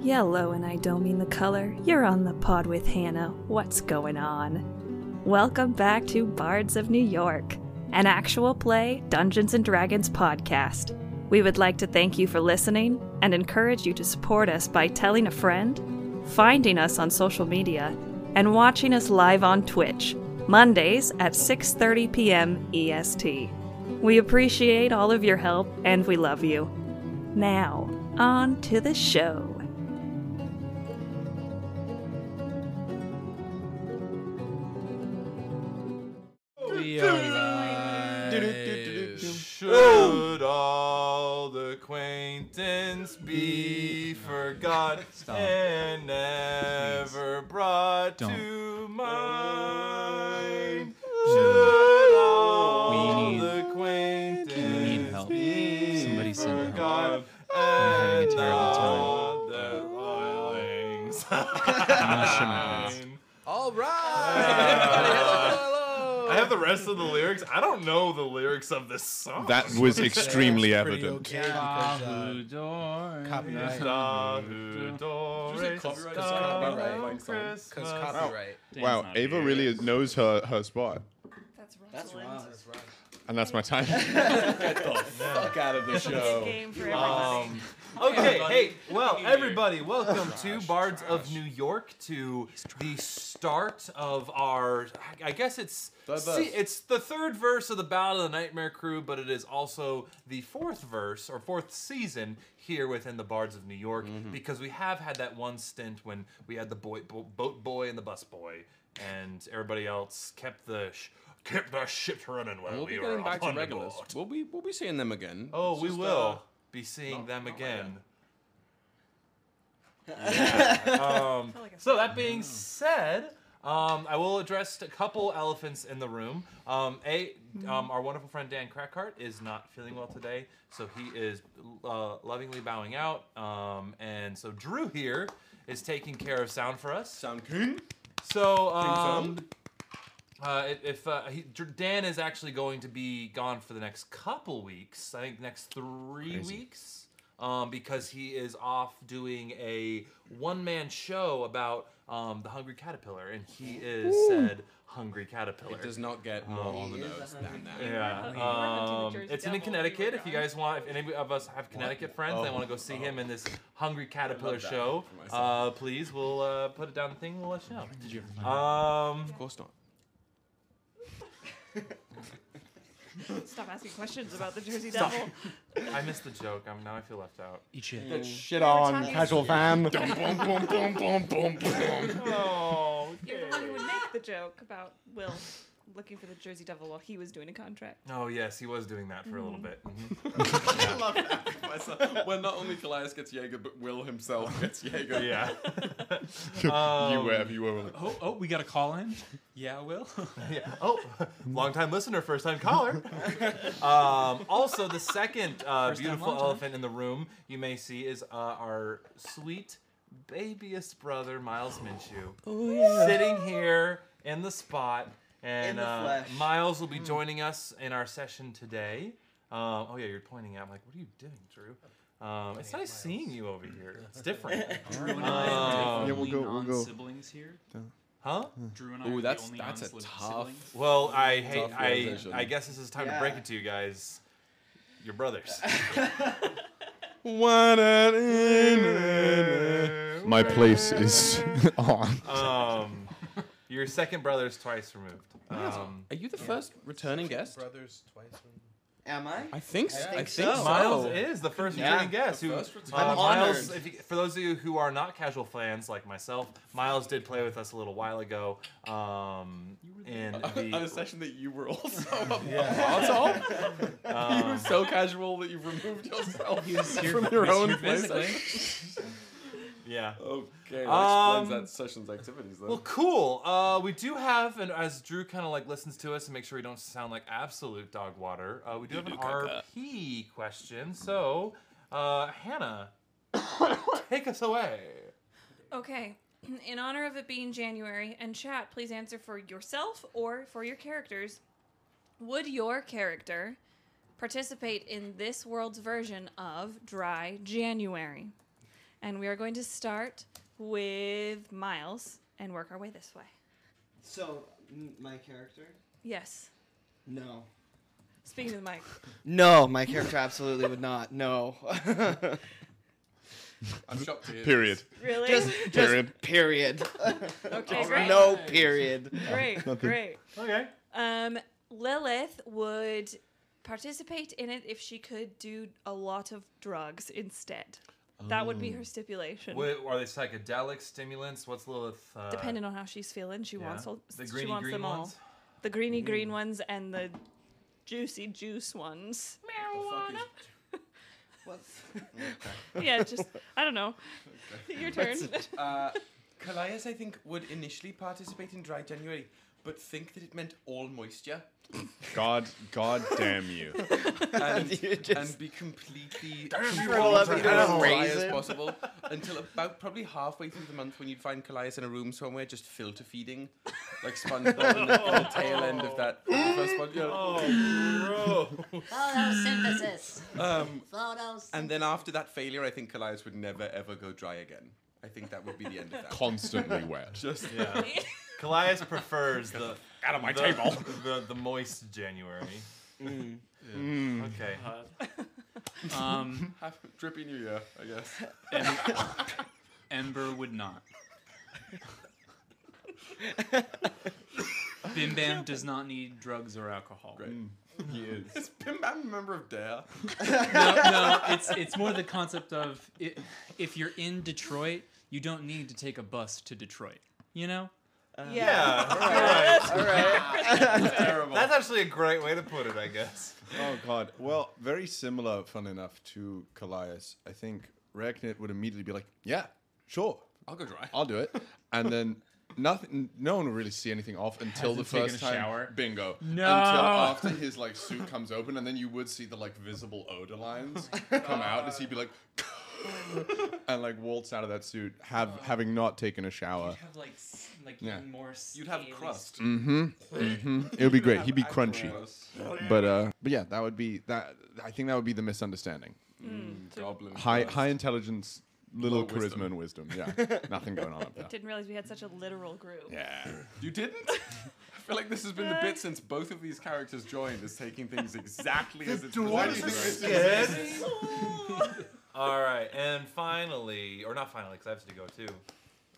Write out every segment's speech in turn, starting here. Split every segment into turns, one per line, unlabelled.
Yellow, and I don't mean the color. You're on the pod with Hannah. What's going on? Welcome back to Bards of New York, an actual play Dungeons and Dragons podcast. We would like to thank you for listening and encourage you to support us by telling a friend, finding us on social media, and watching us live on Twitch, Mondays at 6:30 p.m. EST. E We appreciate all of your help and we love you. Now, on to the show.
We are live.
Should all acquaintance be forgot
Stop.
and never brought
Don't.
to mind? Should all
We need-
acquaintance
we need help.
be
Somebody send help.
forgot
having a
and
terrible time.
all their oilings
mushing my hands.
mine?
All right.
I have the rest of the lyrics. I don't know the lyrics of this song.
That was extremely
That's pretty
evident.
Okay, because, uh,
Bahudor.
copyright.
Because
Copyright is copyright. Because copyright.
Wow, Ava really knows her, her spot.
That's wrong.
And that's my time.
Fuck out of the show.
game for everybody.
Um, Okay, hey, well, everybody, welcome to Bards of New York to the start of our. I guess it's
Third
see,
verse.
it's the third verse of the Battle of the Nightmare Crew, but it is also the fourth verse or fourth season here within the Bards of New York
Mm-hmm.
because we have had that one stint when we had the boy, bo- boat boy and the bus boy, and everybody else kept the sh- kept the shit running while
We'll
we
be
were
getting back to
on the
regulars.
boat.
We'll be we'll be seeing them again.
Oh,
It's
we
just,
will
uh,
be seeing them again. um, so that
Hmm.
being said, um, I will address a couple elephants in the room. Um, a, um, our wonderful friend Dan Crackhart is not feeling well today, so he is uh, lovingly bowing out. Um, and so Drew here is taking care of sound for us.
Sound king.
So, um, uh, if- if uh, he, Dr- Dan is actually going to be gone for the next couple weeks, I think next three weeks, um, because he is off doing a one-man show about um, the hungry caterpillar, and he is said hungry caterpillar.
It does not get more on the nose than that.
Yeah. Um, it's in Connecticut. If you guys want, if any of us have Connecticut friends,
Oh.
they want to go see him in this Hungry Caterpillar
that
show,
for
uh,
myself.
please, we'll uh, put it down the thing. We'll let you know.
you ever
Um,
Of course not.
Stop asking questions about the Jersey Devil.
I missed the joke. I'm now I feel left out.
Eat shit.
Shit on,
talking-
casual fam.
Boom, boom, boom, boom, boom, boom.
Oh,
You're the one who would make the joke about Will looking for the Jersey Devil while he was doing a contract.
oh yes, he was doing that for a little bit. Mm-hmm.
I love that. when not only Callias gets Jaeger, but Will himself gets Jaeger.
Yeah. Um,
you were, you were.
Oh, oh, we got a call in. Yeah, Will.
yeah. Oh, long time listener, first time caller. um, also, the second uh,
First time,
beautiful
long time.
elephant in the room you may see is uh, our sweet babyest brother, Miles Minshew,
Oh,
sitting here in the spot. And
the
uh,
flesh.
Miles will
Mm.
be joining us in our session today. Um, oh yeah, you're pointing out. I'm like, what are you doing, Drew? Um, it's nice seeing you over here. It's different,
Um,
Yeah, we'll go, we'll go.
Siblings here.
huh?
Drew and I.
Ooh,
are
that's
the only
that's a
non-sibling-
tough.
siblings.
Well, I hate.
Tough
I
realization.
I guess this is time to break it to you guys. Your brothers.
My place is on.
um, your second brother is twice removed. Um,
Are you the first returning guest?
Brothers twice.
Am I?
I think. so.
I
I think
think so.
so.
Miles is the first
Yeah.
returning guest. Who,
first returning-
uh,
I'm
Miles,
honored.
if you, for those of you who are not casual fans like myself, Miles did play with us a little while ago. Um, in
On a
the
session that you were also a yeah.
Um,
you were so casual that you've removed yourself from your own place.
yeah.
Okay, that
Um,
explains that session's activities then.
Well, cool. Uh, we do have, and as Drew kind of like listens to us and make sure we don't sound like absolute dog water, uh, we do have an RP question. So, uh, Hannah, take us away.
Okay. In honor of it being January, and chat, please answer for yourself or for your characters. Would your character participate in this world's version of Dry January?
And we are going to start with Miles and work our way this way.
So, m- my character?
Yes.
No.
Speaking of the mic.
No, my character absolutely would not. No.
I'm shocked to hear
Period.
Really?
just, just
Period.
period.
okay, great.
No period.
Great, great.
Okay.
Um, Lilith would participate in it if she could do a lot of drugs instead. That would
Oh.
Oh.
be her stipulation.
Wait, are they psychedelic stimulants? What's Lilith? Uh,
Depending on how she's feeling, she wants all,
the
she
greeny
wants
green
them all.
ones?
The greeny green ones and the juicy juice ones. Marijuana.
What's-
yeah, just I don't know. Your turn.
Uh, Callias, I think, would initially participate in Dry January, but think that it meant all moisture
God, God damn you.
and,
You just-
and be completely
Roll up
completely
into a
as dry as
raisin.
possible until about probably halfway through the month when you'd find Callias in a room somewhere just filter feeding, like SpongeBob on the, on the tail end of that first one. you know.
Photosynthesis.
Um,
Photos.
and then after that failure, I think Callias would never ever go dry again. I think that would be the end of that.
Constantly wet.
just
Yeah. Callias prefers the
Out of my
the,
table.
the the moist January.
Mm.
Hmm.
Okay.
Um,
have drippy New Year, I guess.
em- Ember would not. Bim Bam does not need drugs or alcohol.
Great.
Mm.
Is Pim Bam a member of Dare?
No, no, it's it's more the concept of i if you're in Detroit, you don't need to take a bus to Detroit. You know,
Uh, Yeah. all right.
All right.
Terrible.
That's actually a great way to put it, I guess.
Oh God. Well, very similar, fun enough, to Callias. I think Ragnit would immediately be like, "Yeah, sure,
I'll go dry.
I'll do it," and then nothing. No one will really see anything off until the
Hasn't taken
first
a
time.
shower.
Bingo.
No.
Until after his like suit comes open, and then you would see the like visible odor lines
Oh
come out as he'd be like. and like waltz out of that suit, have having not taken a shower.
have like s- like
Yeah. Mm-hmm.
more.
You'd have
scaly
crust.
Mm-hmm.
It would be great. He'd be crunchy.
Gross.
But uh, but yeah, that would be that. I think that would be the misunderstanding.
Hmm.
Mm,
Hmm.
Goblin.
High
crust.
high intelligence, little
Low
charisma
wisdom.
and wisdom. Yeah, nothing going on up there.
Didn't realize we had such a literal group.
Yeah,
You didn't? I feel like this has been the bit since both of these characters joined, is taking things exactly as it's presented. right?
All right, and finally, or not finally, because I have to go too.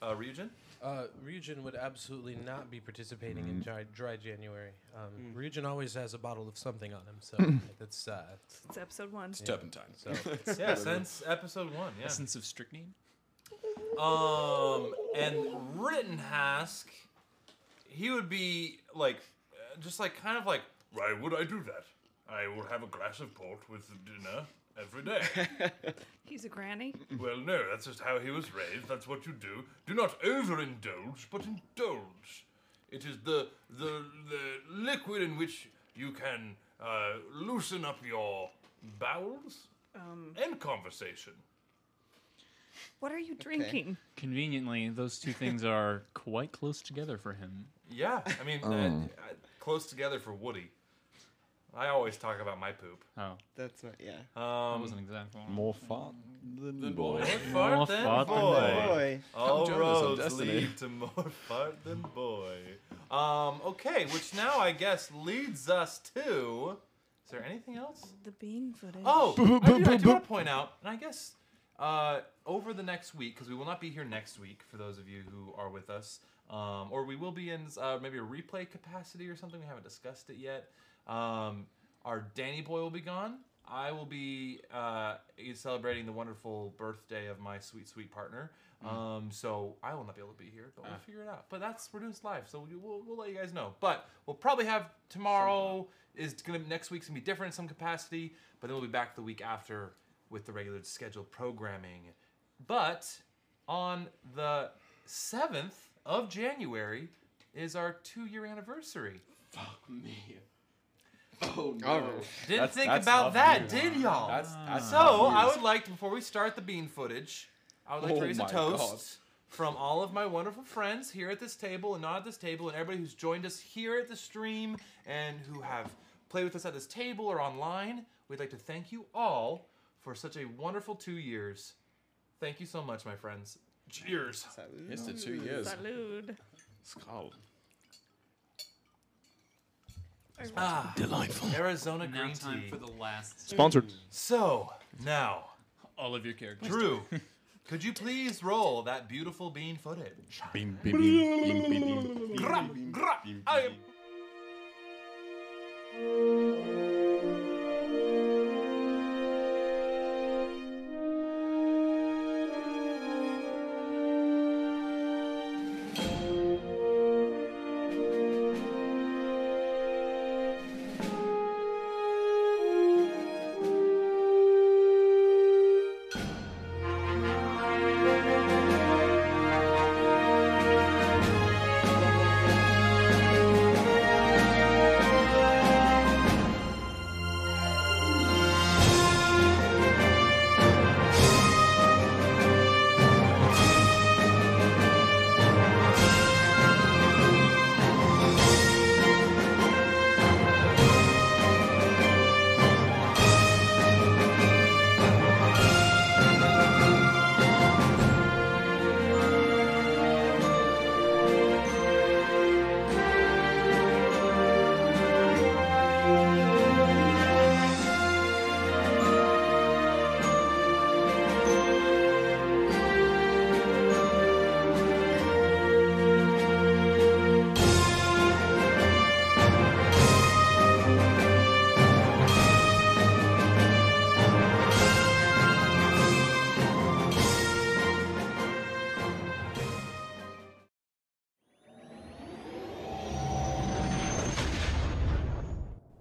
Uh, Ryujin?
Uh, Ryujin would absolutely not be participating
Mm-hmm.
in dry, dry January. Um, Ryujin always has a bottle of something on him, so that's uh,
It's episode one.
Turpentine.
so.
Yeah, since episode one. Yeah.
Essence of strychnine.
Um, and Rittenhask, he would be like, uh, just like kind of like, why would I do that? I will have a glass of port with dinner every day.
He's a granny.
well, no, that's just how he was raised. That's what you do. Do not overindulge, but indulge. It is the the the liquid in which you can uh, loosen up your bowels
Um,
and conversation.
What are you drinking?
Conveniently, those two things are quite close together for him.
Yeah, I
Oh.
mean, uh, uh, close together for Woody. I always talk about my poop.
Oh,
That's not, yeah.
that
Um,
wasn't exactly.
more fart than boy.
fart
More
than
fart than
boy.
Boy.
All
join us on
roads
Destiny.
lead to more fart than boy. Um, okay, which now I guess leads us to. Is there anything else?
The bean footage.
Oh, I, do, I do want to point out, and I guess uh, over the next week, because we will not be here next week for those of you who are with us, um, or we will be in uh, maybe a replay capacity or something. We haven't discussed it yet. Um, our Danny boy will be gone. I will be uh, celebrating the wonderful birthday of my sweet, sweet partner. Um, so I will not be able to be here, but we'll figure it out. But that's we're doing this live, so we- we'll, we'll let you guys know. But we'll probably have tomorrow is gonna next week's gonna be different in some capacity, but then we'll be back the week after with the regular scheduled programming. But on the seventh of January is our two-year anniversary.
Me. Oh no.
Didn't
That's-
think
that's
about
tough,
that,
dude.
did y'all? Ah.
That's- that's
so
tough
I
news.
would like, before we start the bean footage, I would like
Oh
to raise a
my
toast from all of my wonderful friends here at this table and not at this table, and everybody who's joined us here at the stream and who have played with us at this table or online. We'd like to thank you all for such a wonderful two years. Thank you so much, my friends. Cheers.
Missed it two years.
Salud.
Skull.
Ah,
Delightful.
Arizona
Now
green
time
tea.
for the last.
Sponsored.
So now,
All of your characters.
Drew, could you please roll that beautiful bean footage?
Beam, beam, beam, beam, beam, beam, beam, beam,
Gra-
beam,
gra-
beam,
I
beam.
am-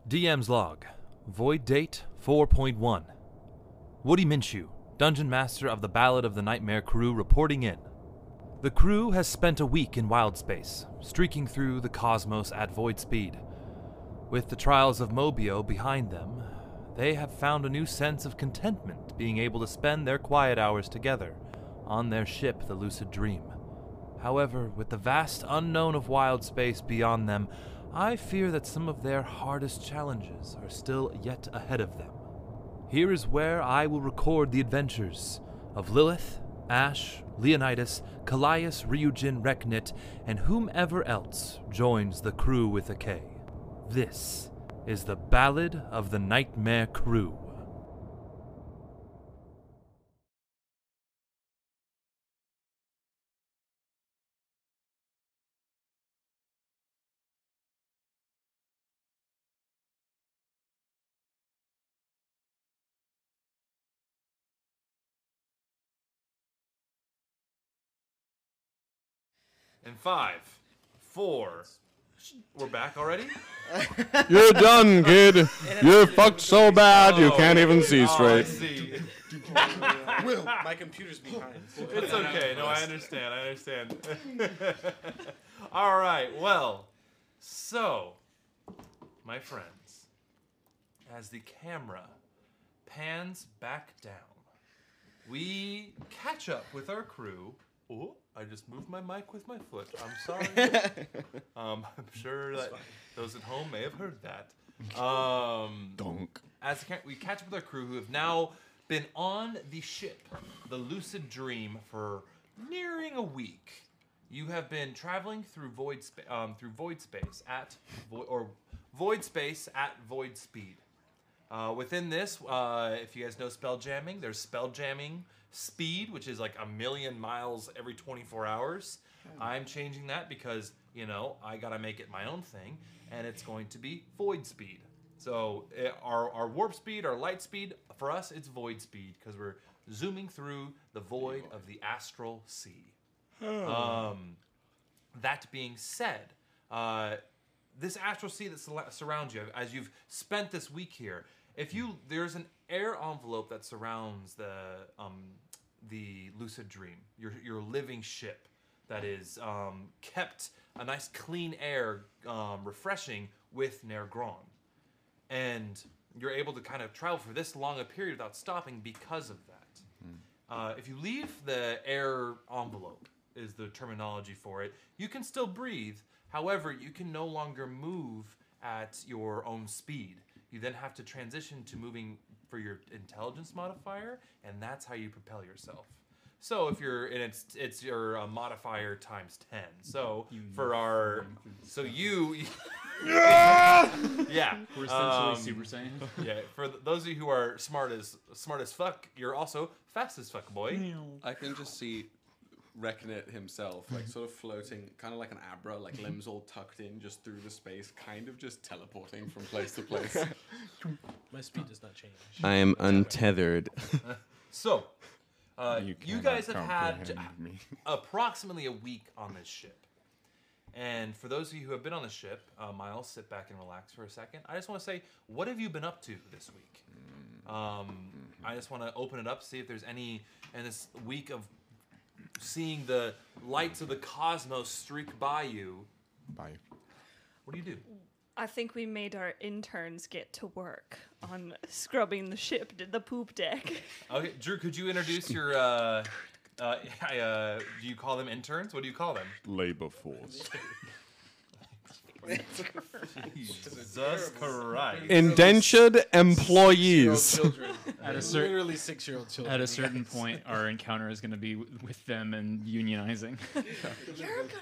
DM's log, void date 4.1. Woody Minshew, dungeon master of the Ballad of the Nightmare Crew, reporting in. The crew has spent a week in wild space, streaking through the cosmos at void speed. With the trials of Mobio behind them, they have found a new sense of contentment being able to spend their quiet hours together on their ship, the Lucid Dream. However, with the vast unknown of wild space beyond them, I fear that some of their hardest challenges are still yet ahead of them. Here is where I will record the adventures of Lilith, Ash, Leonidas, Callias, Ryujin, Reknit, and whomever else joins the crew with a K. This is the Ballad of the Nightmare Crew. And five, four. We're back already?
You're done, kid. You're fucked so bad you
Oh.
can't even see
Oh, I
straight.
see.
Will, my computer's behind.
It's okay. No, I understand. I understand. All right. Well, so, my friends, as the camera pans back down, we catch up with our crew. Oh, I just moved my mic with my foot. I'm sorry. um, I'm sure that those at home may have heard that. Um,
Donk.
as ca- we catch up with our crew who have now been on the ship, the Lucid Dream, for nearing a week. You have been traveling through void spa- um, through void space at vo- or void space at void speed. Uh, within this, uh, if you guys know spell jamming, there's spell jamming speed, which is like a million miles every 24 hours. I'm changing that because, you know, I gotta make it my own thing, and it's going to be void speed. So eh, our, our warp speed, our light speed, for us, it's void speed because we're zooming through the void of the astral sea. Um, that being said, uh, this astral sea that sur- surrounds you, as you've spent this week here, if you there's an air envelope that surrounds the um, the lucid dream, your your living ship that is um, kept a nice clean air, um, refreshing with Nergron, and you're able to kind of travel for this long a period without stopping because of that. Uh, if you leave the air envelope, is the terminology for it, you can still breathe. However, you can no longer move at your own speed. You then have to transition to moving for your intelligence modifier, and that's how you propel yourself. So if you're and it's it's your uh, modifier times ten. So for our so you yeah
We're essentially
um,
Super Saiyan.
yeah for th- those of you who are smart as smart as fuck you're also fast as fuck boy
I can just see Reckon himself, like sort of floating, kind of like an Abra, like limbs all tucked in just through the space, kind of just teleporting from place to place.
My speed does not change.
I am untethered.
so uh, you,
cannot
guys have had
comprehend me.
approximately a week on this ship and for those of you who have been on the ship uh, miles sit back and relax for a second i just want to say what have you been up to this week um, i just want to open it up see if there's any in this week of seeing the lights of the cosmos streak by you
Bye.
what do you do
I think we made our interns get to work on scrubbing the ship, the poop deck.
Okay, Drew, could you introduce your? Uh, uh, I, uh, do you call them interns? What do you call them?
Labor force.
Jesus Christ!
Indentured employees.
Children.
At a certain
Literally six-year-old children.
at a certain point, our encounter is going to be w- with them and unionizing.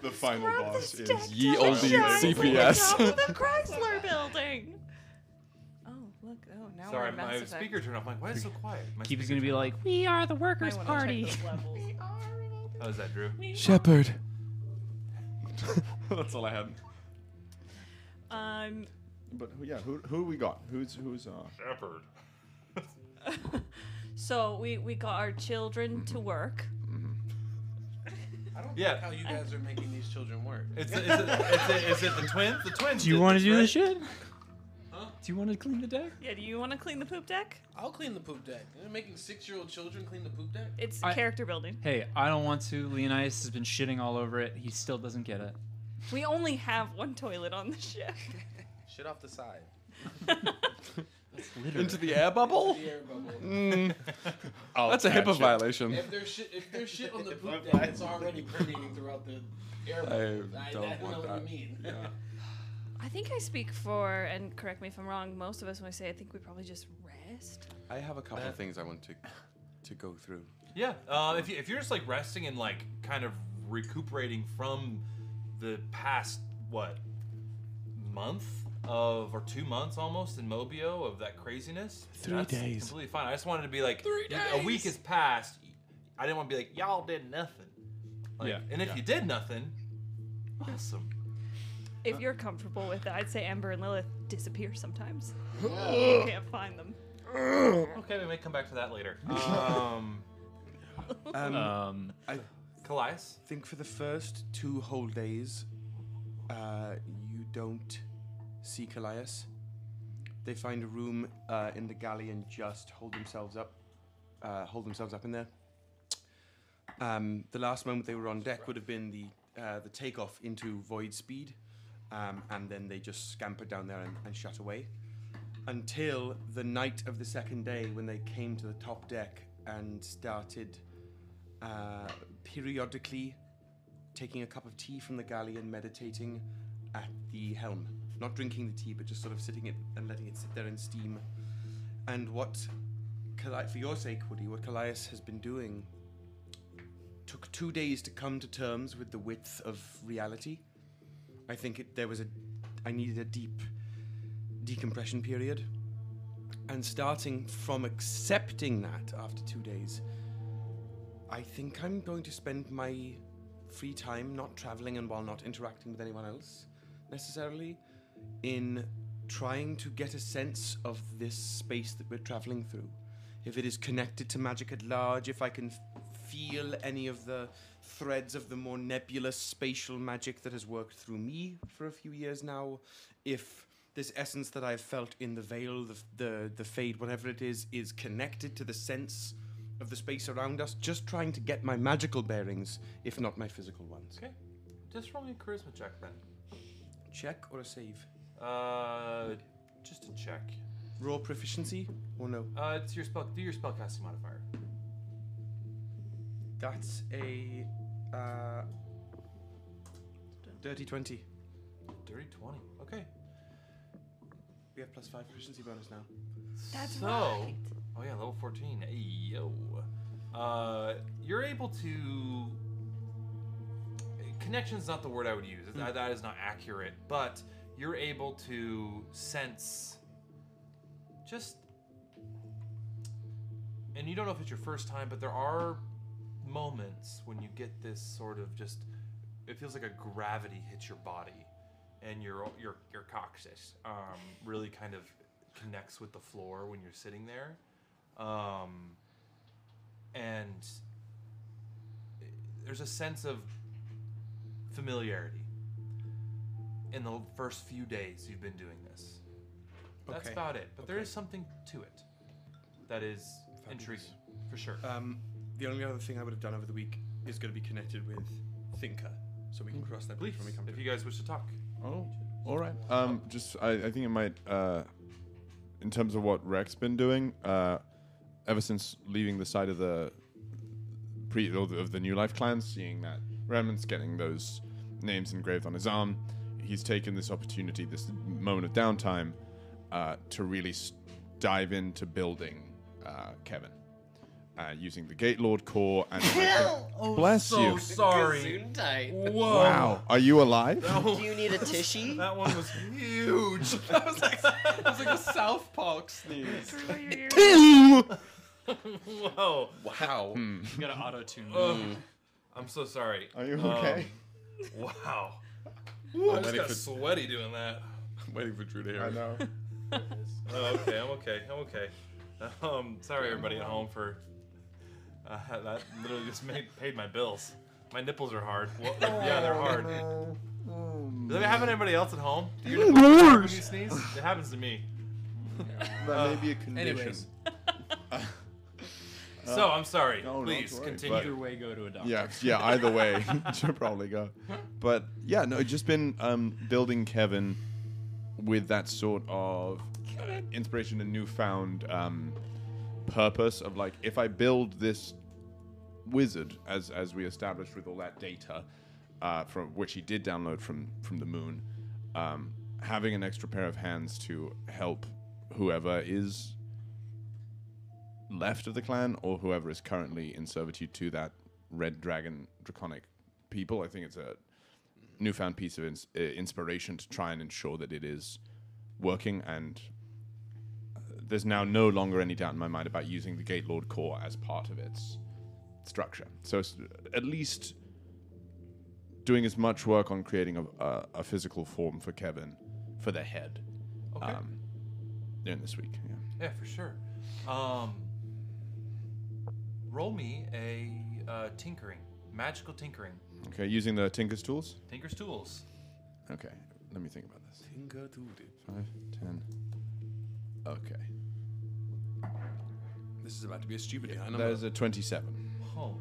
The final boss is
Ye olde
Top
CPS.
of the Chrysler building. Oh, look. Oh, now we're
Sorry,
in Mass
my
Effect.
speaker turned off. I'm like, why is it so quiet? My
Keep is
speaker
going to be like, "We are the
I
workers'
wanna check
party."
those levels.
turned- Oh, is that Drew?
Shepherd.
That's all I had.
Um,
But who- yeah, who who we got? Who's who's uh?
Shepherd.
so we we got our children
Mm-hmm.
to work.
I don't
Yeah.
get how you guys are making these children work.
It's, it's, it's, it's, is it the twins? The twins.
Do you want to do this
this, right?
shit? Do you want to clean the deck?
Yeah, do you want to clean the poop deck?
I'll clean the poop deck. You're making six-year-old children clean the poop deck?
It's
I-
character building.
Hey, I don't want to. Leonidas has been shitting all over it. He still doesn't get it.
We only have one toilet on the ship.
Shit off the side.
Into the air bubble?
The air bubble.
Mm.
Mm.
That's a HIPAA violation.
If there's shit, if there's shit on the poop deck, it's already permeating throughout the air bubble. I, I
don't
don't know
want
what
that.
you mean.
I think I speak for, and correct me if I'm wrong, most of us when I say I think we probably just rest.
I have a
Uh,
couple of things I want to to go through.
Yeah. Uh, if, you, if you're just like resting and like kind of recuperating from the past what month of or two months almost in Mobio of that craziness,
Three
that's
days.
Completely fine. I just wanted to be like a week has passed. I didn't want to be like y'all did nothing. Like,
Yeah,
And if you did nothing, awesome.
If you're comfortable with it, I'd say Ember and Lilith disappear sometimes. you can't find them.
Oh,
Okay, we may come back to that later.
Uh,
Um,
Um,
Um,
I
Callias.
think for the first two whole days, uh, you don't see Callias. They find a room uh, in the galley and just hold themselves up, uh, hold themselves up in there. Um, the last moment they were on deck would have been the uh, the takeoff into void speed, um, and then they just scampered down there and, and shut away, until the night of the second day when they came to the top deck and started uh, periodically taking a cup of tea from the galley and meditating at the helm. Not drinking the tea, but just sort of sitting it and letting it sit there and steam. And what, Cali- for your sake, Woody, what Callias has been doing took two days to come to terms with the width of reality. I think it, there was a, I needed a deep decompression period. And starting from accepting that after two days, I think I'm going to spend my free time not traveling and while not interacting with anyone else necessarily in trying to get a sense of this space that we're traveling through. If it is connected to magic at large, if I can f- feel any of the threads of the more nebulous spatial magic that has worked through me for a few years now, if this essence that I've felt in the veil, the, f- the, the fade, whatever it is, is connected to the sense of the space around us, just trying to get my magical bearings, if not my physical ones.
Okay. Just roll me a charisma check then.
Check or a save?
Uh, just a check.
Raw proficiency or no?
Uh, it's your spell. Do your spellcasting modifier.
That's a uh, dirty 20.
Dirty twenty. Okay.
We have plus five proficiency bonus now.
That's
so,
right.
Oh yeah, level fourteen. Hey yo. Uh, you're able to. Connection's not the word I would use.
Hmm.
That- that is not accurate. But you're able to sense just. And you don't know if it's your first time, but there are moments when you get this sort of just. It feels like a gravity hits your body, and your your your coccyx um, really kind of connects with the floor when you're sitting there. Um, and there's a sense of familiarity in the first few days you've been doing this. That's
Okay.
about it. But there
Okay.
is something to it that is intriguing, for sure.
Um, the only other thing I would have done over the week is going to be connected with Thinker, so we can cross that bridge
Mm. Please,
when we come to
if
it.
you guys wish to talk.
Oh, all right. Um, just I, I think it might. Uh, in terms of what Rex been doing, uh, ever since leaving the side of the pre or the- of the New Life Clan, seeing that Redmond's getting those names engraved on his arm, he's taken this opportunity, this moment of downtime, uh, to really s- dive into building uh, Kevin. Uh, using the Gate Lord core and
Oh,
bless
Oh, So
you.
sorry.
Gesundheit.
Whoa.
Wow, are you alive?
Do you need a tissue?
That one was huge.
that was like that was like a South Park sneeze.
Whoa.
Wow.
You gotta auto tune.
Hmm.
I'm so sorry.
Are you
Um,
okay?
wow. Ooh, I just
ready
got
for-
sweaty doing that.
I'm waiting for Drew to hear. I know.
Oh, okay, I'm okay. I'm okay. Um, sorry everybody at home for uh, that. Literally just made paid my bills. My nipples are hard. Well, yeah, they're hard. Does it happen to anybody else at home? Do your nipples hurt when you sneeze? It happens to me. Uh,
That may be a condition.
anyways.
So I'm sorry.
no, not
Please
to worry,
Either
continue.
way, go to a doctor.
Yeah, yeah. Either way, should probably go. But yeah, no, just been um, building Kevin with that sort of uh, inspiration and newfound um, purpose of like, if I build this wizard, as as we established with all that data, uh, from which he did download from from the moon, um, having an extra pair of hands to help whoever is left of the clan or whoever is currently in servitude to that red dragon draconic people. I think it's a newfound piece of ins- uh, inspiration to try and ensure that it is working and uh, there's now no longer any doubt in my mind about using the Gate Lord core as part of its structure. So it's uh, at least doing as much work on creating a, a, a physical form for Kevin for the head
Okay.
um, during this week. Yeah.
Yeah, for sure. Um, roll me a uh, tinkering, magical tinkering,
Okay, using the Tinker's tools.
Tinker's tools.
Okay, let me think about this.
Thinker dude.
Five, ten. Okay,
This is about to be a stupid yeah,
that is a twenty-seven.
Oh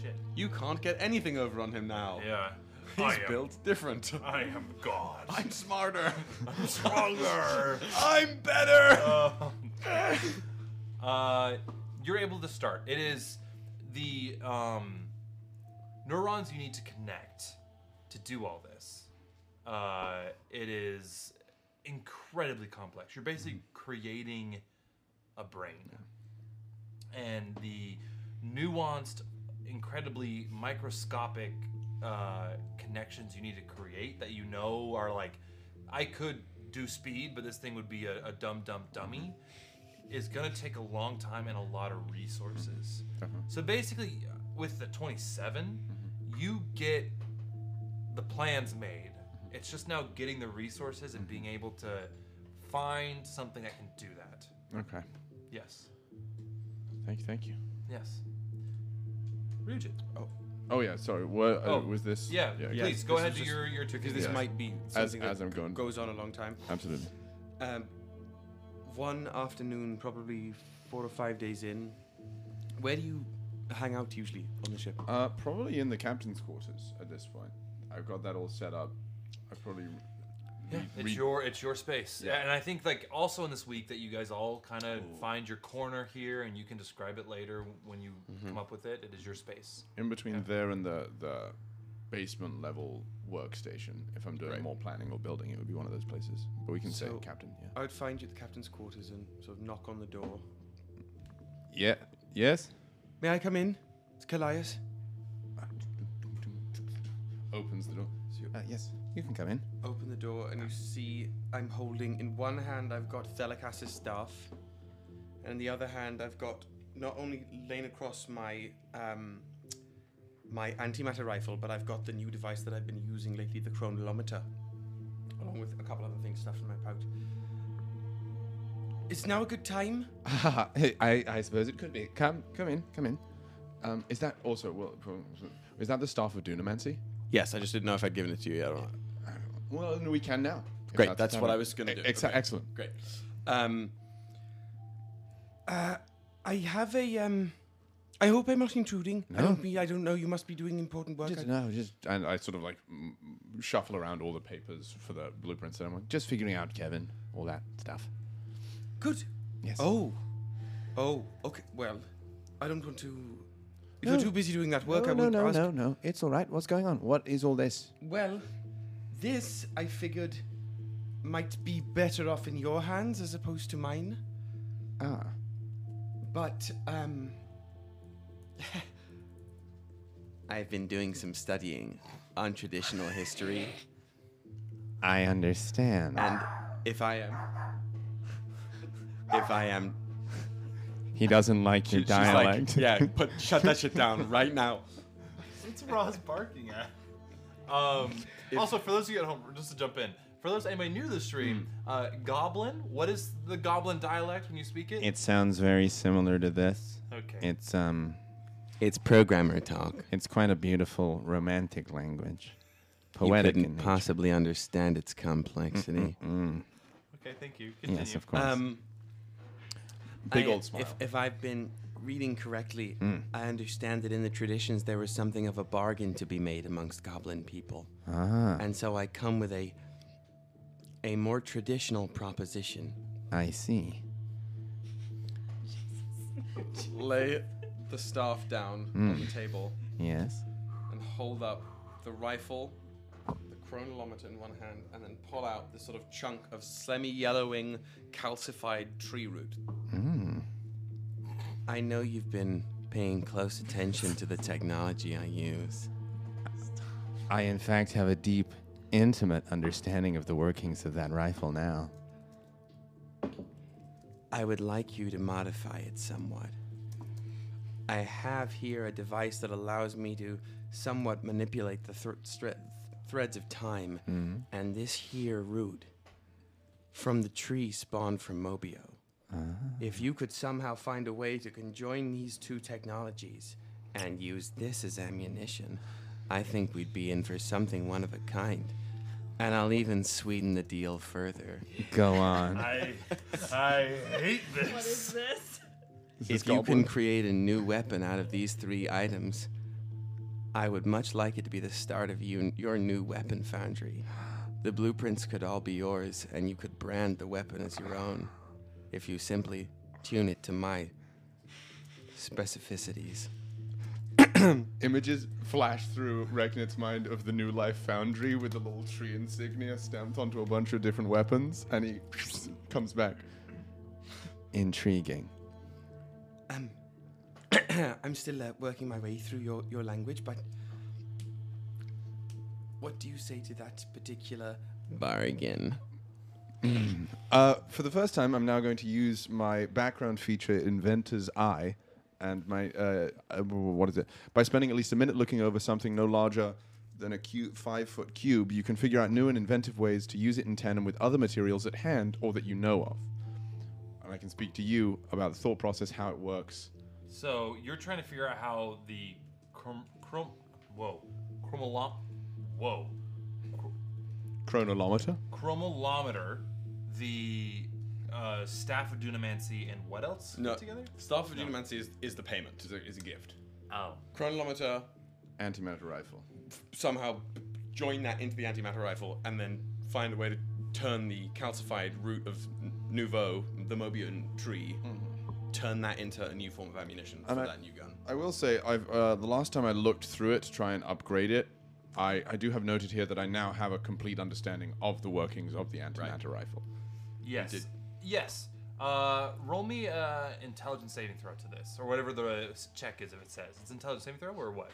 shit!
You can't get anything over on him now.
Yeah,
He's
I am.
built different.
I am God.
I'm smarter.
stronger.
I'm better.
Um, uh, you're able to start. It is the um, neurons you need to connect to do all this. Uh, it is incredibly complex. You're basically creating a brain, and the nuanced, incredibly microscopic uh, connections you need to create that you know are like, I could do speed, but this thing would be a, a dumb, dumb dummy. Is gonna take a long time and a lot of resources. So basically, with the 27,
Mm-hmm.
you get the plans made. It's just now getting the resources and
Mm-hmm.
being able to find something that can do that.
Okay,
Yes.
thank you, thank you.
Yes. Rujit.
Oh yeah, sorry. What uh,
Oh,
was this?
Yeah,
yeah,
please go
This
ahead
is
to
just-
your your two.
Because this
Yeah.
might be something
as
that
I'm going.
goes on a long time.
Absolutely.
Um, one afternoon, probably four or five days in. Where do you hang out usually on the ship?
Uh, probably in the captain's quarters at this point. I've got that all set up. I probably.
Yeah,
re-
it's
re-
your it's your space.
Yeah.
Yeah. And I think like also in this week that you guys all kind of find your corner here and you can describe it later when you
Mm-hmm.
come up with it. It is your space.
in between there and the the basement level workstation. If I'm doing more planning or building, it would be one of those places. But we can
So-
say captain. Yeah.
I would find you at the captain's quarters and sort of knock on the door.
Yeah. Yes.
May I come in? It's Callias.
Opens the door. Uh, yes, you can come in.
Open the door and you see I'm holding in one hand I've got Thelacas's staff, and in the other hand I've got not only laying across my um, my antimatter rifle, but I've got the new device that I've been using lately, the chronolometer, along with a couple other things stuffed in my pouch. It's now a good time.
Hey, I, I suppose it could be. Come, come in, come in. Um, is that also well? Is that the staff of Dunamancy?
Yes, I just didn't know if I'd given it to you yet or not.
Well, no, we can now. if
Great, that's
the
what
time.
I was gonna
E-
do.
exa-
Okay.
Excellent.
Great. Um, uh, I have a. Um, I hope I'm not intruding. I
No.
don't mean I don't know. You must be doing important work.
Just,
I-
no, just and I sort of like mm, shuffle around all the papers for the blueprints, and I'm like, just figuring out Kevin, all that stuff.
Good.
Yes.
Oh. Oh. Okay. Well, I don't want to. If you're
No.
too busy doing that work,
no,
I
no,
won't
no,
ask.
no, no. It's all right. What's going on? What is all this?
Well, this I figured might be better off in your hands as opposed to mine.
Ah,
But um I've been doing some studying on traditional history
I understand.
and if I am if I am
he doesn't like your
she's like yeah, put shut that shit down right now.
What's Roz barking at? Um, also, for those of you at home, just to jump in, for those anybody new to the stream, uh, Goblin, what is the Goblin dialect when you speak it?
it sounds very similar to this.
okay.
It's um,
It's programmer talk.
it's quite a beautiful romantic language,
Poetic
poetic
you
in
couldn't
nature. Mm,
possibly understand its complexity. Um,
okay, thank you. Continue.
Yes, of course.
Big old smile. If, if I've been reading correctly,
Hmm. Mm.
I understand that in the traditions there was something of a bargain to be made amongst goblin people.
ah,
and so I come with a a more traditional proposition.
I see.
Lay the staff down on the table
Hmm. Yes.
and hold up the rifle, the chronolometer in one hand, and then pull out this sort of chunk of semi-yellowing calcified tree root. I know you've been paying close attention to the technology I use.
I, in fact, have a deep, intimate understanding of the workings of that rifle now.
I would like you to modify it somewhat. I have here a device that allows me to somewhat manipulate the thr stre- threads of time, and this here root from the tree spawned from Mobio. If you could somehow find a way to conjoin these two technologies and use this as ammunition, I think we'd be in for something one of a kind. And I'll even sweeten the deal further.
Go on.
I, I hate this.
What is this?
This
if you can
goblin.
create a new weapon out of these three items, I would much like it to be the start of you, your new weapon foundry. The blueprints could all be yours, and you could brand the weapon as your own if you simply tune it to my specificities.
Images flash through Regnit's mind of the New Life Foundry with the little tree insignia stamped onto a bunch of different weapons, and he comes back. Intriguing.
I'm still uh, working my way through your, your language, but what do you say to that particular bargain?
Uh, for the first time, I'm now going to use my background feature, Inventor's Eye, and my uh, uh, what is it? By spending at least a minute looking over something no larger than a cube, five foot cube, you can figure out new and inventive ways to use it in tandem with other materials at hand or that you know of. And I can speak to you about the thought process, how it works.
So you're trying to figure out how the chrom, chrom whoa, chromolo, whoa,
Chronolometer.
chromolometer, the uh, staff of Dunamancy, and what else
No.
together?
Staff of Dunamancy is, is the payment, is a, is a gift.
Oh,
Chronolometer,
Antimatter rifle.
somehow b- join that into the antimatter rifle and then find a way to turn the calcified root of N- Nouveau, the Mobian tree,
Mm-hmm.
turn that into a new form of ammunition
And
for
I-
that new gun.
I will say, I've uh, the last time I looked through it to try and upgrade it, I, I do have noted here that I now have a complete understanding of the workings of the antimatter rifle.
yes, yes. Uh, roll me uh, intelligence saving throw to this, or whatever the uh, check is. If it says it's intelligence saving throw or what?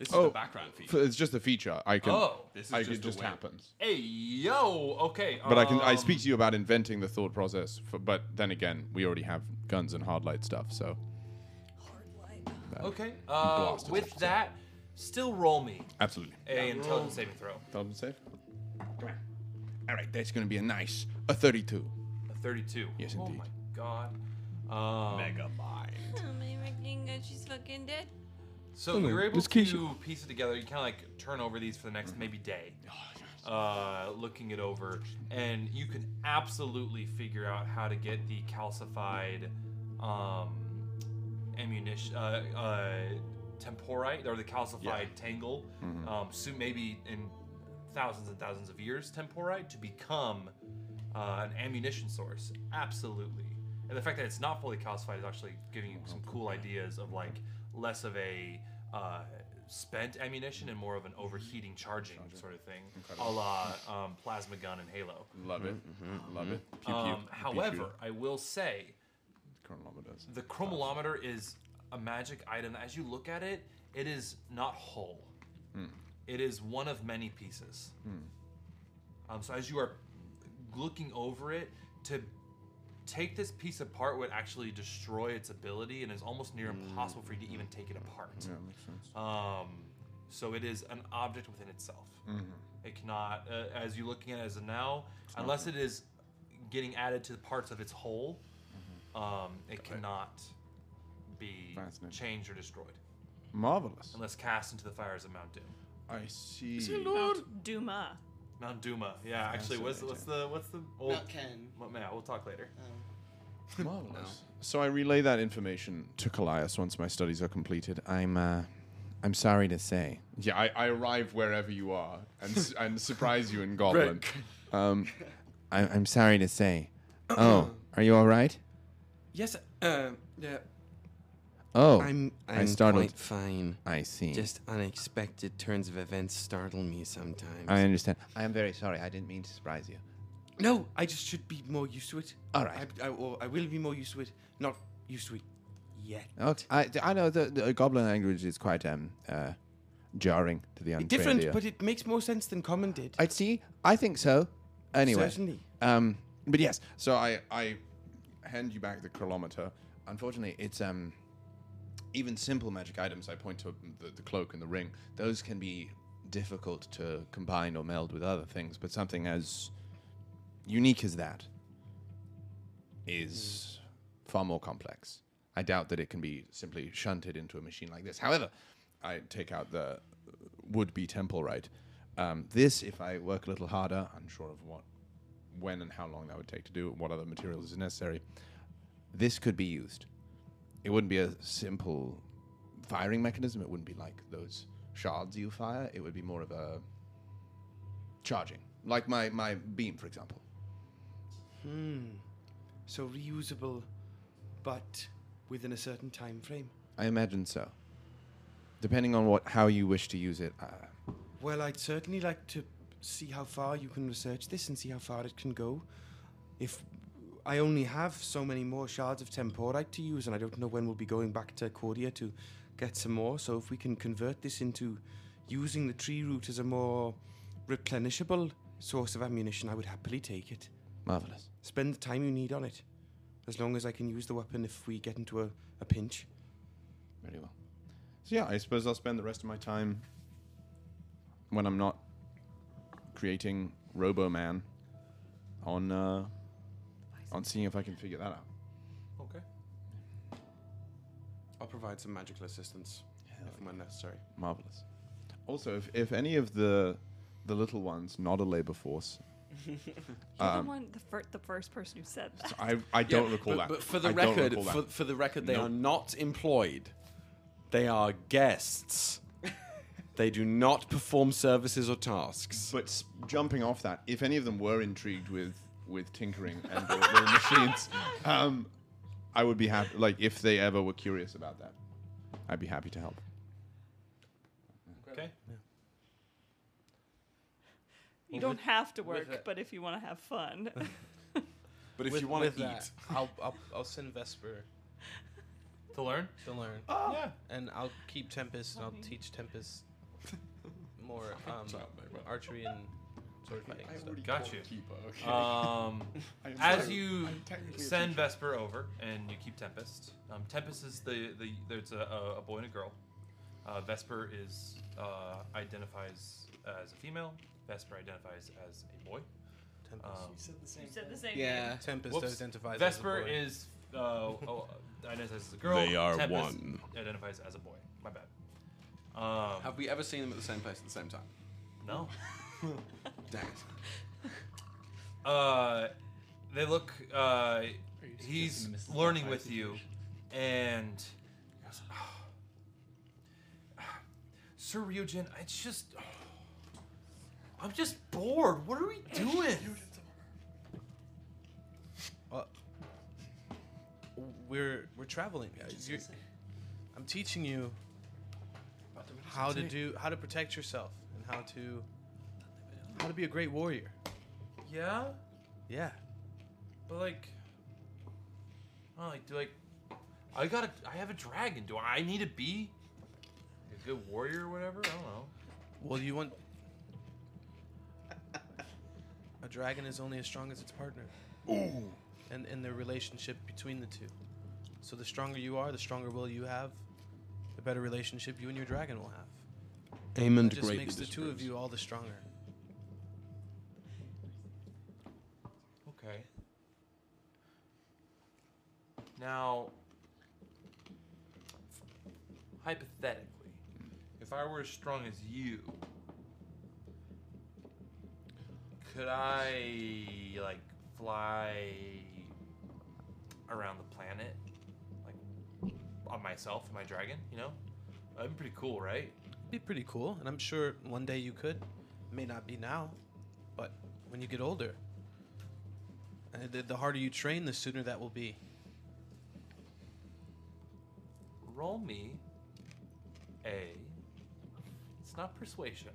This
Oh,
is the background feed.
f- It's just a feature. I can.
Oh.
this
This
is
is
I,
just
it
a
just
way.
happens.
Hey yo, okay.
But I can. I
um,
speak to you about inventing the thought process. For, but then again, we already have guns and hard light stuff. So
Okay. Uh,
Blast is
with
interesting.
that, still roll me
absolutely.
a intelligence saving throw.
Intelligence save. Come on. All right, that's gonna be a nice a thirty-two.
A thirty-two.
Yes,
oh
indeed.
my god. Um,
Mega mind.
Oh my fucking god, she's fucking dead.
So we were able
Miss
to
Keisha.
piece it together. You kind of like turn over these for the next maybe day, uh, looking it over, and you can absolutely figure out how to get the calcified um, ammunition, uh, uh, temporite, or the calcified tangle, um, soon maybe in thousands and thousands of years, temporite to become uh, an ammunition source. Absolutely. And the fact that it's not fully calcified is actually giving you some cool ideas of like less of a uh, spent ammunition and more of an overheating charging sort of thing, a la um, plasma gun and Halo.
Love it. Love it. Pew, pew.
Um,
Pew, pew.
however, I will say
Chronometers.
the chromolometer is a magic item. As you look at it, it is not whole.
hmm,
It is one of many pieces. Um, so as you are looking over it, to take this piece apart would actually destroy its ability, and it's almost near
Mm,
impossible for you to even take it apart. Um, so it is an object within itself.
Mm-hmm.
It cannot, uh, as you're looking at it as of now, unless it is getting added to the parts of its whole, um, it cannot be
Mm-hmm. Fascinating.
changed or destroyed
Marvelous.
unless cast into the fires of Mount Doom.
I see.
Duma.
Mount Duma, yeah. Actually, what's what's the what's the old?
Mount Ken.
Well,
Um,
yeah, we'll talk later.
Marvelous. So I relay that information to Callias once my studies are completed. I'm, uh, I'm sorry to say. Yeah, I, I arrive wherever you are and s- and surprise you in Goblin. Um, I, I'm sorry to say. Oh, are you all right?
Yes. Uh,
um,
yeah.
Oh,
I'm,
I
I'm
startled.
quite fine.
I see.
Just unexpected turns of events startle me sometimes.
I understand. I am very sorry. I didn't mean to surprise you.
No, I just should be more used to it.
All right.
I, I, or I will be more used to it. Not used to it yet.
Okay. I, I know the, the uh, Goblin language is quite um uh, jarring to the untrained
Different,
ear.
but it makes more sense than common did.
I see. I think so. Anyway.
Certainly.
Um, but yes, so I, I hand you back the chronometer. Unfortunately, it's um, even simple magic items. I point to the, the cloak and the ring. Those can be difficult to combine or meld with other things. But something as unique as that is far more complex. I doubt that it can be simply shunted into a machine like this. However, I take out the would-be temple right. Um, this, if I work a little harder, I'm sure of what when and how long that would take to do, and what other materials is necessary. This could be used. It wouldn't be a simple firing mechanism. It wouldn't be like those shards you fire. It would be more of a charging, like my my beam, for example.
Hmm.
So reusable, but within a certain time frame.
I imagine so. Depending on what how you wish to use it, uh,
Well, I'd certainly like to see how far you can research this and see how far it can go. If I only have so many more shards of temporite to use, and I don't know when we'll be going back to Cordia to get some more, so if we can convert this into using the tree root as a more replenishable source of ammunition, I would happily take it.
marvelous.
Spend the time you need on it, as long as I can use the weapon if we get into a, a pinch.
Very well. So yeah, I suppose I'll spend the rest of my time when I'm not creating Robo Man on uh, on seeing if I can figure that out.
Okay.
I'll provide some magical assistance if and when necessary.
Marvelous. Also, if, if any of the the little ones not a labor force,
You're
Um,
the one, the, fir- the first person who said that.
I I don't
Yeah,
recall
but,
that.
But for the
I don't
record,
recall that.
for, for the record, they
Nope.
are not employed. They are guests. they do not perform services or tasks.
But s- jumping off that, if any of them were intrigued with with tinkering and the little machines, um, I would be happy. Like if they ever were curious about that, I'd be happy to help.
Okay.
You don't have to
with
work,
it-
but if you want to have fun.
But if
With-
you want
with
to eat,
that, I'll, I'll I'll send Vesper
to learn.
to learn.
Ah.
Oh. Yeah.
And I'll keep Tempest, and I'll teach Tempest more um, archery and sword fighting
I
stuff.
already
Got
called
you.
Keeper, okay.
Um,
I am
as
sorry.
you
I'm technically a
send
teacher.
Vesper over and you keep Tempest, um, Tempest is the, the there's a, a- a boy and a girl. Uh, Vesper is uh, identifies as a female. Vesper identifies as a boy.
Tempest.
Um,
said the same.
You said the same.
Yeah.
Tempest
whoops.
identifies as
Vesper
a boy.
is uh, oh, identifies as a girl.
They are
Tempest
one.
Identifies as a boy. My bad. Um,
Have we ever seen them at the same place at the same time?
no.
Dang it.
Uh, they look. Uh,
you
he's
suggesting this is a
learning
high
with you, and "Oh, Sir Ryujin, it's just. I'm just bored. What are we doing?
Uh, we're we're traveling. Uh, you're- I'm teaching you how to do how to protect yourself and how to how to be a great warrior.
yeah,
Yeah.
but like, oh, like, do like, I gotta. I have a dragon. Do I need to be a good warrior or whatever? I don't know.
Well, you want a dragon is only as strong as its partner. Ooh. And and the relationship between the two. So the stronger you are, the stronger will you have, the better relationship you and your dragon will have.
Amon
It just makes the two of you all the stronger.
Okay. Now, hypothetically, if I were as strong as you, could I, like, fly around the planet? Like, on myself, my dragon, you know? I'm pretty cool, right?
be pretty cool, and I'm sure one day you could. May not be now, but when you get older, and the, the harder you train, the sooner that will be.
Roll me a. It's not persuasion.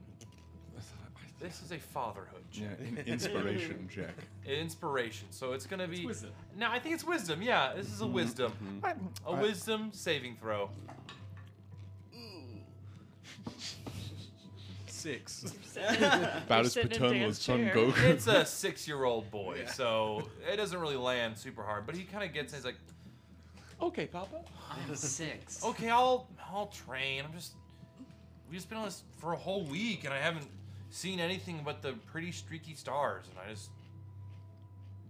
This is a fatherhood check.
Yeah, an inspiration check.
Inspiration. So it's gonna be. No, I think it's wisdom. Yeah, this
Mm-hmm.
is a wisdom. A wisdom saving throw.
Six.
About as
sitting in
paternal as
Dan's
Son
chair.
Goku.
It's a six-year-old boy, so it doesn't really land super hard. But he kind of gets. He's like,
Okay, Papa.
I'm six.
okay, I'll I'll train. I'm just. We've just been on this for a whole week, and I haven't seen anything but the pretty streaky stars, and I just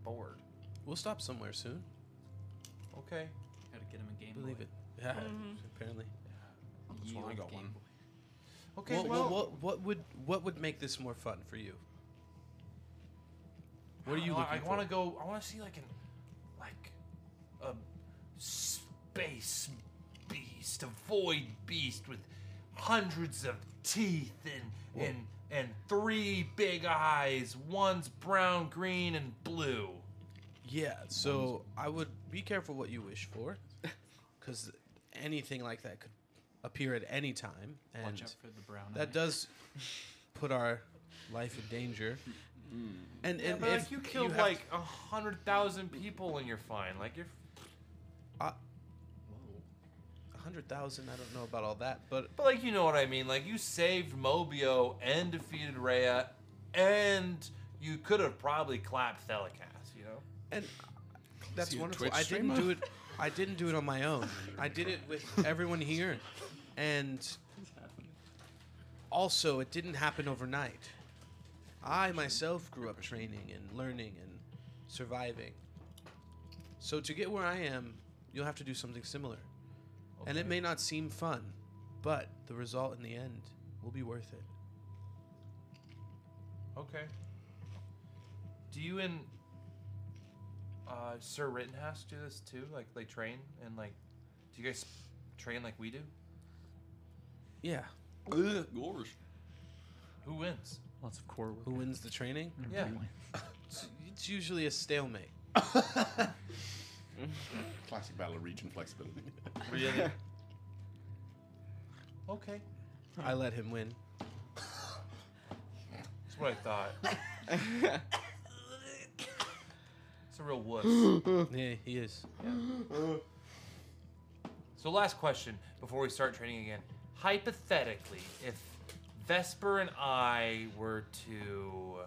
bored.
We'll stop somewhere soon.
Okay.
Gotta get him a game.
Believe
Boy.
it. Yeah,
Mm-hmm.
apparently.
That's why I
Yield
got
Game
one.
Boy.
Okay.
what,
well,
what, what, what would what would make this more fun for you? What are you
I,
looking
I
for?
want to go. I want to see like an like a space beast, a void beast with hundreds of teeth and and and three big eyes. One's brown, green, and blue.
Yeah, so I would be careful what you wish for, because anything like that could appear at any time, and
Watch out for the brown.
that
eye.
does put our life in danger. And, and
but
if
like you killed
have-
like a hundred thousand people and you're fine. Like you're.
uh, a hundred thousand, I don't know about all that, but
But like you know what I mean. Like you saved Mobio and defeated Rhea, and you could have probably clapped Thelicast. You know.
and that's
he a
wonderful.
Twitch
I didn't do
streamer?
it. I didn't do it on my own. I did it with everyone here, and also it didn't happen overnight. I myself grew up training and learning and surviving. So to get where I am, you'll have to do something similar, and it
Okay.
may not seem fun, but the result in the end will be worth it.
Okay. Do you and uh, Sir Rittenhouse do this too? Like they train and like, do you guys train like we do?
Yeah.
Ugh, gosh.
Who wins?
Lots of core work.
Who wins the training?
Yeah.
It's, it's usually a stalemate.
Classic battle of region flexibility.
Really? okay.
I let him win.
That's what I thought. a real wuss.
yeah, he is.
So, last question before we start training again. Hypothetically, if Vesper and I were to,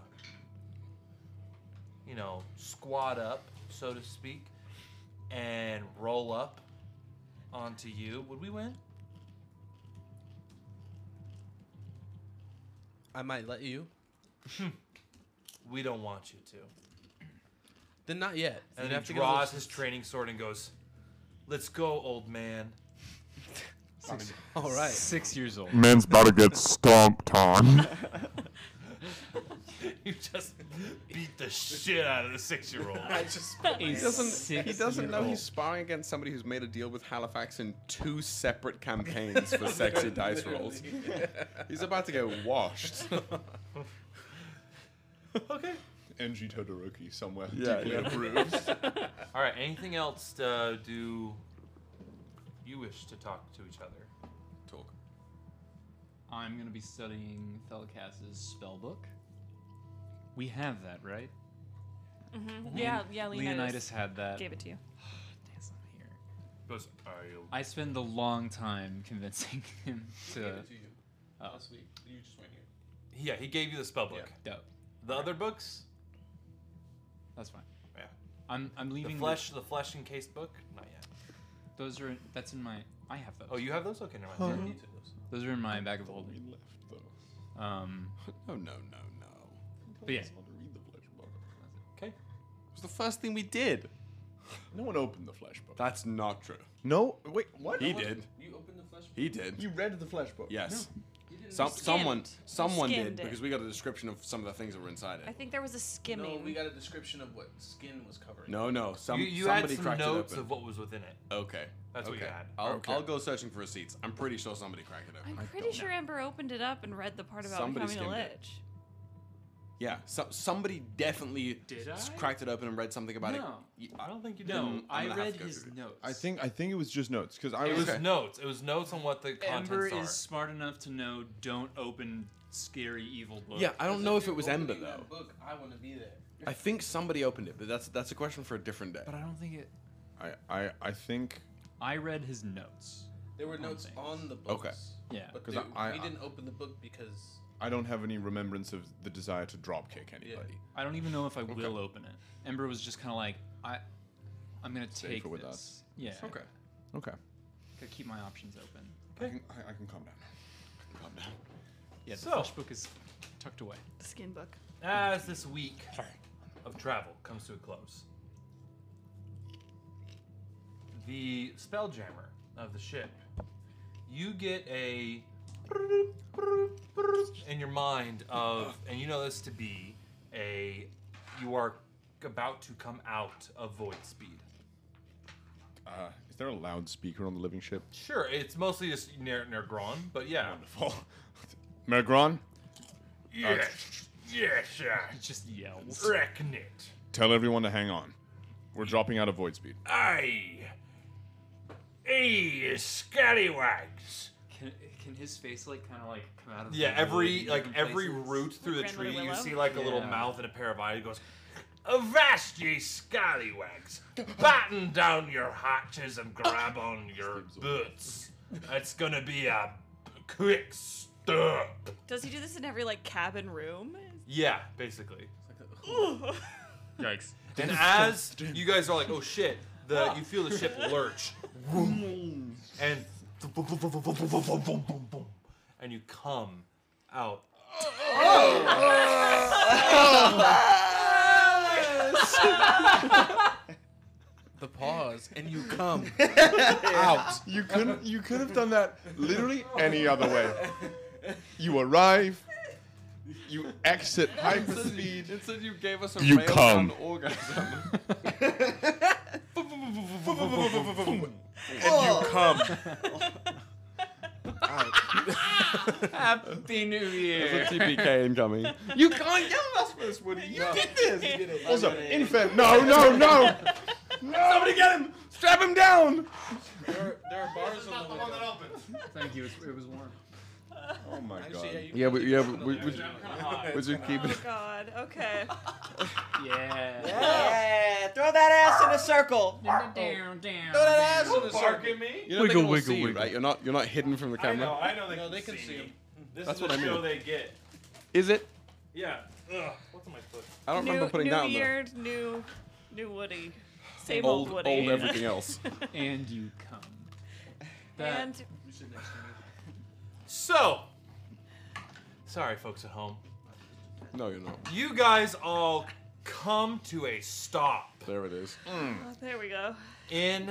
you know, squat up, so to speak, and roll up onto you, would we win?
I might let you.
We don't want you to.
Then not yet. You'd
And then
have
he
to give
draws
us-
his training sword and goes, "Let's go, old man."
All right.
Six years old.
Man's about to get stomped on.
you just beat the shit out of the six-year-old.
I
just-
A
He
doesn't-
He doesn't know he's sparring against somebody who's made a deal with Halifax in two separate campaigns for sexy dice rolls. He's about to go washed.
okay.
NG Todoroki somewhere
Yeah,
deeply
yeah.
approves.
All right. Anything else uh, do you wish to talk to each other?
Talk.
I'm gonna be studying Thelkaz's spell book. We have that, right?
Mhm. Yeah, yeah, Leonidas.
Leonidas had that.
Gave it to you.
Goes, "Are you
I spend a long time convincing him to.
last week. You just went here.
Yeah, he gave you the spell book.
Yeah.
The other books?
That's fine.
Yeah.
I'm I'm leaving
the
the-
flesh, the, flesh encased book. Not yet.
Those are that's in my. I have those.
Oh, you have those? Okay, never mind.
Yeah.
You took those.
Those are in my bag of holding. We left though. Um.
No, no, no, no.
But yeah.
Okay.
It was the first thing we did.
No one opened the flesh book.
That's not true.
No, wait, what?
He did.
You opened the flesh.
He did.
You read the flesh book.
Yes.
You didn't-
Some,
You
someone
skimmed.
someone
You
did
skimmed it.
because we got a description of some of the things that were inside it.
I think there was a skimming.
No, we got a description of what skin was covering.
No, no. Some,
You- you had
somebody
some
cracked
notes
it open.
of what was within it.
Okay.
That's what
okay.
you had.
I'll,
Okay.
I'll go searching for receipts. I'm pretty sure somebody cracked it open.
I'm pretty sure Ember opened it up and read the part about
Somebody
becoming a
skimmed
lich.
Yeah, so, somebody definitely
Did
s-
I?
cracked it open and read something about
No.
it.
I don't think you
No,
Then I'm
I
gonna have
read
to go
his
through it.
notes.
I think I think it was just notes because I
It was
okay.
notes. It was notes on what the contents
Ember
are.
is smart enough to know don't open scary evil books.
Yeah, I don't know if it was Ember
Opening
though.
that book, I want to be there.
I think somebody opened it, but that's that's a question for a different day.
But I don't think it.
I, I I think
I read his notes.
There
Oh,
were
on
notes
things.
on the books.
Yeah.
But
'Cause
they,
I-
we
I-
didn't open the book because
I don't have any remembrance of the desire to drop kick anybody.
I don't even know if I will open it. Ember was just kind of like, I, I'm gonna
Save
take
it with
this.
us.
Yeah.
Okay. Okay.
Gotta keep my options open.
I, can, I, I can calm down. Calm down.
Yeah. The
So-
flesh book is tucked away.
The skin book.
As this week of travel comes to a close, the spelljammer of the ship, you get a in your mind of, and you know this to be a, you are about to come out of void speed.
Uh, is there a loudspeaker on the living ship?
Sure, it's mostly just near near Gron, but yeah.
Wonderful. Mergron,
Yes, yes,
It just yells.
Reckon it.
tell everyone to hang on. We're dropping out of void speed.
I, a scallywags.
Can, can his face like kind of like come out of?
Yeah,
the
every
wood
like
in
every
places?
root through the
Like
tree,
Grandmother
you
Willow?
see like a little
Yeah.
mouth and a pair of eyes. It goes, avast ye scallywags, batten down your hatches and grab on your boots. It's gonna be a quick stir.
Does he do this in every like cabin room?
Yeah, basically.
Ooh.
Yikes.
And as you guys are like, oh shit, the you feel the ship lurch, Vroom. and and you come out.
Oh!
the pause and you come.
out. You couldn't. You could have done that literally any other way. You arrive. You exit hyperspeed.
Instead, you gave us a
You
railgun
come.
orgasm.
and you come.
Happy New Year.
TPK incoming.
you can't yell at us for this, Woody. You did this.
Also, infant. No, no, no.
Somebody get him! Strap him down!
There are, there are bars on the window.
Thank you. It was, it was warm.
Oh my
Actually,
god.
yeah, you can
Yeah, we,
keep
yeah,
it.
we, we, we, we just keep it.
Oh God. Okay.
yeah.
Yeah, throw that ass in a circle.
Down, down.
Throw that ass
Don't
in a
bark
circle.
at me.
You know, wiggle, wiggle, see, wiggle. Right? You're not, you're not hidden from the
I
camera.
know, I know they,
No,
can,
they can
see
see
me.
'em.
This
That's
is
what
the
I mean.
show they get.
Is it?
Yeah. Ugh, what's on my foot?
I don't
new,
remember putting
new
down the
year, new, new Woody. Same
old,
old,
old
Woody.
everything else.
And you come. That-
and
So, sorry, folks at home.
No, you're not.
You guys all come to a stop
There it is.
oh, there we go.
in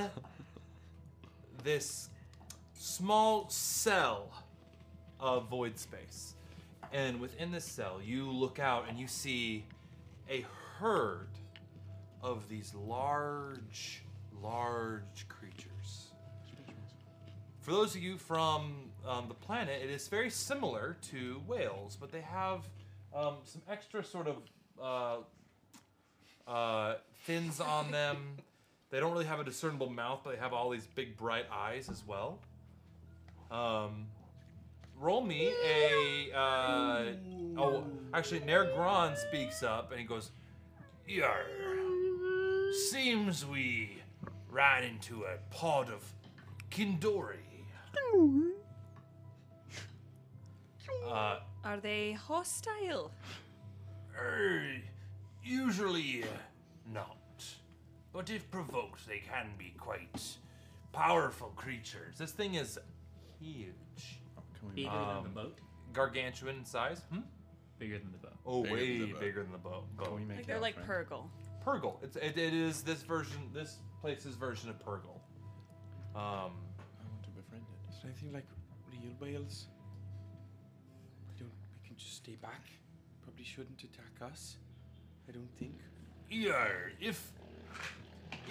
this small cell of void space. And within this cell, you look out and you see a herd of these large, large creatures. For those of you from um, the planet, it is very similar to whales, but they have um, some extra sort of uh, uh, fins on them. They don't really have a discernible mouth, but they have all these big bright eyes as well. Um, roll me a. Uh, oh, actually, Nair Gran speaks up and he goes, Yar. Seems we ran into a pod of Kindori. Uh,
Are they hostile?
er, usually uh, not. But if provoked, they can be quite powerful creatures. This thing is huge.
Bigger than
Um,
the boat?
Gargantuan in size. Hmm?
Bigger than the boat.
Oh,
Bigger
way
than the boat.
bigger than the boat. boat.
we make
Like they're like Purgle.
Purgle. It's it, it is this version, this place's version of Purgle. Um,
I want to befriend it. Is there anything like real whales? I don't. I can just stay back. Probably shouldn't attack us. I don't think.
yeah, if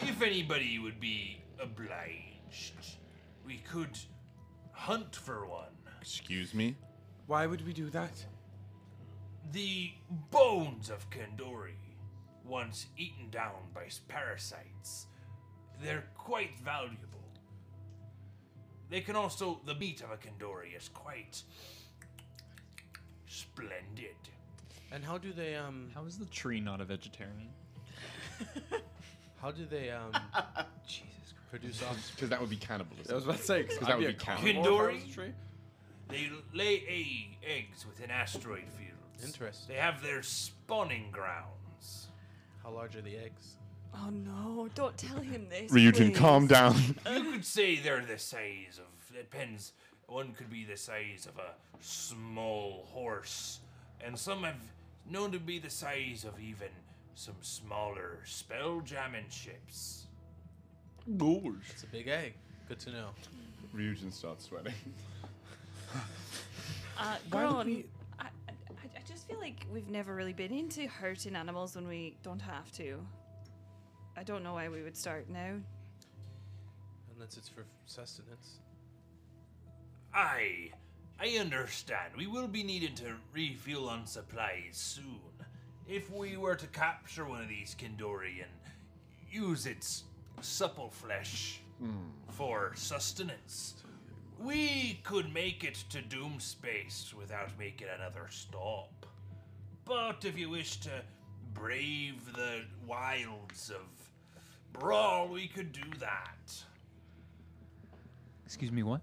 if anybody would be obliged, we could hunt for one.
Excuse me.
Why would we do that?
The bones of Kandori, once eaten down by s- parasites, they're quite valuable. They can also the meat of a Kandori is quite splendid.
And how do they um?
How is the tree not a vegetarian?
How do they um? Jesus Christ. Produce offspring.
Because that would be cannibalism.
I was about to say, 'cause
because
I'd
that
be
would
a
be cannibalism.
Kindori, they lay egg, eggs within asteroid fields.
Interesting.
They have their spawning grounds.
How large are the eggs?
Oh no! Don't tell him this.
Ryujin,
please.
calm down.
you could say they're the size of. Depends. One could be the size of a small horse, and some have known to be the size of even some smaller spell jamming ships.
It's a big egg. Good to know.
Ryujin starts sweating.
Uh,
Why would
Gron,
we-
I, I, I just feel like we've never really been into hurting animals when we don't have to. I don't know why we would start now.
Unless it's for sustenance.
Aye, I understand. We will be needing to refuel on supplies soon. If we were to capture one of these Kindori and use its supple flesh
Hmm.
for sustenance, we could make it to Doom Space without making another stop. But if you wish to brave the wilds of Brawl, we could do that.
Excuse me, what?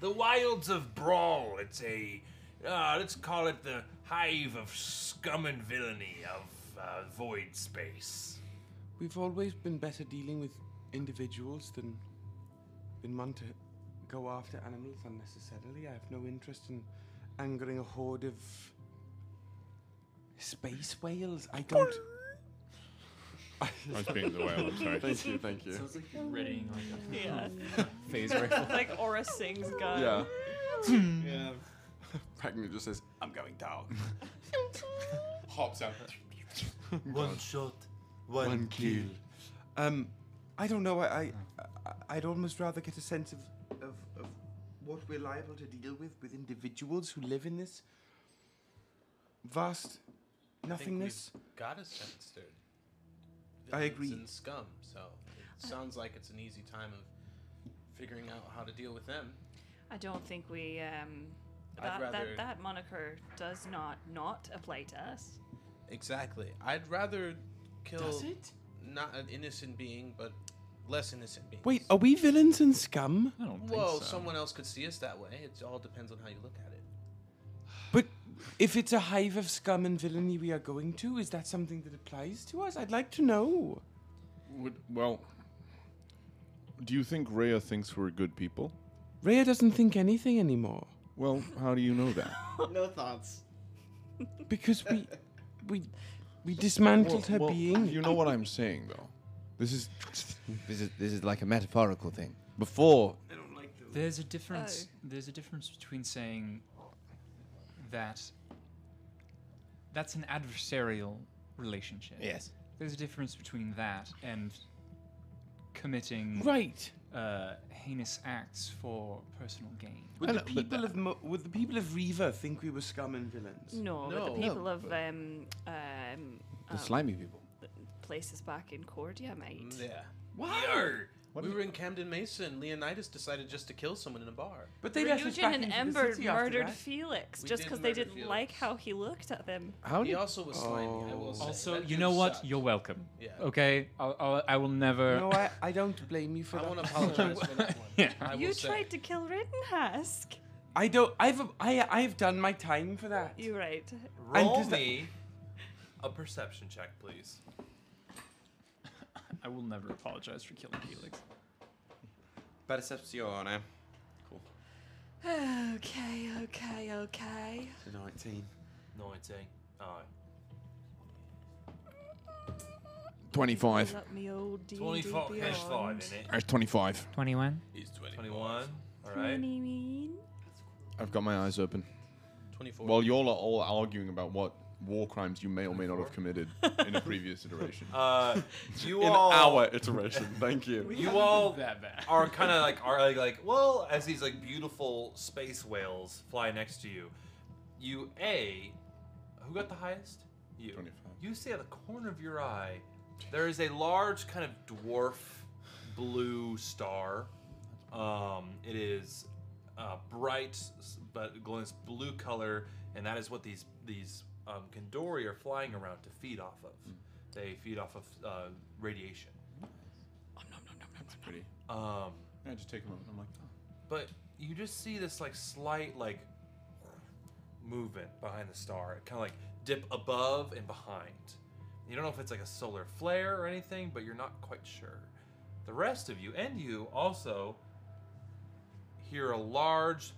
The wilds of Brawl. It's a, uh, let's call it the hive of scum and villainy of uh, void space.
We've always been better dealing with individuals than been one to go after animals unnecessarily. I have no interest in angering a horde of space whales. I don't. I
was being the whale, I'm sorry.
Thank you, thank you.
Sounds like you're readying like a
Yeah.
phase rifle.
like Aura sings gun.
Yeah.
Hmm.
Yeah.
Ragnar just says, I'm going down.
Hops out.
One shot, one,
Um, I don't know. I, I, I- I'd almost rather get a sense of, of, of what we're liable to deal with with individuals who live in this vast
I think
nothingness.
we've Got a sense, dude.
I
Villains
agree.
And scum. So it sounds like it's an easy time of figuring out how to deal with them.
I don't think we um,
I'd
That,
rather
that, that moniker does not not apply to us.
exactly. I'd rather kill
Does it?
not an innocent being, but less innocent being.
Wait, are we villains in Scum? I
Whoa, Well, someone else could see us that way. It all depends on how you look at it.
But if it's a hive of scum and villainy we are going to, is that something that applies to us? I'd like to know.
Would, well, do you think Rhea thinks we're good people?
Rhea doesn't think anything anymore.
Well, how do you know that?
no thoughts.
Because we we we dismantled
Well-
her
well,
being.
You know what I'm saying, though. This is
This is this is like a metaphorical thing. Before
There's
Oh.
a difference. There's a difference between saying that that's an adversarial relationship.
Yes.
There's a difference between that and committing
Right.
uh, heinous acts for personal gain.
Would the people of Mo- would the people of Reaver think we were scum and villains?
No, but the people of um, um,
The
um,
slimy people.
th- places back in Cordia, mate.
Mm, Yeah.
Why?
we were in Camden Mason. Leonidas decided just to kill someone in a bar.
But
Ryujin and Ember murdered
that.
Felix
We
just
did
because they
murder
didn't like how he looked at them.
How
he
did-
also was slimy. I will say.
Also,
That
you
dude
know what?
sucked.
You're welcome.
Yeah.
Okay. I'll, I'll, I will
uh,
never.
No, I, I don't blame you for that. I want to
apologize for that one.
Yeah.
you tried to kill Rittenhask.
I don't. I've I I've done my time for that.
You're right.
Roll
does that-
me a perception check, please.
I will never apologize for killing Felix.
Percepcione. Cool.
Okay, okay, okay.
19.
19. Oh.
uh,
25.
Let me old D&D
24.
beyond.
There's five in it.
It's 25.
21.
He's 21. All right.
I've got my eyes open.
24.
While y'all are all arguing about what war crimes you may or may not have committed in a previous iteration.
Uh, you
In
all.
our iteration, thank you. We
You
haven't
all
been that bad.
are kind of like are like, like well, as these like beautiful space whales fly next to you, you a, who got the highest? You. You see out of the corner of your eye, there is a large kind of dwarf blue star. Um, it is uh, bright s- but glowing this blue color, and that is what these these um, Kandori are flying around to feed off of.
Mm.
They feed off of uh, radiation.
That's pretty.
Um,
I just take a moment. I'm like, oh.
but you just see this like slight like movement behind the star. It kind of like dip above and behind. You don't know if it's like a solar flare or anything, but you're not quite sure. The rest of you and you also hear a large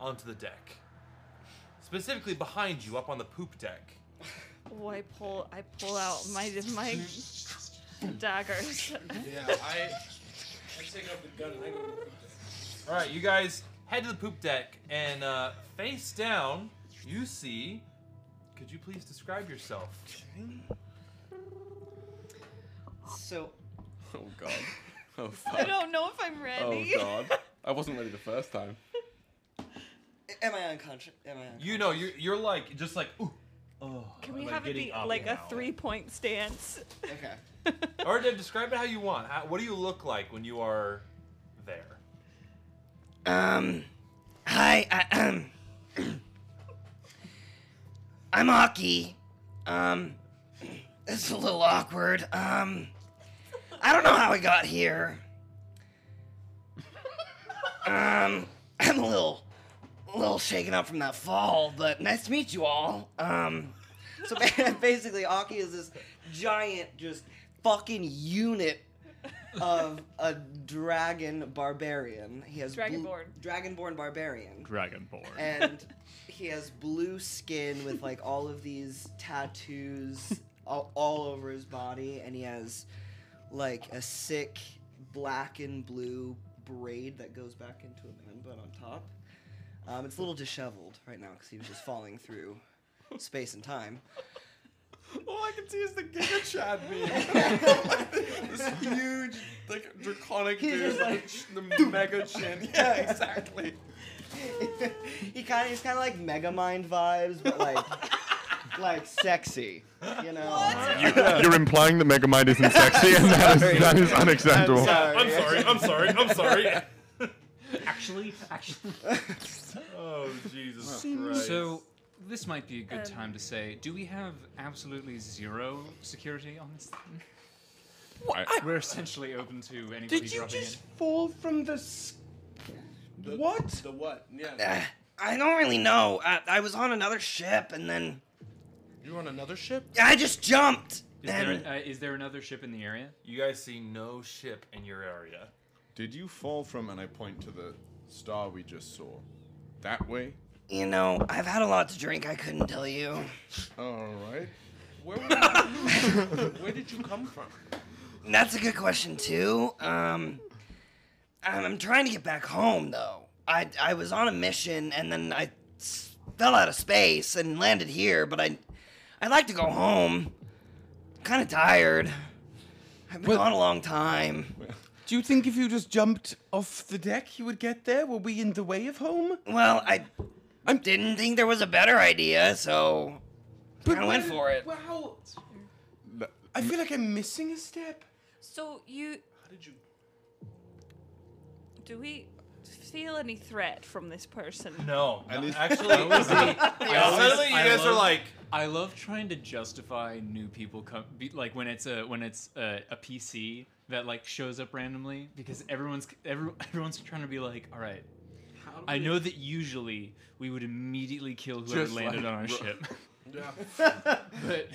onto the deck. Specifically behind you up on the poop deck.
Oh, I pull, I pull out my my daggers.
Yeah, I. I take out the gun and I go.
All right, you guys head to the poop deck and uh, face down. You see. Could you please describe yourself?
So
Oh god. Oh fuck.
I don't know if I'm ready.
Oh god. I wasn't ready the first time.
am I unconscious? Am I? Unconscious?
You know, you're, you're like just like ooh. Oh,
Can we
like
have it
getting
be
up
like a
now.
three point stance?
Okay.
Or Deb, describe it how you want. How, what do you look like when you are there?
Um, hi, I, um, I'm Aki. Um, it's a little awkward. Um, I don't know how I got here. Um, I'm a little, a little shaken up from that fall, but nice to meet you all. Um, so ba- basically, Aki is this giant, just fucking unit of a dragon barbarian. He has blue-
Dragonborn.
dragonborn barbarian
Dragonborn.
and he has blue skin with like all of these tattoos all, all over his body and he has like a sick black and blue braid that goes back into a man bun on top um, it's a little disheveled right now because he was just falling through space and time
All I can see is the Giga Chad meme. this huge, like, draconic
He's
dude,
just like,
like, the mega chin. Yeah, exactly.
he kind of he's kind of like mega mind vibes but like like sexy you know
You're implying that Megamind isn't sexy, and that is, that is
Sorry.
unacceptable.
I'm sorry.
I'm sorry. I'm sorry.
actually, actually.
oh Jesus Christ!
So this might be a good
Um,
time to say: Do we have absolutely zero security on this thing?
What?
We're essentially open to anybody
Did you
dropping
just fall from the? Sc- what?
The what?
Uh,
Yeah.
I don't really know. Uh, I was on another ship and then
you were on another ship.
I just jumped.
in. Is there, uh, is there another ship in the area?
You guys see no ship in your area.
Did you fall from, and I point to the star we just saw? That way?
You know, I've had a lot to drink. I couldn't tell you.
Alright.
Where, were you, where did you come from?
That's a good question, too. Um, I'm, I'm trying to get back home, though. I, I was on a mission and then I s- fell out of space and landed here, but I, I'd like to go home. kind of tired. I've been gone a long time.
Do you think if you just jumped off the deck, you would get there? Were we in the way of home?
Well, I
I
didn't think there was a better idea, so I went for it.
Wow. I feel like I'm missing a step.
So you. How did you? Do we feel any threat from this person?
No.
At least
actually- Yeah, suddenly you guys are like-
I love trying to justify new people come be, like when it's a when it's a, a PC that like shows up randomly because everyone's every, everyone's trying to be like, all right.
do
I
we-
know that usually we would immediately kill whoever
Just
landed
like-
on our
Ru-
ship.
Yeah.
but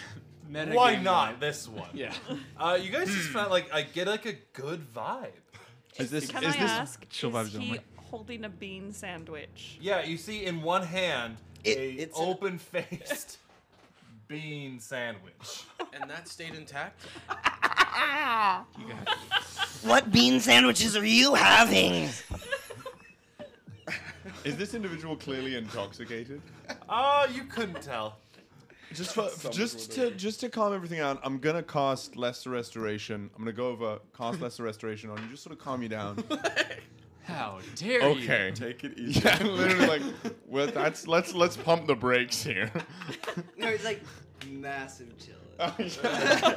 meta
Why
game
not
vibe.
this one?
Yeah.
Uh, you guys just found like I get like a good vibe.
Is this
Can I ask? Is he holding a bean sandwich?
Yeah, you see in one hand a
it's a-
open-faced bean sandwich.
And that stayed intact.
What bean sandwiches are you having?
Is this individual clearly intoxicated?
Oh, you couldn't tell.
Just for, just to just to calm everything out, I'm gonna cast Lesser Restoration. I'm gonna go over cast Lesser Restoration on you, just sort of calm you down.
How dare you?
okay, take it easy. Yeah, literally like, well, that's let's let's pump the brakes here.
No, it's like massive chill.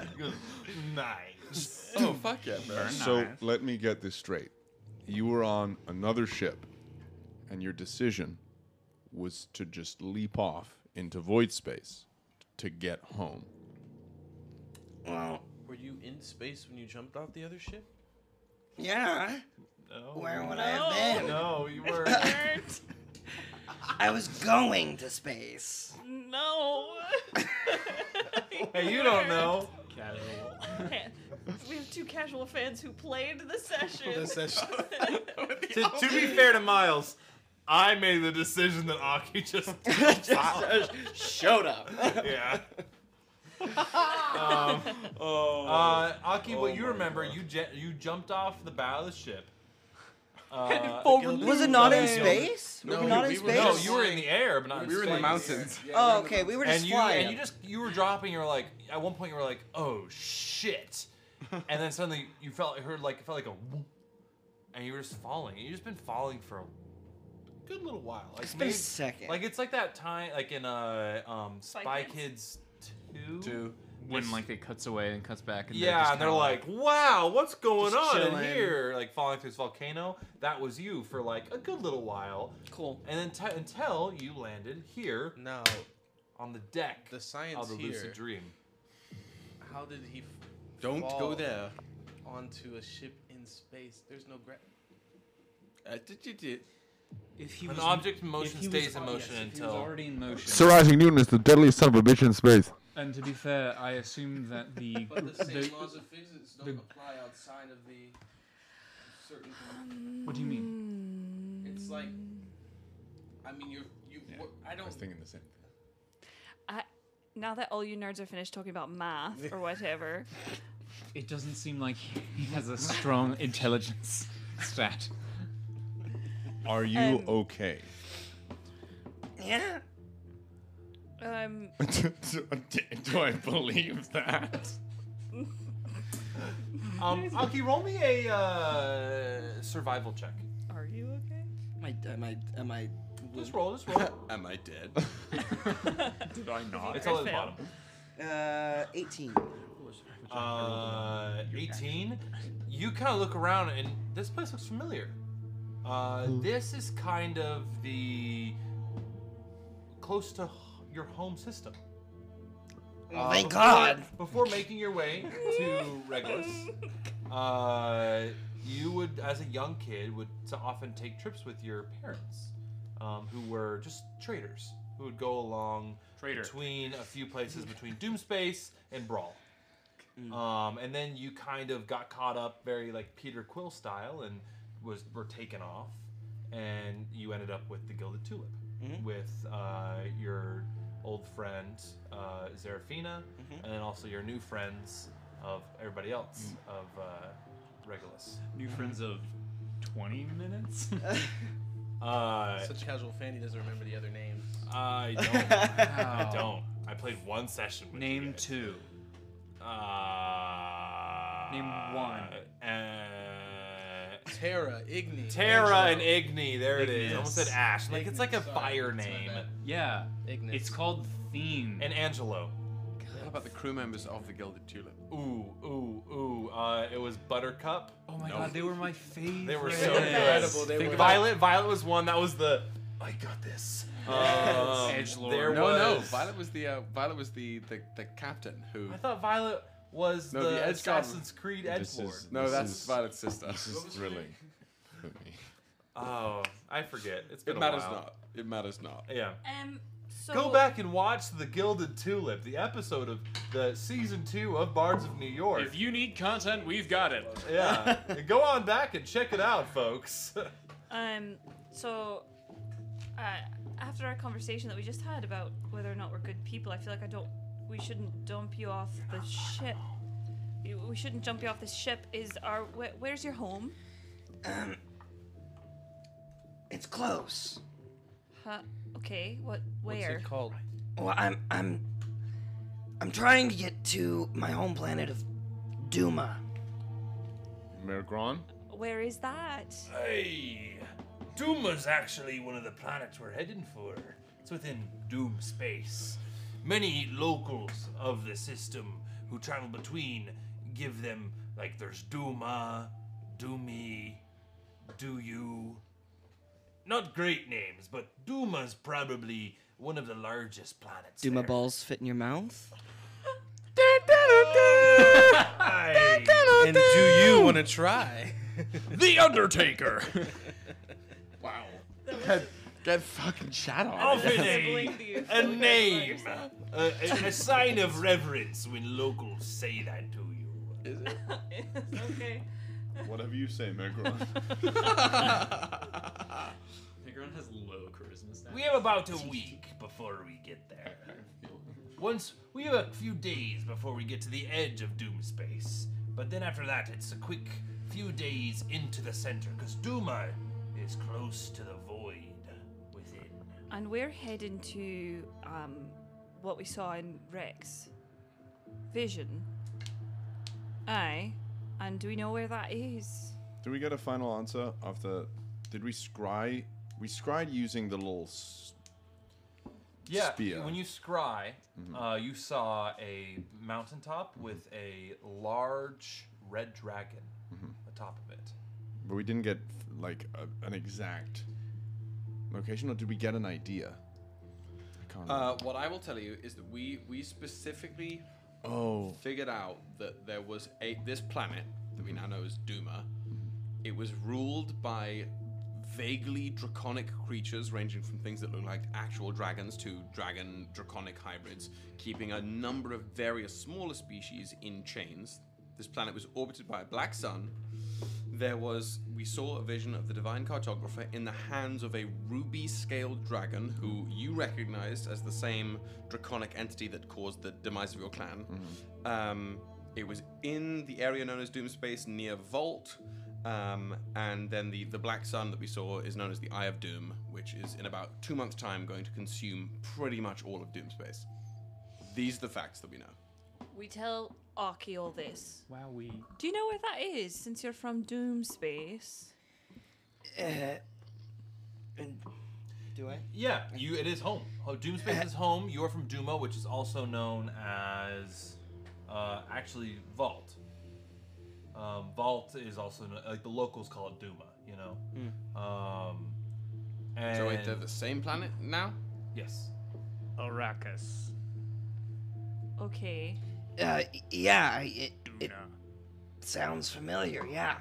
nice.
Oh fuck yeah,
bro.
So let me get this straight. You were on another ship, and your decision was to just leap off into void space to get home.
Were you in space when you jumped off the other ship?
Yeah. Where would I have been?
Oh, No, you were.
I was going to space.
No.
Hey, you don't know.
we have two casual fans who played the session.
The session. to, to be fair to Miles, I made the decision that Aki just,
showed up.
Yeah. Um,
Oh.
uh, Aki, what you remember? You ju- you jumped off the bow of the ship. Uh,
was it not in space?
No,
Were we not in
we were-
space?
no, you were in the air, but not.
We were in the
space.
mountains. Yeah, Oh, we were in the okay, we were just
and you,
flying.
And you just you were dropping. You were like at one point you were like, oh shit, and then suddenly you felt heard like it felt like a, whoop, and you were just falling. And you just been falling for a good little while. Like
It's been a
maybe-
second.
Like it's like that time, like in uh um Spy, Kids. two.
When like it cuts away and cuts back. And
Yeah,
just
and they're
kinda
like, "Wow, what's going
Just
on
chilling.
in here?" Like falling through this volcano. That was you for like a good little while.
Cool.
And then t- until you landed here.
No.
On the deck.
The science
of the
here.
lucid dream.
How did he? F-
Don't go
fall
there.
Onto a ship in space. There's no gra-
Uh,
If he
An
was,
object in
if
motion
he
stays
was,
in
yes,
motion
if he was
until-
already in motion.
Sir Isaac Newton is the deadliest son of a bitch in space.
And to be fair, I assume that the
But the same
the-
laws of physics don't
the-
apply outside of the certain.
What do you mean?
Um, It's like, I mean, you're you. wor- I don't.
thinking the same
I, now that all you nerds are finished talking about math or whatever,
It doesn't seem like he has a strong intelligence stat.
Are you
Um,
okay?
Yeah.
um,
do, do I believe that?
Um, Aki, roll me a uh, survival check.
Are you okay?
Am I? Am I? Am I
Just roll. Just roll.
Am I dead?
Did I
not?
It's all at the
Fail.
bottom.
Uh, 18.
Uh, 18. You kind of look around, and this place looks familiar. Uh, this is kind of the close to h- your home system.
Oh, thank
before-
God.
Before making your way to Regulus, uh, you would, as a young kid, would to often take trips with your parents, um, who were just traders who would go along between a few places between Doomspace and Brawl.
Mm.
Um, and then you kind of got caught up very like Peter Quill style and was were taken off, and you ended up with the Gilded Tulip
Mm-hmm.
with uh, your old friend uh, Zerafina,
Mm-hmm.
and then also your new friends of everybody else of uh, Regulus.
Mm. New friends of 20 minutes?
Uh,
Such casual fan, he doesn't remember the other names.
I don't. I don't. I played one session with Name
two.
Uh,
Name one.
Uh,
Terra, Igni.
Terra and
Angelo.
Igni. There it is. I almost said
Ignis.
Ash. Like it's like a
Ignis, sorry,
fire
that's my
name.
bad.
Yeah.
Ignis.
It's called Theme.
And Angelo.
How about the crew members of the Gilded Tulip?
Ooh, ooh, ooh. Uh, it was Buttercup.
Oh my god, they were my favorite.
They were so incredible. They were. Violet, Violet was one. That was the.
Oh
I got this. Um, There
no,
was,
no. Violet was the uh, Violet was the, the the captain who.
I thought Violet was
No,
the,
the edge guard-
Assassin's Creed
This
Edge
is-
Lord.
no, that's Violet's sister.
This is thrilling.
Oh, I forget. It's been
it
a
matters
while.
not. It matters not.
Yeah.
Um, so
Go back and watch the Gilded Tulip, the episode of the season two of Bards of New York.
If you need content, we've got it.
Yeah, go on back and check it out, folks.
Um, so uh, after our conversation that we just had about whether or not we're good people, I feel like I don't. We shouldn't dump you off the ship. You- We shouldn't jump you off this ship. Is our wh- where's your home?
Um, it's close.
Huh? Okay. What? Where?
called?
Well, I'm I'm I'm trying to get to my home planet of Duma.
Mergron?
Where is that?
Hey, Duma's actually one of the planets we're heading for. It's within Doom space. Many locals of the system who travel between give them, like, there's Duma, Doomy, Do You. Not great names, but Duma's probably one of the largest planets.
Do my balls fit in your mouth?
And do you want to try?
the Undertaker. wow.
Get, get fucking shot on.
Of a, a name, a, a, a sign of reverence when locals say that to you.
Is it?
okay.
Whatever you say, Mergron.
Negron has low charisma stats.
We have about a week before we get there. Once we have a few days before we get to the edge of Doom space, but then after that, it's a quick few days into the center because Duma is close to the void within.
And we're heading to um, what we saw in Rex. Vision. Aye. And do we know where that is?
Do we get a final answer after? Did we scry? We scried using the little s-
Yeah,
spear.
when you scry,
Mm-hmm.
uh, you saw a mountaintop with a large red dragon
Mm-hmm.
atop of it.
but we didn't get like a, an exact location, or did we get an idea? I can't.
Uh, what I will tell you is that we we specifically
Oh.
figured out that there was a this planet that we now know as Duma. It was ruled by vaguely draconic creatures ranging from things that look like actual dragons to dragon draconic hybrids, keeping a number of various smaller species in chains. This planet was orbited by a black sun. There was we saw a vision of the divine cartographer in the hands of a ruby-scaled dragon who you recognized as the same draconic entity that caused the demise of your clan. Um, it was in the area known as Doom Space near Vault. Um, and then the, the Black Sun that we saw is known as the Eye of Doom, which is in about two months' time going to consume pretty much all of Doom Space. These are the facts that we know.
We tell Arky all this.
Wow, we.
Do you know where that is since you're from Doom Space?
Uh, Do I?
Yeah, you. It is home. Oh, Doom Space is home. You're from Duma, which is also known as, uh, actually Vault. Uh, Um, Vault is also kn- like the locals call it Duma. You know. Um, and
So wait, they're the same planet now?
Yes.
Arrakis.
Okay.
Uh, yeah, I- it, it sounds familiar, yeah.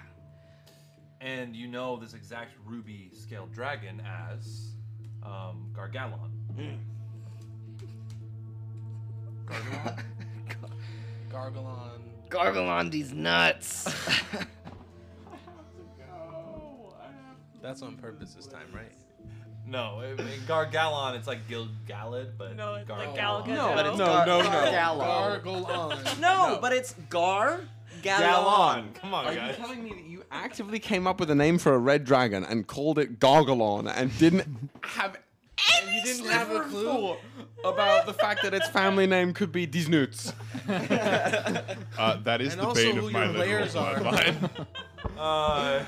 And you know this exact ruby scaled dragon as um, Gargalon.
Gargalon.
Gargalondi's nuts.
That's on purpose this time, right?
No, I mean, Gargalon, it's like Gilgalad, but no, it's
like
Gargalon.
Gal No, but it's Gadot.
no, no.
Gargalon.
No, but it's Gar.
Galon. Come on,
Are you
guys.
telling
me that you
Actively came up with a name for a red dragon and called it Gargalon and didn't have
And you didn't have a clue.
about the fact that its family name could be Disnuts.
Uh, that is
And
the
also
bane
who
of my
your
literal
layers are.
bloodline.
Uh,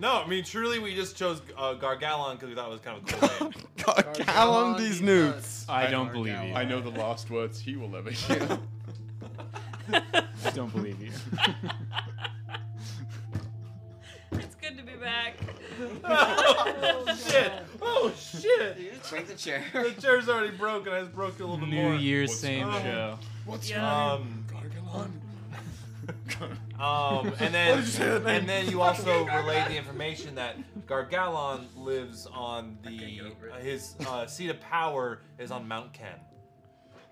no, I mean, truly, we just chose uh, Gargalon because we thought it was kind of a cool name.
Gargalon Disnuts.
I don't believe you.
I know the last words he will ever hear.
I don't believe you.
It's good to be back.
oh, shit. Oh, shit.
Break the chair.
The chair's already broken. I just broke it a little bit
New
more. Um,
Year's, same
oh,
show.
What's
Yeah.
your name? Gargalon. um, and then,
Why did you say that name?
and then you also relay the information that Gargalon lives on the uh, his uh, seat of power is on Mount Ken.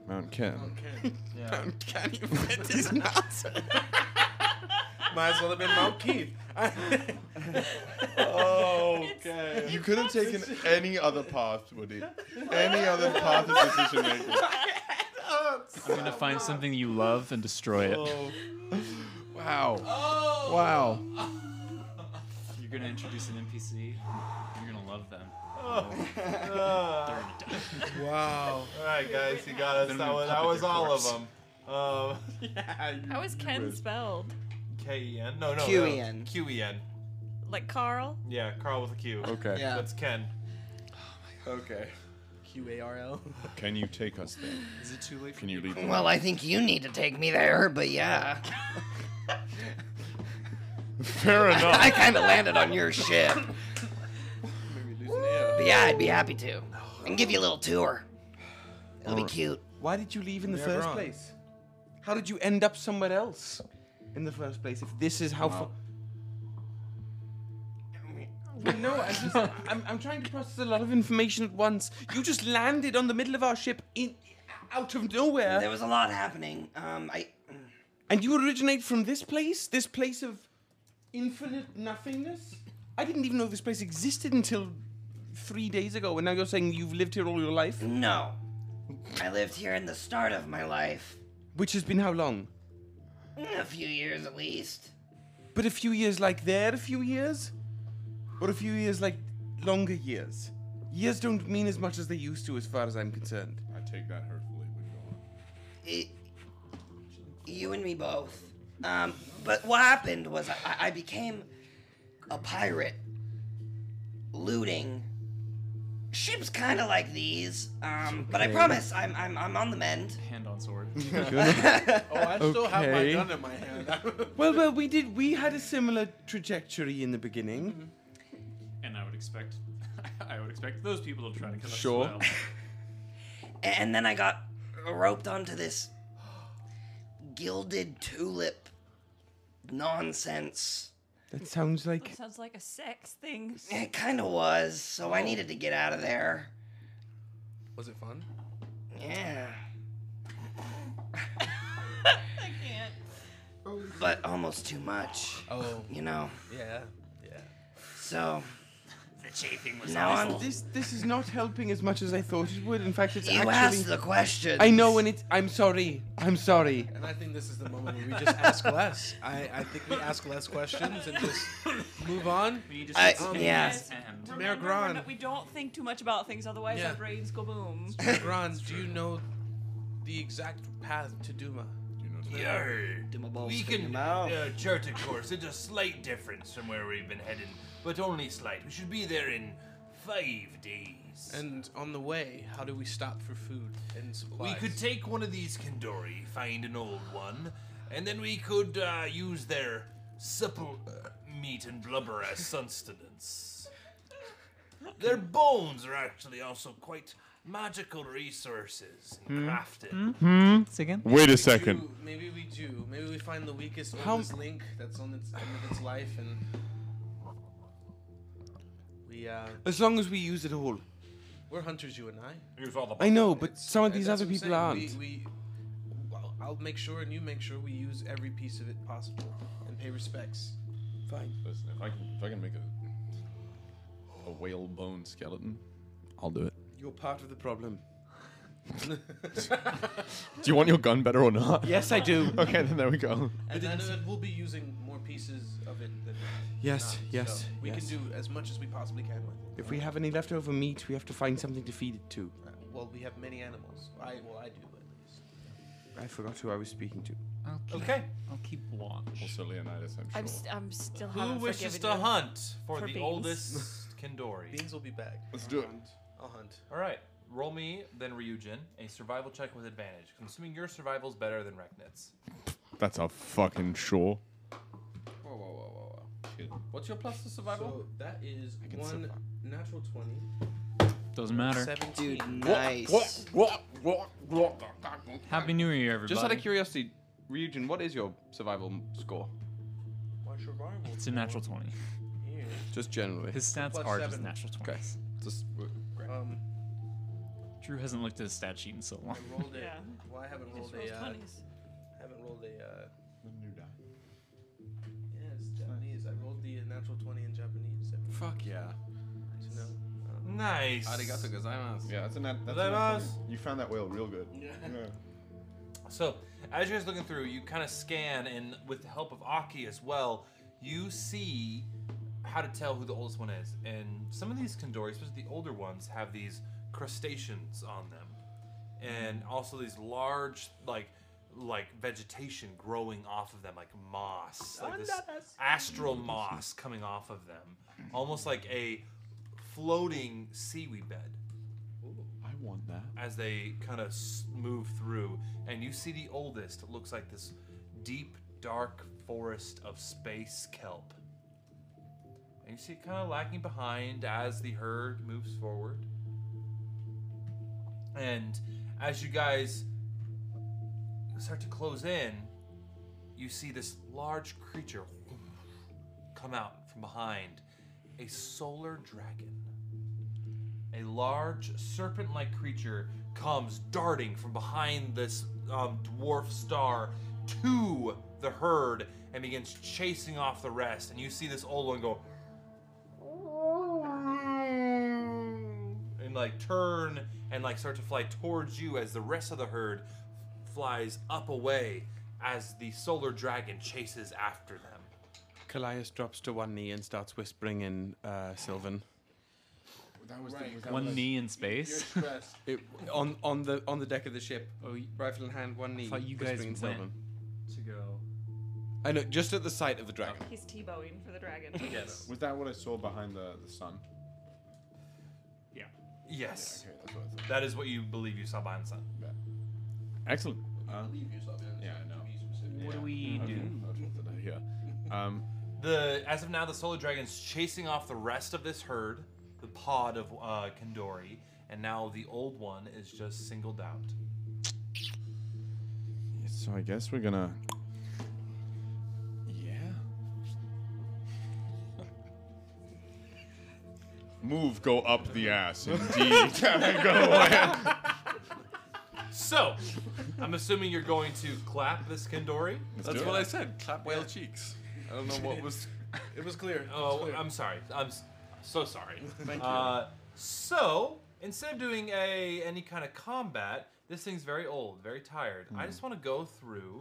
Mount Ken.
Yeah.
Mount
Ken, you
fit his nuts.
Might as well have been Mount Keith.
Oh. okay. You could have taken any other path, Woody. Any other path of decision making.
I'm gonna find something you love and destroy it.
Oh.
Wow.
Wow. You're gonna introduce an NPC. You're gonna love them.
wow.
Oh. All right, guys, you got us.
Then
That
we
was,
puppet
that was
their
all of
corpse.
them. Um, yeah.
How is Ken spelled?
K E N? No, no.
Q E
no.
N.
Q E N.
Like Carl?
Yeah, Carl with a Q.
Okay. Yeah.
That's Ken.
Oh
Okay.
Q A R L.
Can you take us there?
Is it too late?
Can you lead? me?
well, I think you need to take me there, but yeah.
Fair enough.
I kind of landed on your ship. But yeah, I'd be happy to. I can give you a little tour. It'll be
Alright.
cute.
Why did you leave in the
They're
first
wrong.
place? How did you end up somewhere else in the first place? If this is how far. Well, no, I'm, just, I'm, I'm trying to process a lot of information at once. You just landed on the middle of our ship in out of nowhere.
There was a lot happening. Um, I
And you originate from this place? This place of infinite nothingness? I didn't even know this place existed until three days ago, and now you're saying you've lived here all your life?
No. I lived here in the start of my life,
Which has been how long?
a few years at least.
But a few years like there, a few years? Or a few years like longer years? Years don't mean as much as they used to, as far as I'm concerned.
I take that hurtfully.
It, you and me both. Um, but what happened was I, I became a pirate, looting ships, kind of like these. Um, but I
Okay.
promise, I'm I'm I'm on the mend.
Hand on sword.
Oh,
Oh,
Okay.
in my hand.
well, well, we did. We had a similar trajectory in the beginning.
And I would expect, I would expect those people to try to kill us. as
Sure.
well.
And then I got roped onto this gilded tulip nonsense.
That sounds like
That sounds like a sex thing.
It kind of was, so I needed to get out of there.
Was it fun?
Yeah. But almost too much.
Oh.
You know?
Yeah. Yeah.
So.
The chafing
Now I'm-
This this is not helping as much as I thought it would. In fact, it's
You
actually.
asked the questions.
I know, and it's. I'm sorry. I'm sorry.
And I think this is the moment where we just ask less. I, I think we ask less questions and just move on.
We
just I- spam, yeah.
spam.
Mayor
Remember, we're
Gran,
not- we don't think too much about things, otherwise
Yeah.
our brains go boom.
Mayor Gran, do you know the exact path to Duma?
Yeah. we
from your
can
mouth.
uh, chart a course. It's a slight difference from where we've been heading, but only slight. We should be there in five days.
And on the way, how do we stop for food and supplies?
we could take one of these Kendori, find an old one, and then we could uh, use their supple uh, meat and blubber as sustenance. Their bones are actually also quite magical resources and crafted.
Hmm. Say again.
Wait a second.
Maybe we do. Maybe we find the weakest
How-
oldest link that's on its end of its life, and we uh,
As long as we use it all.
we're hunters, you and I.
Use all the.
I know, but some of these
that's
other
what I'm
people
saying. We, we, well, I'll make sure, and you make sure we use every piece of it possible, and pay respects.
Fine.
Listen, if I can, if I can make a a whale bone skeleton, I'll do it.
You're part of the problem.
Do you want your gun better or not?
Yes, I do.
okay, then there we go.
And then uh, we'll be using more pieces of it than
Yes,
not,
yes,
So we
yes.
can do as much as we possibly can with. it.
If we have any leftover meat, we have to find something to feed it to.
Uh, well, we have many animals. I well, I do at least.
I forgot who I was speaking to.
Okay.
I'll keep watch.
Also, Leonidas, I'm
I'm, st- I'm still.
Who
haven't
wishes
forgiven
to
you
hunt for, the
beans.
oldest Kindori?
Beans will be back.
Let's do it.
I'll hunt.
All right. Roll me, then Ryujin, a survival check with advantage. I'm assuming your survival's better than Reknit's.
That's a fucking sure.
Whoa, whoa, whoa, whoa, whoa. What's your plus to survival?
So that is
I can
one natural twenty.
Doesn't matter.
Seventeen.
What? What? What? What?
Happy New Year, everybody.
Just out of curiosity, Ryujin, what is your survival m- score?
My survival.
It's a natural twenty.
Here.
Just generally.
His stats
Plus
are just
seven.
natural twenty.
Okay. Just
Um,
Drew hasn't looked at his stat sheet in so long.
I rolled a.
Yeah.
Well, I haven't
He
rolled
just rolls
a. Uh,
20s.
I haven't rolled a. Uh,
new die.
yeah, it's Japanese. I rolled the uh, natural twenty in Japanese. Every
Fuck yeah.
you know. Um,
Nice.
Arigato gozaimasu. Yeah, that's a nat. That's a nat
Gozaimasu.
20. You found that whale real good. Yeah.
So, as you guys looking through, you kind of scan, and with the help of Aki as well, you see how to tell who the oldest one is. And some of these Kandori, especially the older ones, have these crustaceans on them, and also these large, like, like vegetation growing off of them, like moss, like this astral moss coming off of them, almost like a floating seaweed bed
I want that.
as they kind of move through, and you see the oldest it looks like this deep, dark forest of space kelp. And you see it kind of lagging behind as the herd moves forward. And as you guys start to close in, you see this large creature come out from behind a solar dragon. A large serpent like creature comes darting from behind this um, dwarf star to the herd and begins chasing off the rest. And you see this old one go and like turn and like start to fly towards you as the rest of the herd flies up away as the solar dragon chases after them.
Callias drops to one knee and starts whispering in uh, Sylvan.
That was
Right,
One knee in space.
It, on on the on the deck of the ship,
Oh, y-
rifle in hand, one knee.
thought you
whispering
guys
in Sylvan.
to go.
I know, just at the sight of the
Oh.
dragon.
He's T-bowing for the dragon.
Was that what I saw behind the, the sun?
Yeah.
Yes.
Okay, that's what I thought.
That is what you believe you saw behind the sun.
Excellent. Uh,
Yeah,
I know.
What do we
Okay,
do?
that's what I hear. Um,
The as of now, the solar dragon's chasing off the rest of this herd, the pod of uh, Kandori, and now the old one is just singled out.
so I guess we're gonna. Yeah. Move, go up the ass, indeed. go away.
So, I'm assuming you're going to clap this Kandori.
Let's
That's
do
what
it.
I said. Clap whale cheeks. I don't know what was.
It was clear.
Oh, I'm sorry. I'm s- so sorry. Thank you. Uh, so instead of doing a any kind of combat, this thing's very old, very tired. I just want to go through,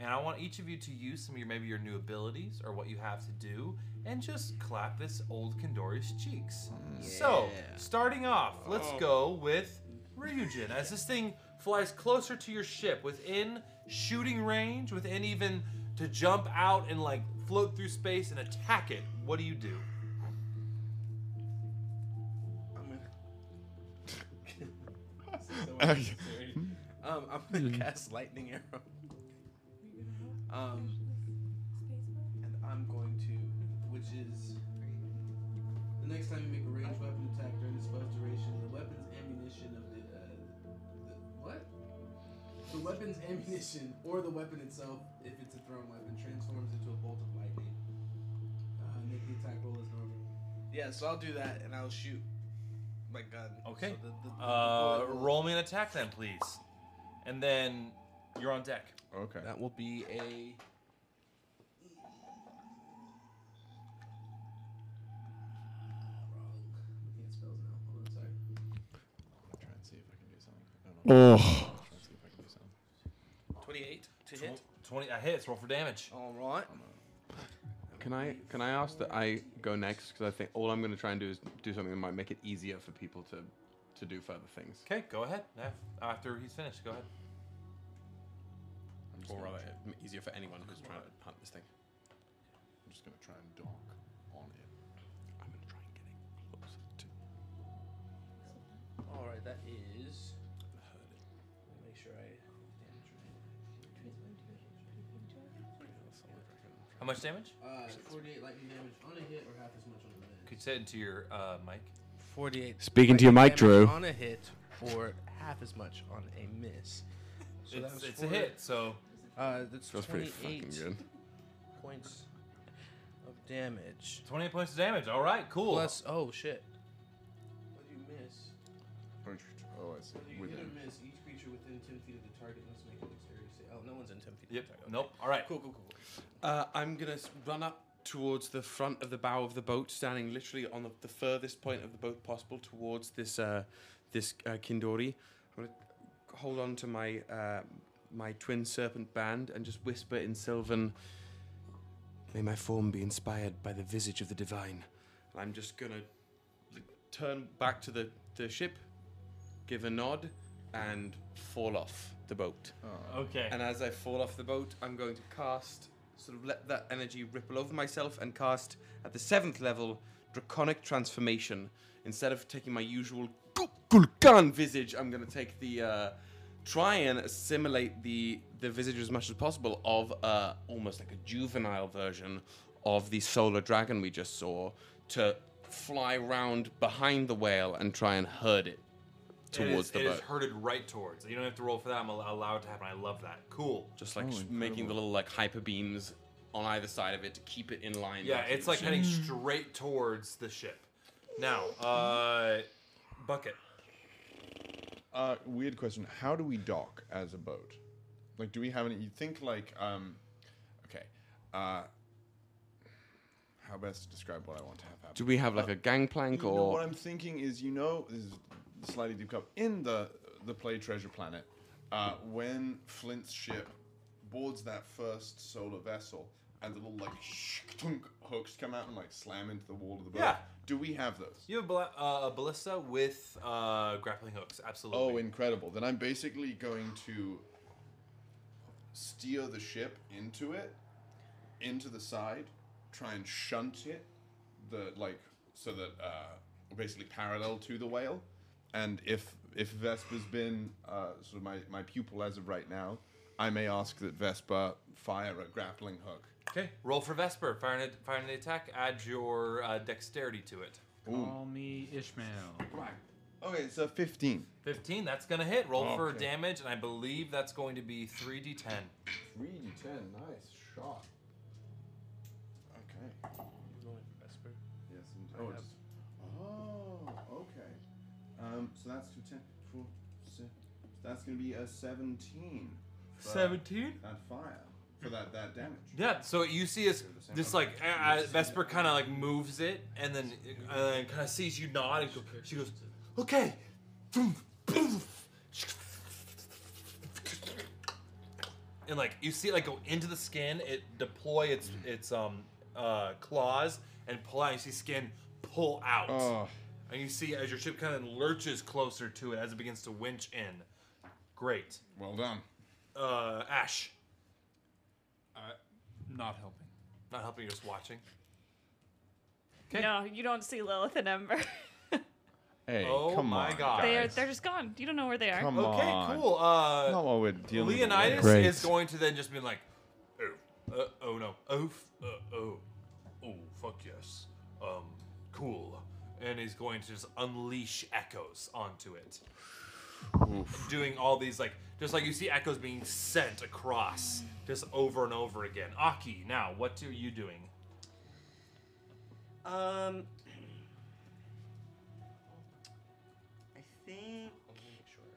and I want each of you to use some of your maybe your new abilities or what you have to do, and just clap this old Kandori's cheeks.
Hmm.
So starting off, let's go with Ryujin. As this thing flies closer to your ship, within shooting range, within even to jump out and like float through space and attack it, what do you do?
I'm gonna.
Uh,
um, I'm
Mm-hmm.
gonna cast lightning arrow. Um, and I'm I'm going to, which is the next time you make a ranged weapon attack during this spell's duration, the weapon's ammunition of the, uh, the what? The weapon's ammunition or the weapon itself, if it's a thrown weapon, transforms into a bolt of lightning. Uh, make the attack roll as normal. Yeah, so I'll do that and I'll shoot my gun.
Okay. Uh, roll me an attack then, please. And then you're on deck.
Okay.
That will be a.
Try and see if I can do something. I don't
Oh.
Try and see if I can do something.
28 to
hit. 20. I hits. Roll for damage.
All right.
Can I can I ask that I go next because I think all I'm going to try and do is do something that might make it easier for people to to do further things.
Okay, go ahead. Af- After he's finished, go ahead.
I'm
Or
gonna
rather,
try- m- easier for anyone who's trying to hunt this thing. I'm just going to try and dock on it. I'm going to try and get it closer to.
All right, that is. Let me Make sure I. damage right.
How much damage?
Uh, 48 lightning damage on a hit or half as much on a miss.
Could you say it into your uh, mic?
48.
Speaking to your
lightning
mic,
damage
Drew.
On a hit or half as much on a miss. So
It's-
that was
it's a
40.
hit, so-
Uh, that's
Feels pretty fucking
28
good.
Points of damage.
28 points of damage. All right, cool.
Plus, oh shit. What do you miss?
Oh, I see.
Whether you hit or miss, each creature within 10 feet of the target must make a dexterity save. Oh, no one's in 10 feet
Yep.
of the target.
Nope. All right.
Cool, cool, cool.
Uh, I'm gonna s- run up towards the front of the bow of the boat, standing literally on the, the furthest point of the boat possible towards this uh, this uh, kindori. I'm gonna hold on to my uh, my twin serpent band and just whisper in Sylvan. May my form be inspired by the visage of the divine. And I'm just gonna like, turn back to the, the ship, give a nod, and fall off the boat.
Okay.
And as I fall off the boat, I'm going to cast, sort of let that energy ripple over myself and cast at the seventh level Draconic Transformation. Instead of taking my usual Gulgan visage, I'm going to take the. Uh, Try and assimilate the the visage as much as possible of uh, almost like a juvenile version of the solar dragon we just saw to fly round behind the whale and try and herd it
It
towards
is-
the
it
boat.
is herded right towards. You don't have to roll for that. I'm al- allowed to happen. I love that. Cool.
Just like s- making the little like hyper beams on either side of it to keep it in line.
Yeah,
back to
it's
the
like
ship.
heading straight towards the ship. Now, uh, bucket.
Uh, weird question. How do we dock as a boat? Like, do we have any? You think like, um, okay, uh, how best to describe what I want to have happen?
Do we have like
Uh,
a gangplank
you know,
or
what I'm thinking is, you know, this is slightly deep cup in the the play Treasure Planet. Uh, when Flint's ship boards that first solar vessel, and the little like tunk hooks come out and like slam into the wall of the boat.
Yeah.
Do we have those?
You have a, bla- uh, a ballista with uh, grappling hooks. Absolutely.
Oh, incredible! Then I'm basically going to steer the ship into it, into the side, try and shunt it, the like so that uh, we're basically parallel to the whale. And if if Vespa's been uh, sort of my, my pupil as of right now, I may ask that Vespa fire a grappling hook.
Okay. Roll for Vesper. Fire an, fire an attack. Add your uh, dexterity to it.
Call me Ishmael.
Okay, it's a 15.
15. That's going to hit. Roll for
Okay.
damage, and I believe that's going to be 3d10.
3d10, nice shot. Okay.
Rolling for Vesper.
Yes.
I
Oh,
have-
it's- oh, okay. Um, so that's two, 10, four, se- that's going to be a 17. for
17?
That fire. For that, that damage.
Yeah, so you see us this like uh, uh, Vesper kind of like moves it and then uh, kind of sees you nod and go, she goes, okay, and like you see it like go into the skin, it deploy its its um uh, claws and pull out. You see skin pull out,
Oh.
and you see as your ship kind of lurches closer to it as it begins to winch in. Great.
Well done.
Uh, Ash.
Uh, not helping.
Not helping. You're just watching.
No, you don't see Lilith and Ember.
Hey,
Oh
come
my
on.
God.
They are,
guys.
they're just gone. You don't know where they are.
Come
Okay,
on.
cool. Uh,
Not while we're dealing with
Leonidas
Great.
is going to then just be like, oh, uh, oh no, oh, f- uh, oh, Um, cool. And he's going to just unleash echoes onto it. Doing all these, like, just like you see echoes being sent across, just over and over again. Aki, now, what are you doing?
Um, I think.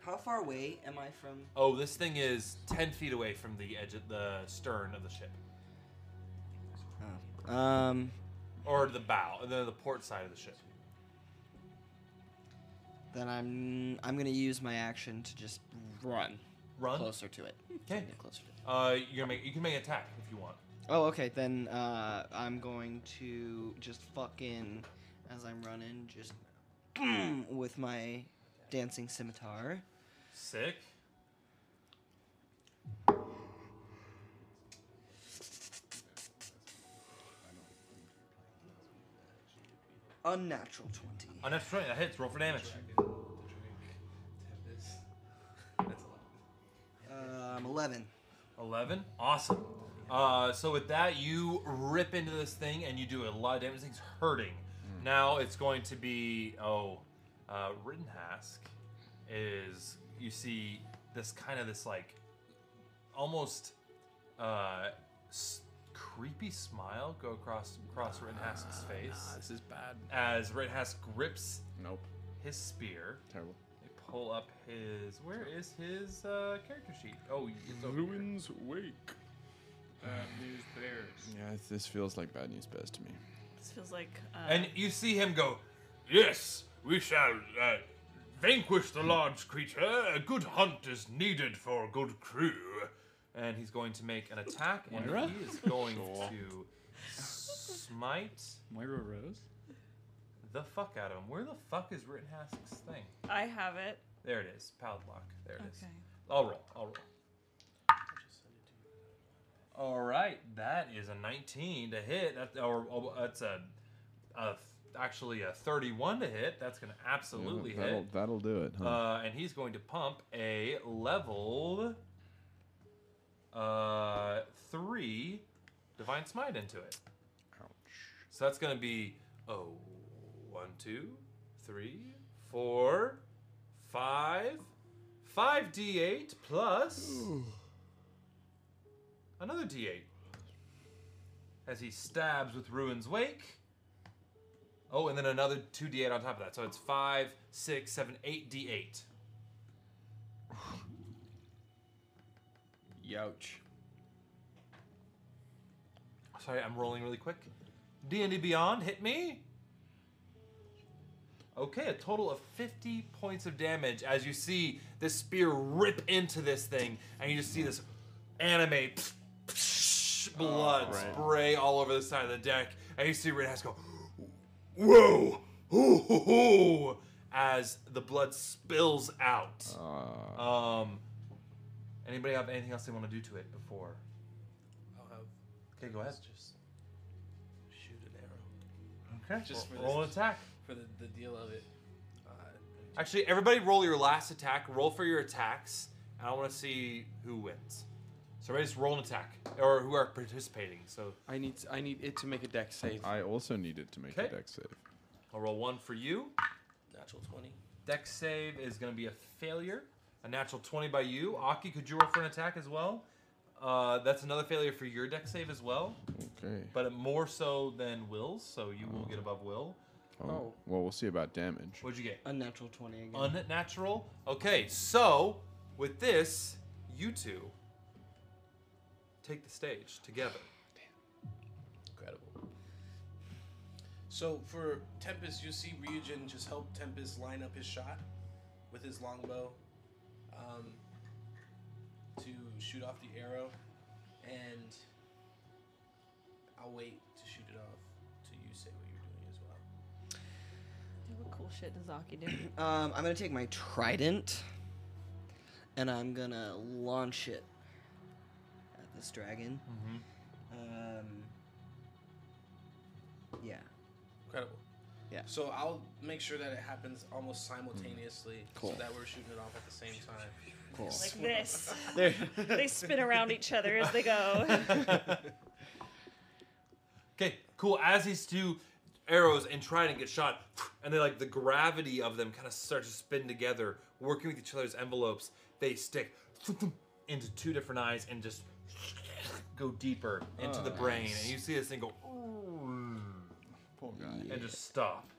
How far away am I from?
Oh, this thing is 10 feet away from the edge of the stern of the ship.
Um,
Or the bow, uh, the, the port side of the ship.
then I'm I'm gonna use my action to just run,
Run?
closer to it.
Okay.
closer to it.
Uh, you're gonna make, you can make an attack if you want.
Oh, okay. Then uh, I'm going to just fucking as I'm running, just with my dancing scimitar.
Sick.
Unnatural twenty.
On that strength, that hits. Roll for damage.
Um, eleven.
Eleven. Awesome. Uh, so with that, you rip into this thing and you do a lot of damage. This thing's hurting.
Mm.
Now it's going to be oh, uh, Rittenhask is you see this kind of this like almost uh, s- creepy smile go across across Rittenhask's face.
this is bad.
As Rittenhask grips
nope
his spear.
Terrible.
They pull up his where is his uh, character sheet? Oh, it's over here.
Ruins wake.
Bad news bears.
Yeah, this feels like bad news bears to me.
This feels like. Uh,
And you see him go, Yes, we shall uh, vanquish the large creature. A good hunt is needed for a good crew. And he's going to make an attack, and
Moira?
he is going
Sure.
to smite.
Moira Rose?
The fuck out of him. Where the fuck is Rittenhask's thing?
I have it.
There it is. Padlock. There it is.
Okay.
I'll roll. I'll roll. All right, that is a 19 to hit. That or, or that's a, a actually a 31 to hit. That's gonna absolutely
that'll,
hit.
That'll do it. Huh?
Uh, and he's going to pump a level uh, three divine smite into it. Ouch. So that's going to be oh, one, two, three, four, five, five d8 plus another d8 as he stabs with Ruin's Wake. Oh, and then another 2d8 on top of that. So it's 5, 6, 7, 8d8.
Youch.
Sorry, I'm rolling really quick. D&D Beyond, hit me. Okay, a total of 50 points of damage as you see this spear rip into this thing, and you just see this anime blood
right.
spray all over the side of the deck, and you see Red Hats go,
Whoa!
Hoo, hoo, hoo, as the blood spills out. um, anybody have anything else they want to do to it before? Okay, go ahead.
Just Oh, shoot an arrow.
Okay.
Just
Roll- roll an attack
for the, the deal of it. Uh,
Actually, everybody roll your last attack. Roll for your attacks, and I want to see who wins. So everybody just roll an attack, or who are participating. So
I need I need it to make a deck save.
I also need it to make a
Okay.
deck save.
I'll roll one for you.
Natural twenty.
Deck save is going to be a failure. A natural 20 by you. Aki, could you roll for an attack as well? Uh, that's another failure for your deck save as well,
Okay.
but more so than Will's, so you will get above Will.
Oh. Well, we'll see about damage.
What'd you get?
Unnatural twenty again.
Unnatural. Okay, so with this, you two take the stage together.
Incredible. So for Tempest, you see Ryujin just help Tempest line up his shot with his longbow um, to shoot off the arrow, and I'll wait to shoot it off till you say what you're doing as well.
Do what cool shit does Aki do?
Um, I'm gonna take my trident, and I'm gonna launch it at this dragon. Um, yeah.
Incredible.
Yeah.
So I'll make sure that it happens almost simultaneously,
Mm. Cool.
so that we're shooting it off at the same time.
Cool.
Like this.
There-
they spin around each other as they go.
Okay, cool. As these two arrows and trying to get shot, and they like the gravity of them kind of start to spin together, working with each other's envelopes. They stick into two different eyes and just go deeper into
Oh,
the brain,
nice.
and you see this thing go
Poor guy.
and just stop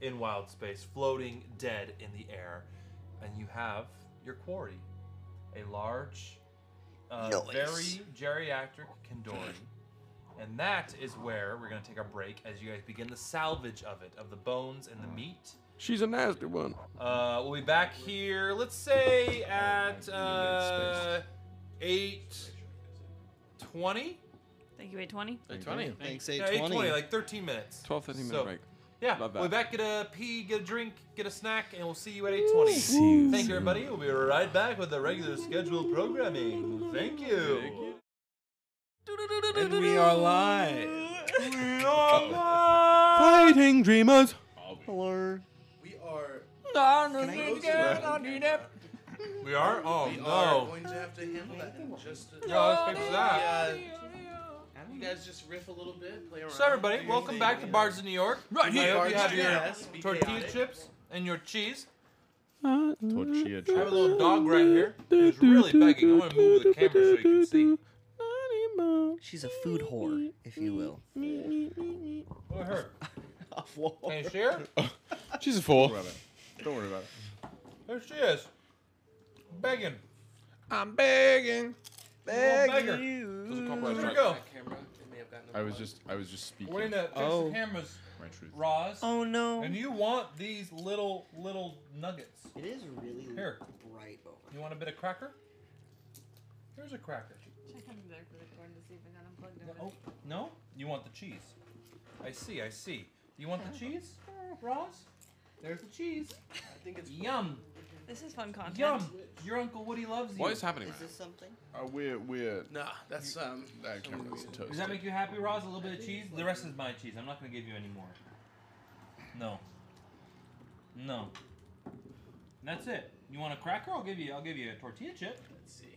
in wild space, floating dead in the air, and you have your quarry, a large, uh,
Nice.
very geriatric Kendori. And that is where we're going to take our break as you guys begin the salvage of it, of the bones and the meat.
She's a nasty one.
Uh, we'll be back here, let's say at uh, 8 20?
Thank you, 820.
Thanks, 820. Like 13 minutes.
12, 13 minute
So,
break.
Yeah,
Love that.
we'll be back. Get a pee, get a drink, get a snack, and we'll see you at 820.
See you
Thank you, everybody. We'll be right back with the regular scheduled programming. Thank you.
And we are live.
We are
Fighting dreamers.
Hello. We are.
Can I go to- We
are?
are? Oh,
we
no.
are going to have to handle that in just a
Yeah, let's fix that.
We, uh, you guys just riff a little bit, play around.
So everybody,
do your
welcome
thing,
back to
you know.
Bars of New York.
Right
I
here.
hope you
Bars
have
of
your
Yes, be
tortilla
chaotic.
chips and your cheese.
Tortilla
I have a little dog right here who's really begging. I'm gonna move the camera so you can see.
She's a food whore, if you will.
Or her. Can you see her?
She's a fool. Don't worry about it.
There she is. Begging.
I'm begging.
Beggar. Mm, Here we go.
I was just, I was just speaking.
We're gonna fix the cameras.
My truth.
Raws.
Oh no.
And you want these little little nuggets.
It is really
Here.
bright over.
You want a bit of cracker? Here's a cracker. Oh no? You want the cheese. I see, I see. You want the cheese? Ross? There's the cheese. I think it's Yum.
This is fun content.
Yum. Your Uncle Woody loves you.
What is happening right
this something?
Uh, we're, we're.
Nah, that's um.
That camera's toast.
Does that make you happy, Roz? A little bit of cheese? The rest is my cheese. I'm not gonna give you any more. No. No. And that's it. You want a cracker? I'll give you I'll give you a tortilla chip. Let's see.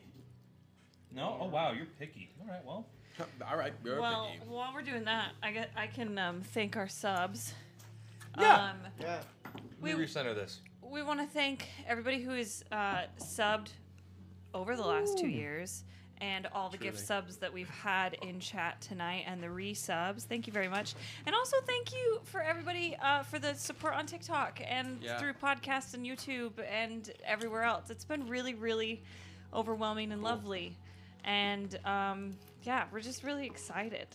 No? Oh wow, you're picky. Alright, well.
Alright,
Well, while we're doing that, I get I can um, thank our subs.
Yeah.
Um,
Yeah. We recenter this.
we want to thank everybody who has uh, subbed over the last two
Ooh.
years and all the gift
Truly.
subs that we've had in chat tonight and the resubs. Thank you very much. And also thank you for everybody uh, for the support on TikTok and
Yeah.
through podcasts and YouTube and everywhere else. It's been really, really overwhelming and lovely. And um, yeah, we're just really excited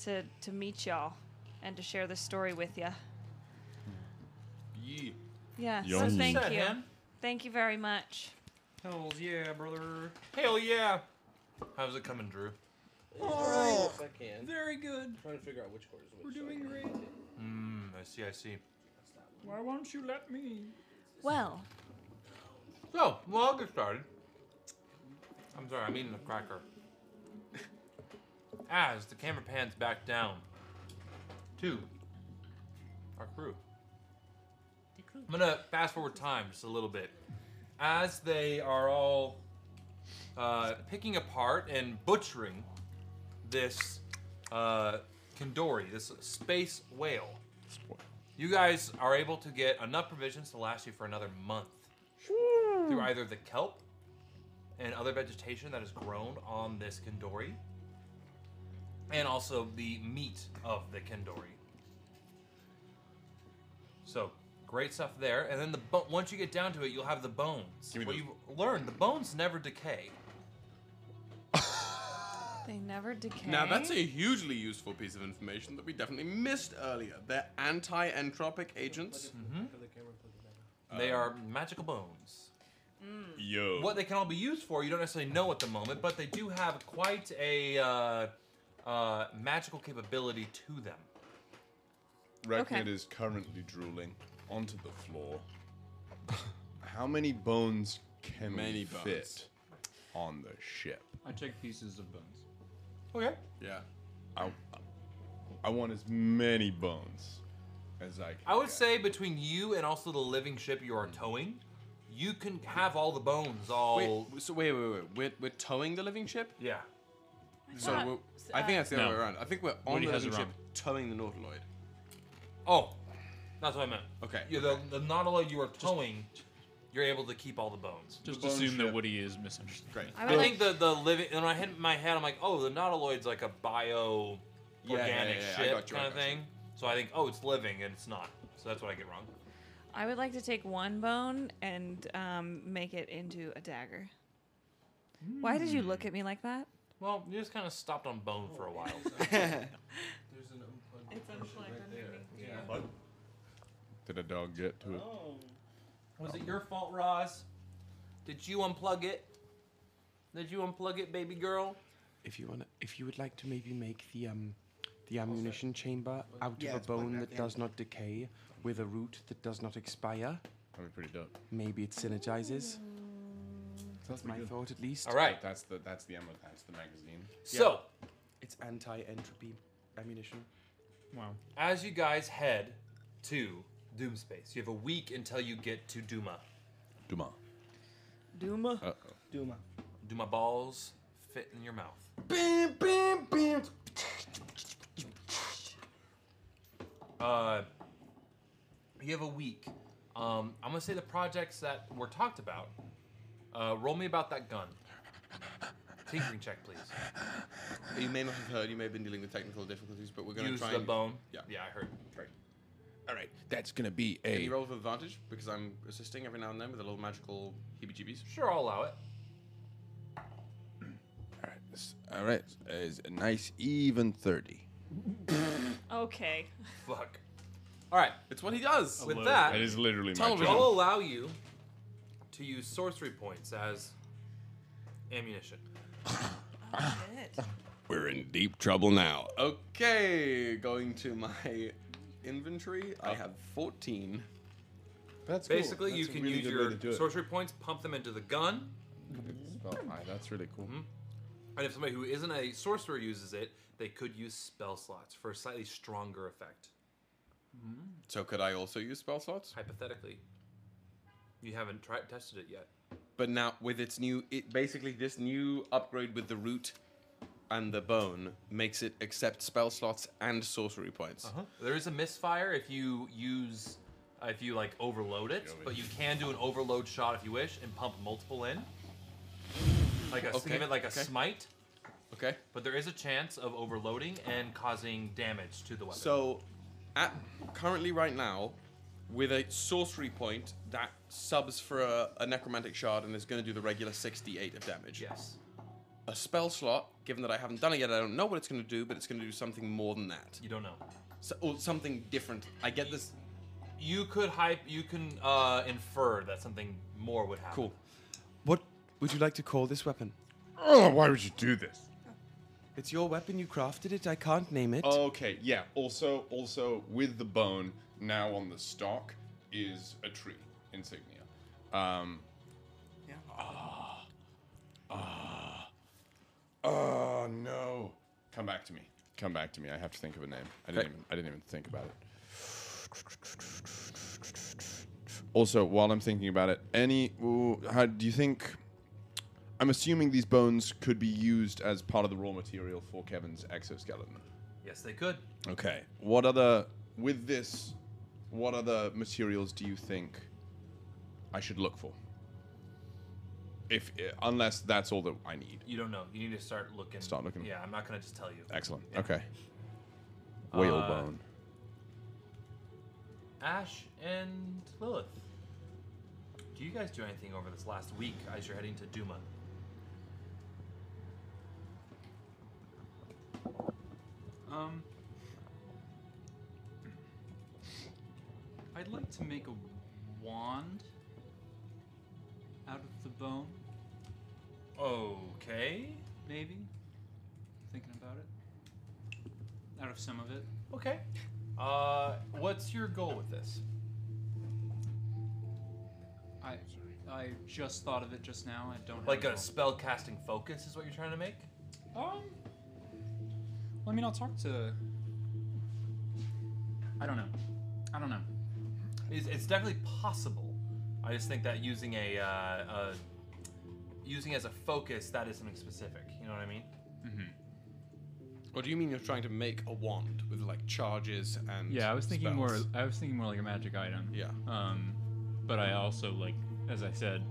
to, to meet y'all and to share this story with you.
Yeah.
Yeah.
Yummy.
So thank
Said
you.
him.
Thank you very much.
Hell yeah, brother. Hell yeah. How's it coming, Drew?
Oh, if I can.
Very good.
trying to figure out which quarters which.
We're
so I
doing
can-
great.
Mmm, I see, I see.
Why won't you let me?
Well,
So, well, I'll get started. I'm sorry, I'm eating a cracker. As the camera pans back down to our crew. I'm gonna fast forward time just a little bit. As they are all uh, picking apart and butchering this uh, Kendori, this space whale, you guys are able to get enough provisions to last you for another month through either the kelp and other vegetation that is grown on this Kendori, and also the meat of the Kendori. So great stuff there. And then the bo- once you get down to it, you'll have the bones. What you've learned, the bones never decay.
they never decay.
Now that's a hugely useful piece of information that we definitely missed earlier. They're anti-entropic agents.
Mm-hmm. They are magical bones.
Mm.
Yo.
What they can all be used for, you don't necessarily know at the moment, but they do have quite a uh, uh, magical capability to them.
Ragnar
Okay.
is currently drooling onto the floor. How many bones can
Many
we
bones.
fit on the ship?
I take pieces of bones.
Okay.
Yeah.
I, I want as many bones as I can.
I would say between you and also the living ship you are
Hmm.
towing, you can have all the bones. All
Wait, so wait, wait, wait. We're, we're towing the living ship.
Yeah.
So
thought-
we're, I think that's the
No.
uh,
other way around. I think we're on
Woody
the
has
living
it
ship
wrong.
towing the Nautiloid.
Oh, that's what I meant. Okay. Yeah, the, the Nautilus you are towing, you're able to keep all the bones.
Just assume that Woody is misunderstood. Great.
I, think the the living in my head, my head, I'm like, oh, the Nautiloid's like a bio
Yeah, yeah,
organic
yeah, yeah, I
shit
got you, I
kind of
got you.
thing. So I think, oh, it's living and it's not. So that's what I get wrong.
I would like to take one bone and um, make it into a dagger. Why did you look at me like that?
Well, you just kind of stopped on bone for a while.
There's an unplugged
It's
version
unplugged
right there.
underneath,
Yeah.
yeah.
Did a dog get to it?
Was it your fault, Roz? Did you unplug it? Did you unplug it, baby girl?
If you want, if you would like to maybe make the um, the ammunition chamber out
Yeah,
of a
it's plugged
bone
back
that
in.
does not decay, with a root that does not expire.
That'd be pretty dope.
Maybe it synergizes. That's my thought, at least.
That's the that's the ammo. That's the magazine.
So-
it's anti-entropy ammunition.
Wow.
As you guys head to Doom Space, you have a week until you get to Duma.
Duma.
Duma.
Uh-oh.
Duma.
Duma balls fit in your mouth.
Bam, bam, bam.
Uh, you have a week. Um, I'm gonna say the projects that were talked about. Uh, roll me about that gun. Tinkering check, please.
You may not have heard. You may have been dealing with technical difficulties, but we're going to
Use
try
the
and-
bone.
Yeah.
Yeah, I heard.
Great. All right. That's gonna be Can you roll with advantage because I'm assisting every now and then with a little magical heebie-jeebies?
Sure, I'll allow it.
All right, it's a nice even thirty.
Okay.
Fuck. All right.
It's what he does.
With that,
That is literally my
television.
job.
I'll allow you to use sorcery points as ammunition.
We're in deep trouble now. Okay, going to my inventory. I have 14.
That's
Basically, you can use your sorcery points, pump them into the gun,
Oh, that's really cool. Hmm.
and if somebody who isn't a sorcerer uses it, they could use spell slots for a slightly stronger effect.
So could I also use spell slots?
Hypothetically, you haven't tried tested it yet.
But now with its new, it basically this new upgrade with the root and the bone makes it accept spell slots and sorcery points.
There is a misfire if you use uh, if you like overload it, but you can do an overload shot if you wish and pump multiple in. Like a,
Okay,
think of it like a
okay.
smite.
Okay.
But there is a chance of overloading and causing damage to the weapon.
So, at currently right now, with a sorcery point that subs for a, a necromantic shard and is going to do the regular 68 of damage.
Yes.
A spell slot, given that I haven't done it yet, I don't know what it's going to do, but it's going to do something more than that.
You don't know.
So, or something different. I get this.
you could hype. You can uh, infer that something more would happen.
Cool.
What would you like to call this weapon?
Oh, why would you do this?
It's your weapon. You crafted it. I can't name
Oh,
it.
Okay, yeah. Also, also with the bone now on the stock is a tree insignia. Um,
Yeah.
Ah. Ah. Oh no! Come back to me. Come back to me. I have to think of a name. I didn't.
Okay.
Even, I didn't even think about it. Also, while I'm thinking about it, any ooh, how do you think? I'm assuming these bones could be used as part of the raw material for Kevin's exoskeleton.
Yes, they could.
Okay. What other with this? What other materials do you think I should look for? If eh, unless that's all that I need.
You don't know. You need to start looking.
Start looking.
Yeah, I'm not gonna just tell you.
Excellent. Okay. Whalebone.
Ash and Lilith. Do you guys do anything over this last week as you're heading to Duma?
Um, I'd like to make a wand out of the bone.
Okay.
Maybe. Thinking about it. Out of some of it.
Okay. Uh, what's your goal with this?
I I just thought of it just now. I don't have
Like a
goal.
spell casting focus is what you're trying to make?
Um. Well, I mean, I'll talk to. I don't know. I don't know.
It's, it's definitely possible. I just think that using a, uh, a using as a focus that is something specific. You know what I mean?
Mm-hmm.
Or do you mean you're trying to make a wand with like charges and?
Yeah, I was thinking
spells?
more. I was thinking more like a magic item.
Yeah.
Um, but I also like, as I said,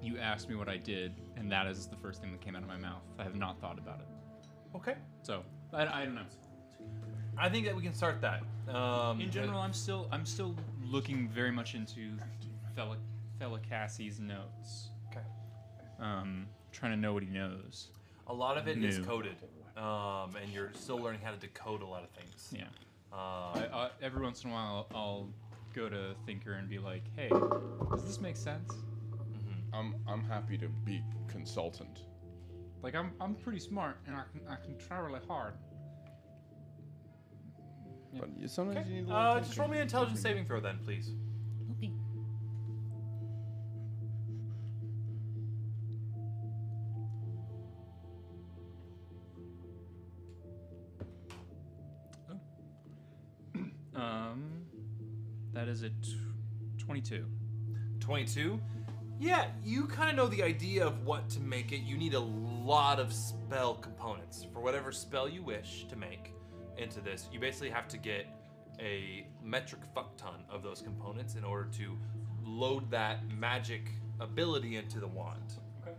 you asked me what I did, and that is the first thing that came out of my mouth. I have not thought about it.
Okay.
So I, I don't know.
I think that we can start that. Um,
In general, I'm still I'm still looking very much into fella fella Cassie's notes.
Okay.
Um, trying to know what he knows.
A lot of it is
New.
coded, um, and you're still learning how to decode a lot of things.
Yeah.
Um,
I, I, every once in a while, I'll go to Thinker and be like,
Uh,
"Hey, does this make sense?"
Mm-hmm.
I'm I'm happy to be consultant.
Like I'm I'm pretty smart and I can I can try really hard.
But you- sometimes you need a little
uh, just
thinking.
roll me an intelligence saving throw then, please.
Um, that is a t- 22.
22. Yeah, you kind of know the idea of what to make it. You need a lot of spell components for whatever spell you wish to make into this. You basically have to get a metric fuck ton of those components in order to load that magic ability into the wand.
Okay.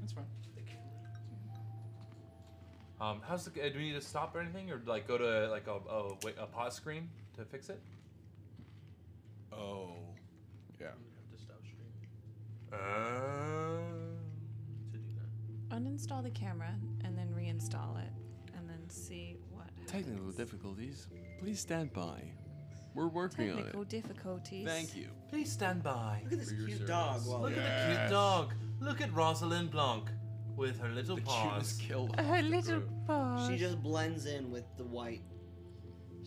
That's fine.
Um, how's the? uh, Do we need to stop or anything, or like go to like a a, wait, a pause screen to fix it?
Oh, yeah.
Uninstall the camera and then reinstall it and then see what
Technical difficulties. Please stand by. We're working on it.
technical difficulties.
Thank you.
Please stand by. Look at
this cute dog. While
Look at the
Yes.
cute dog. Look at Rosalind Blanc with her little
The
paws.
cutest
killed.
Her little paws.
She just blends in with the white.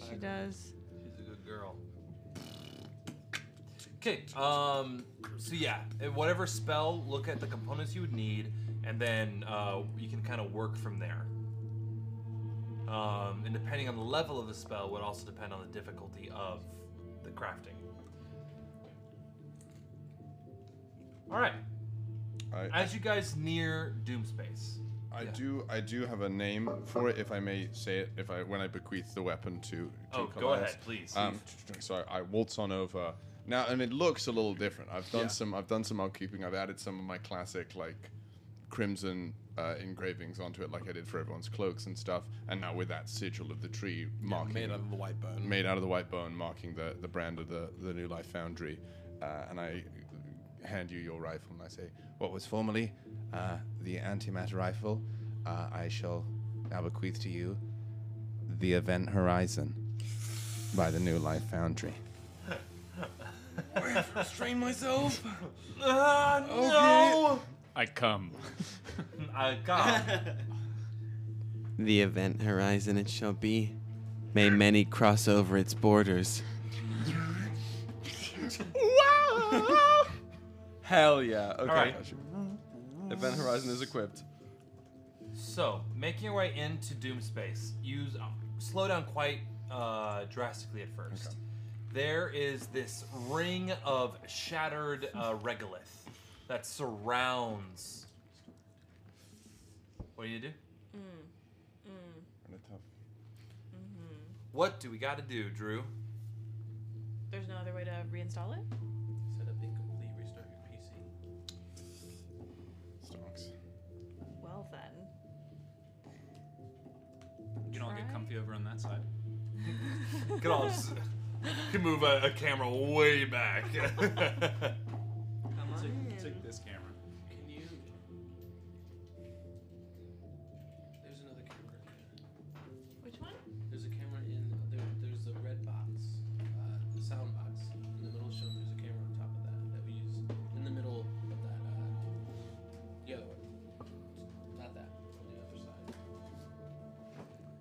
She does.
She's a good girl. Okay. Um. So yeah, eh, whatever spell, look at the components you would need, and then uh, you can kind of work from there. Um, and depending on the level of the spell, would also depend on the difficulty of the crafting. All right.
I,
As you guys near Doomspace,
I do I do have a name for it if I may say it if I when I bequeath the weapon to. to
Oh, go
Callias.
ahead, please.
Um, so I, I waltz on over now, and it looks a little different. I've done
Yeah.
some I've done some upkeeping. I've added some of my classic like crimson uh, engravings onto it, like I did for everyone's cloaks and stuff. And now with that sigil of the tree marking
made out of the white bone.
made out of the white bone, marking the the brand of the the New Life Foundry. Uh, and I hand you your rifle, and I say, "What was formerly uh, the antimatter rifle, uh, I shall now bequeath to you the Event Horizon by the New Life Foundry."
Restrain myself.
Ah,
no.
I come.
I come.
The event horizon it shall be. May many cross over its borders.
wow.
Hell yeah. Okay.
right.
Event Horizon is equipped.
So, making your way into Doom Space, you uh, slow down quite uh, drastically at first. There is this ring of shattered uh, regolith that surrounds. What do you do?
Mm. Mm.
mm-hmm.
What do we got to do, Drew?
There's no other way to reinstall it?
Set up incomplete, restart your PC.
Well then.
You can all get comfy over on that side.
Can all just, can move a, a camera way back.
Take, take this camera.
Can you? There's another camera.
Which one?
There's a camera in there. There's a red box, uh, the sound box in the middle. Show there's a camera on top of that that we use in the middle of that. Uh, the other one. Not that. On the other side.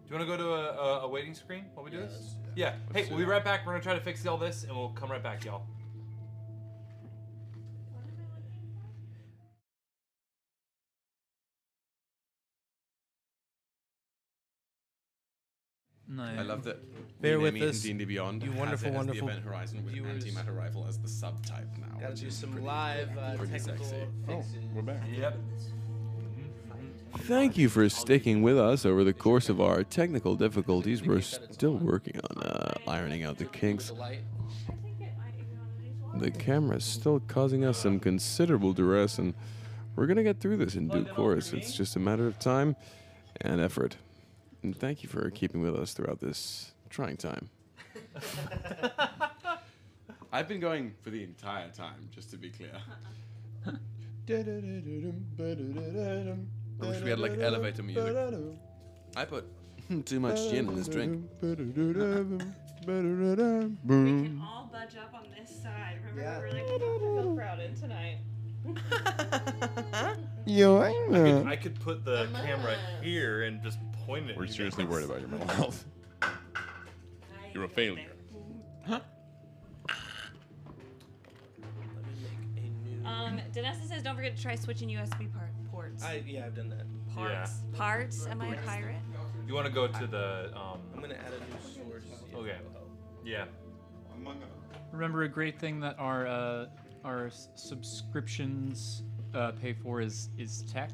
Do you want to go to a, a, a waiting screen while we do
Yeah,
this?
let's do that.
yeah.
Let's
Hey,
do
we'll be
that.
right back. We're gonna try to fix all this, and we'll come right back, y'all.
I love that.
Bear
we
with
name it in
us.
D&D Beyond.
You
has
wonderful,
it as
wonderful
The Event Horizon with
viewers.
antimatter rifle as the subtype now.
Gotta
which
do
is
some
pretty-
live uh,
pretty
technical
sexy.
fixes.
we're back.
Yep.
Thank you for sticking with us over the course of our technical difficulties. We're still working on uh, ironing out the kinks. The camera's still causing us some considerable duress, and we're going to get through this in due course. It's just a matter of time and effort. And thank you for keeping with us throughout this trying time.
I've been going for the entire time, just to be clear.
I
wish we had like elevator music. I put
Too much gin in this drink.
All budge up on this side. Remember, we were like, I feel crowded tonight.
Yo,
I could, I could put the camera here and just point it.
We're seriously worried about your mental health. You're a failure.
Um, Danessa says, don't forget to try switching USB par- ports.
I, yeah, I've done that.
Parts. Parts? Am I a pirate?
You want to go to the? Um,
I'm gonna add a new source.
Okay. Yeah.
Remember a great thing that our uh, our s- subscriptions uh, pay for is is tech.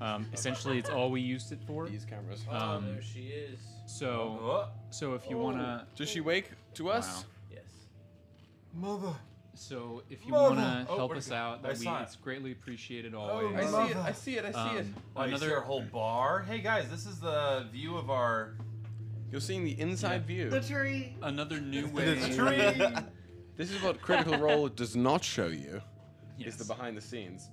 Um, essentially, it's all we used it for. These
cameras.
Oh, there she is.
So, so if you wanna,
Does she wake to us?
Yes.
Mother. So if you
Mother.
wanna
Oh,
help
where'd
us
it go?
out,
I
that we,
saw it.
it's greatly appreciated
Oh,
always.
I see it. I see it. I see it.
Um,
Oh, you see
another
our whole
bar. Hey guys, this is the view of our.
You're seeing the inside view.
The tree.
Another new way.
The tree. this is what Critical Role does not show you.
Yes.
Is the behind the scenes.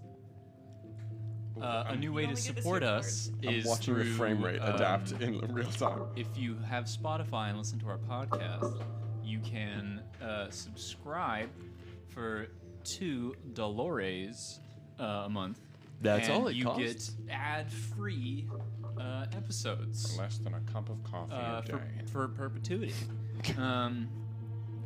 Uh, a new way to support us
I'm
is
watching the
through,
frame rate adapt
um,
in real time.
If you have Spotify and listen to our podcast, you can uh, subscribe for two Dolores uh, a month.
That's
and
all it
you
costs?
get ad-free uh, episodes.
Less than a cup of coffee
uh,
a
for,
day.
for perpetuity. um,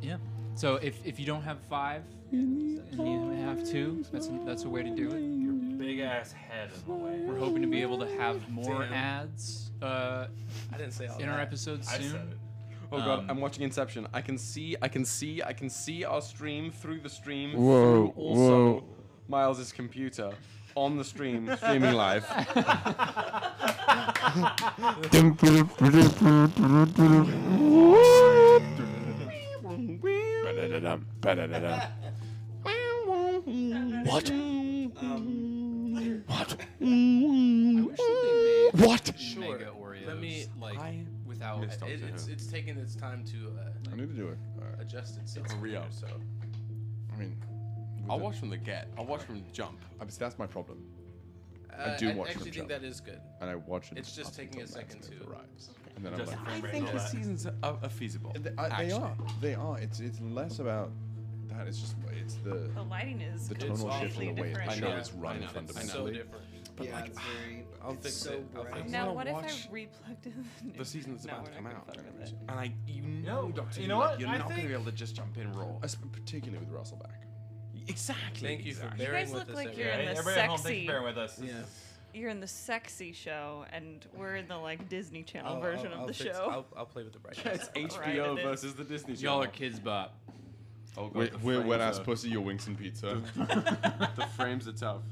yeah. So if, if you don't have five and you have two, that's that's a way to do it. Your
big ass head in the way.
We're hoping to be able to have more
Damn.
ads. Uh,
I didn't say all
in our
that.
episodes
I
soon.
said it.
Oh god,
Um,
I'm watching Inception. I can see, I can see, I can see our stream through the stream.
Whoa,
through also
whoa.
Miles's computer on the stream, streaming live.
What?
What?
What?
Sure. Mega Oreos,
Let me.
like
I,
without.
it, it's, it's taking its time to. Uh,
I need to do it.
adjust itself.
It's real.
So.
I mean,
I'll
the-
watch from the get. I'll watch from jump.
that's my problem.
Uh,
I do
I
watch
actually
from
think
jump.
that is good.
And I watch it.
It's just
up
taking a
until
second
Maximus
to-
arrives. And then I'm
Adjust
like,
the frame
I
rate and
think
all
the
that.
seasons
are, are feasible.
They, I, they are. They are. It's it's less about that. It's just it's the
The lighting is
the
good. It's
tonal shift
awfully
in the way
different.
the
I
show
know.
is run
I know. It's so
fundamentally.
different.
But
yeah,
like,
it's very.
I'll
it's
fix
so
it. I'll
bright.
fix it.
Now,
wanna
what if I
watch
replugged in the,
The season that's
No,
about
we're not
to come
gonna
out.
fuck with it.
And I, you
No,
know, Doctor,
you
you
know what?
You're
I
not gonna
think-
be able to just jump in raw.
as- particularly with Russell back.
Exactly.
Thank you for
exactly.
bearing
guys
with
look
us.
like
everyone.
you're in the
Everybody at home, thanks
sexy.
for bearing with us.
Yeah.
You're in the sexy show, and we're in the like Disney Channel
I'll-
version
I'll-
of
I'll
the
fix-
show.
I'll, I'll play with the brightness.
Yeah, it's
Right, it
HBO
is.
versus the Disney Channel.
Y'all are kids bop.
Oh, God,
We're,
the
we're wet
frames
ass
are-
pussy, your winks and pizza.
the frames are tough.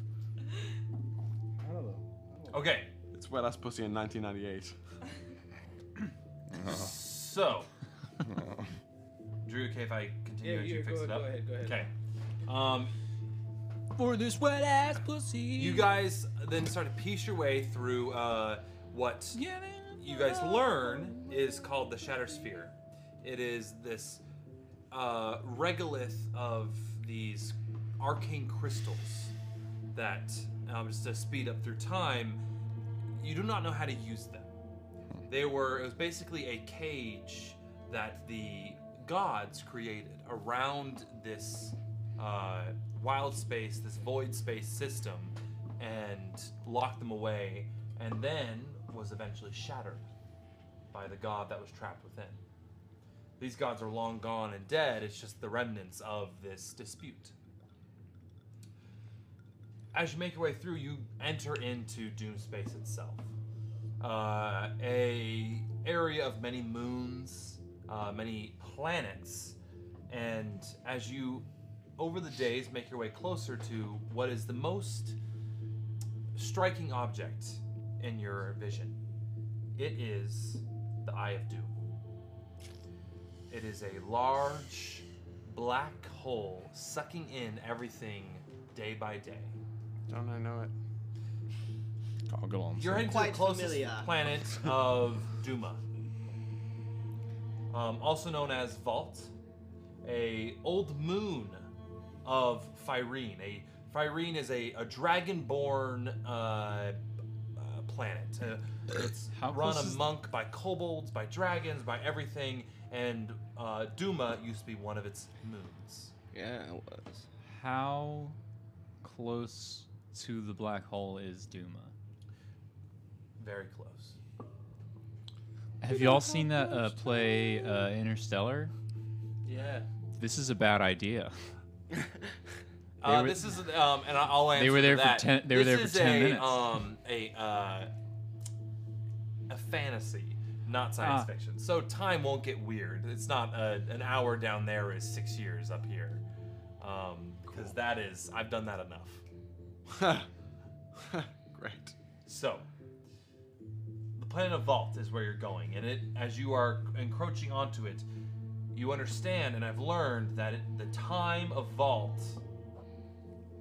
Okay,
It's wet ass pussy in 1998.
so Drew, okay if I continue
Yeah,
and you
you-
fix
go
it
ahead,
up?
go ahead, go ahead.
Okay. Um,
For this wet ass pussy.
you guys then start to piece your way through uh, what you guys learn is called the Shatter Sphere. It is this uh, regolith of these arcane crystals that, um, just to speed up through time, you do not know how to use them. They were it was basically a cage that the gods created around this uh, wild space, this void space system, and locked them away, and then was eventually shattered by the god that was trapped within. These gods are long gone and dead. It's just the remnants of this dispute. As you make your way through, you enter into Doom Space itself. Uh, a area of many moons, uh, many planets, and as you, over the days, make your way closer to what is the most striking object in your vision. It is the Eye of Doom. It is a large black hole sucking in everything day by day.
Don't I know it?
I'll go on.
You're heading to the
Quite
closest
familiar.
planet of Duma, um, also known as Vault, a old moon of Phyrene. A Phyrene is a, a dragonborn uh, uh, planet. Uh, it's
How
run
close is-
among by kobolds, by dragons, by everything, and uh, Duma used to be one of its moons.
Yeah, it was. How close to the black hole is Duma?
Very close.
Have y'all seen that uh, play uh, Interstellar?
Yeah.
This is a bad idea. They
Uh,
were-
this is um, and I- I'll answer.
They were there for
that.
ten. They were
This
there
is
for ten
a,
minutes.
Um, a uh, a fantasy, not science
Ah.
fiction. So time won't get weird. It's not uh an hour down there is six years up here, because that is I've done that enough.
Great.
So, the planet of Vault is where you're going, and it as you are encroaching onto it, you understand, and I've learned that it, the time of Vault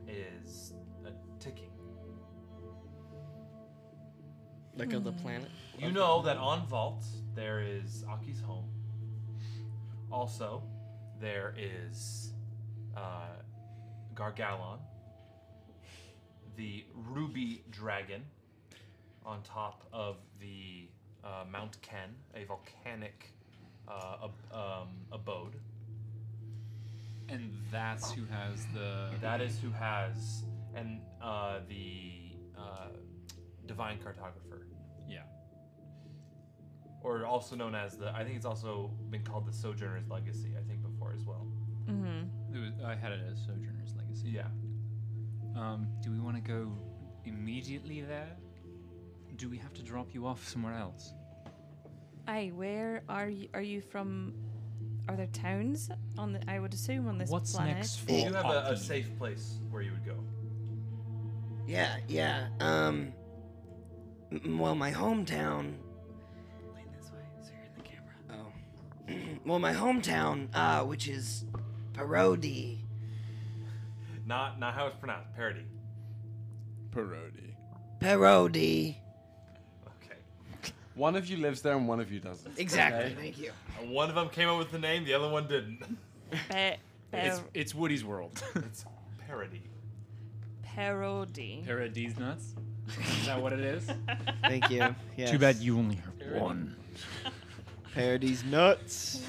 is a ticking.
Like of the planet.
You know that on Vault there is Aki's home. Also, there is uh, Gargalon, the ruby dragon, on top of the uh, Mount Ken, a volcanic uh, ab- um, abode.
And that's who has the.
That is who has and uh, the uh, divine cartographer.
Yeah.
Or also known as the, I think it's also been called the Sojourner's Legacy. I think before as well.
Mm-hmm. It was, I had it as Sojourner's Legacy.
Yeah.
Um, do we want to go immediately there? Do we have to drop you off somewhere else?
Hey, where are you? Are you from? Are there towns on the? I would assume on this
What's
planet.
next
Do you have a, a safe place where you would go?
Yeah, yeah. Um. m- Well, my hometown. Lean this way so you're in the camera. Oh. well, my hometown, uh, which is Parodi.
Not not how it's pronounced. Parody.
Parody.
Parodi.
One of you lives there and one of you doesn't.
Exactly.
Okay.
Thank you.
One of them came up with the name. The other one didn't.
Pe-
It's,
per-
it's Woody's world.
it's parody.
parody.
Parody's nuts. Is that what it is?
Thank you. Yes.
Too bad you only have one.
Parody's nuts.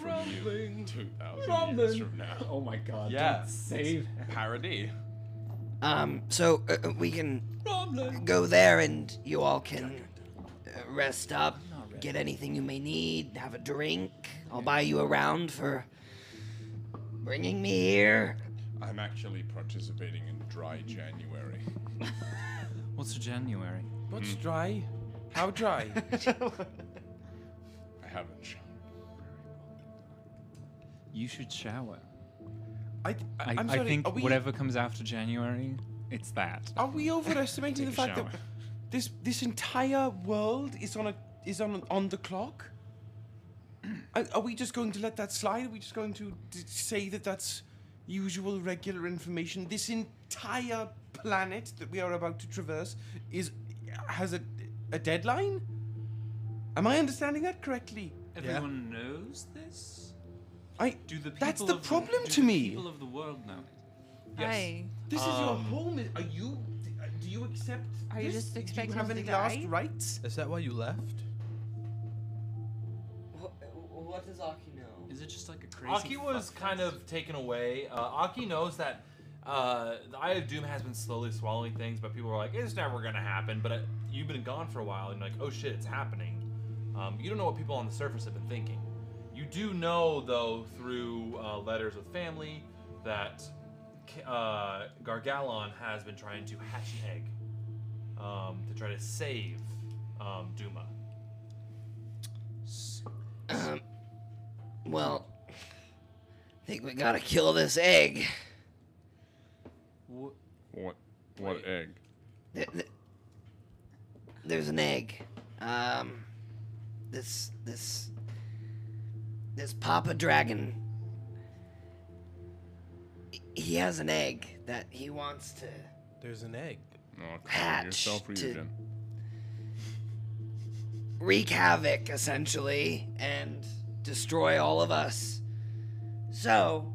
From you.
2,000 years from now.
Oh my god.
Yeah,
don't
it's
Save.
Parody.
Um. So uh, uh, we can go there, and you all can uh, rest up, get anything you may need, have a drink. I'll buy you a round for bringing me here.
I'm actually participating in dry January.
What's a January?
What's dry? How dry?
I haven't shown.
You should shower.
I,
I,
I'm
I
sorry,
think
are we-
whatever comes after January, it's that.
Are we overestimating the
Take a
fact that
shower.
this this entire world is on a is on on the clock? are, are we just going to let that slide? Are we just going to d- say that that's usual regular information? This entire planet that we are about to traverse is has a a deadline. Am I understanding that correctly?
Everyone knows this?
I
do the
that's
people
the
of
problem
do
to
the
me.
People of the world know it.
Hey.
This is your
Um,
home. Are you? Do you accept?
Are you
this?
just
Do
expecting
you have
us to
any last
die?
rights?
Is that why you left?
What does Aki know?
Is it just like a crazy?
Aki was kind of taken away. Uh, Aki knows that uh, the Eye of Doom has been slowly swallowing things, but people are like, it's never going to happen. But uh you've been gone for a while, and you're like, oh shit, it's happening. Um, you don't know what people on the surface have been thinking. You do know, though, through uh, letters with family, that K- uh, Gargalon has been trying to hatch an egg um, to try to save um, Duma.
Um, well, I think we gotta kill this egg.
Wh-
What? What egg?
There- there- There's an egg. Um, this this this Papa Dragon. he- He has an egg that he wants to.
There's an egg.
Oh,
hatch
yourself or
to
Eugen.
wreak havoc, essentially, and destroy all of us. So,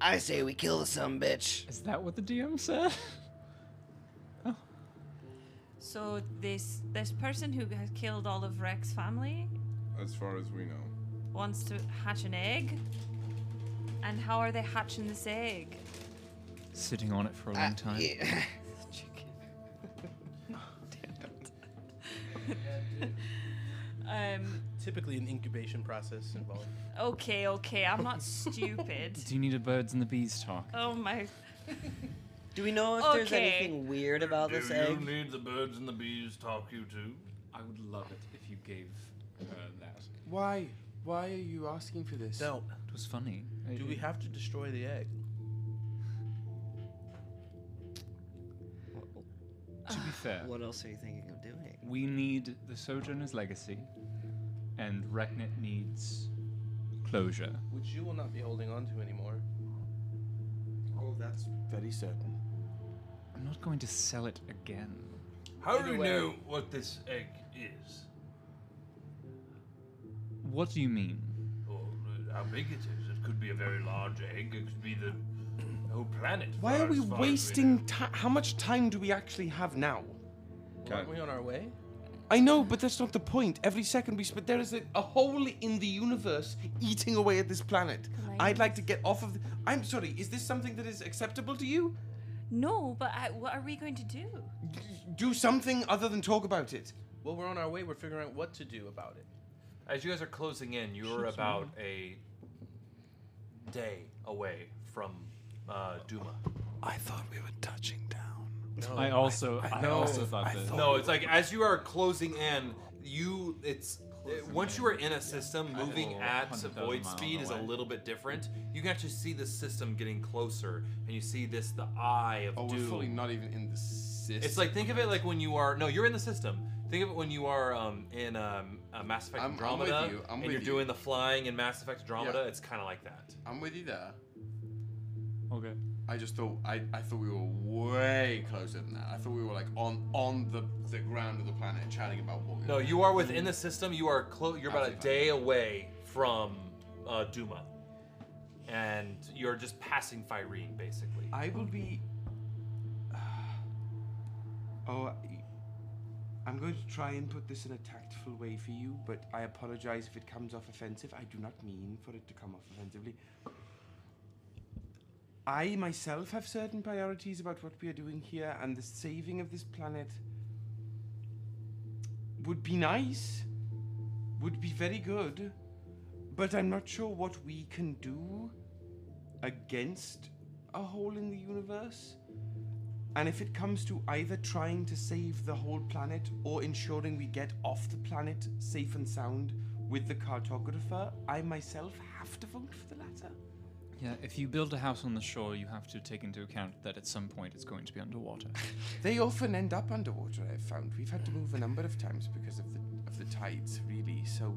I say we kill the some bitch.
Is that what the DM said?
So this this person who has killed all of Rex's family
As far as we know.
wants to hatch an egg. And how are they hatching this egg?
Sitting on it for a long time.
Um.
Typically, an incubation process involved.
Okay, okay, I'm not stupid.
Do you need a birds and the bees talk?
Oh my.
Do we know if there's
Okay.
anything weird about
Do
this
you
egg?
need the birds and the bees talk you too?
I would love it if you gave her that.
Why? Why are you asking for this?
No.
It was funny.
Do we have to destroy the egg?
To be fair,
What else are you thinking of doing?
we need the Sojourner's legacy, and Reknet needs closure.
Which you will not be holding on to anymore.
Oh, that's very certain.
I'm not going to sell it again.
How
Either
do you
way-
know what this egg is?
What do you mean?
Or uh, how big it is? It could be a very large egg. It could be the whole planet.
Why
for
are we
as far as
wasting time? How much time do we actually have now?
Aren't we on our way?
I know, but that's not the point. Every second we spend, there is a, a hole in the universe eating away at this planet. I'd like to get off of. I'm sorry. Is this something that is acceptable to you?
No, but I, what are we going to do?
Do something other than talk about it.
Well, we're on our way. We're figuring out what to do about it.
As you guys are closing in, you are
Shoots me.
about a day away from uh, Duma.
I thought we were touching down.
I also, I, also thought that.
No, it's like as you are closing in, you it's uh, once you are in a system, moving
Oh,
at
100,000
void
miles
speed is a
away.
little bit different. You can actually see the system getting closer, and you see this the eye of
Oh, we're
doom.
fully not even in the system.
It's like think of it like when you are no, you're in the system. Think of it when you are um, in um, uh, Mass Effect
I'm- I'm with
Andromeda,
you, I'm
and
with
you're
you.
doing the flying in Mass Effect Andromeda.
Yeah.
It's kind of like that.
I'm with you there.
Okay.
I just thought I, I thought we were way closer than that. I thought we were like on on the, the ground of the planet chatting about what. We
No,
were-
you are within the system. You are close. You're about a
Absolutely
day away from uh, Duma, and you're just passing Firene basically.
I will be. Oh, I- I'm going to try and put this in a tactful way for you, but I apologize if it comes off offensive. I do not mean for it to come off offensively. I myself have certain priorities about what we are doing here, and the saving of this planet would be nice, would be very good, but I'm not sure what we can do against a hole in the universe. And if it comes to either trying to save the whole planet or ensuring we get off the planet safe and sound with the cartographer, I myself have to vote for the latter.
Yeah, if you build a house on the shore, you have to take into account that at some point it's going to be underwater.
They often end up underwater, I've found. We've had to move a number of times because of the of the tides, really, so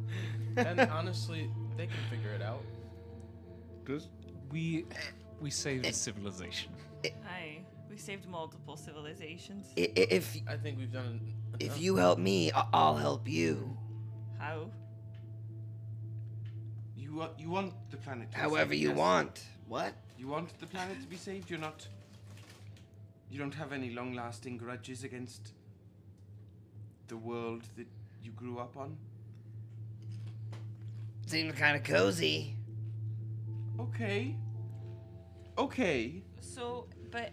And honestly, they can figure it out.
Does
we we saved a civilization?
Hi, we saved multiple civilizations.
I- i- If
I think we've done.
if
enough.
you help me, I- I'll help you.
How?
you wa- you want the planet to be
However
saved,
you
yes?
want. What?
You want the planet to be saved? You're not you don't have any long lasting grudges against the world that you grew up on?
Seems kind of cozy.
Okay. Okay.
So, but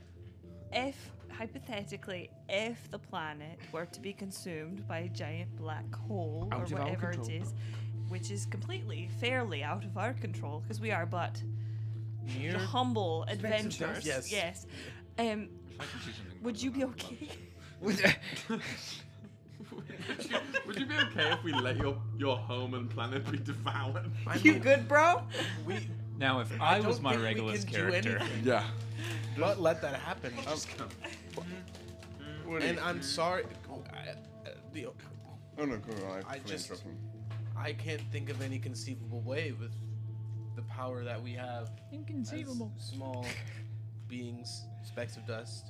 if hypothetically, if the planet were to be consumed by a giant black hole
Out of
or
our
whatever it
control.
is, which is completely fairly out of our control because we are but
Mere
humble
specks of
adventurers. Yes.
dust. Yes.
Um,
I can see something
would you be okay?
Would you be okay if we let your your home and planet be devoured?
You good, bro?
Now, if I, was
don't
my
think we
Regulus
can do
character,
anything.
Yeah.
But let that happen.
What do
and
you-
I'm sorry. oh, I, uh, the,
Oh no, go on. I,
I
for
just,
interrupting.
I can't think of any conceivable way with the power that we have.
Inconceivable.
as small beings, specks of dust,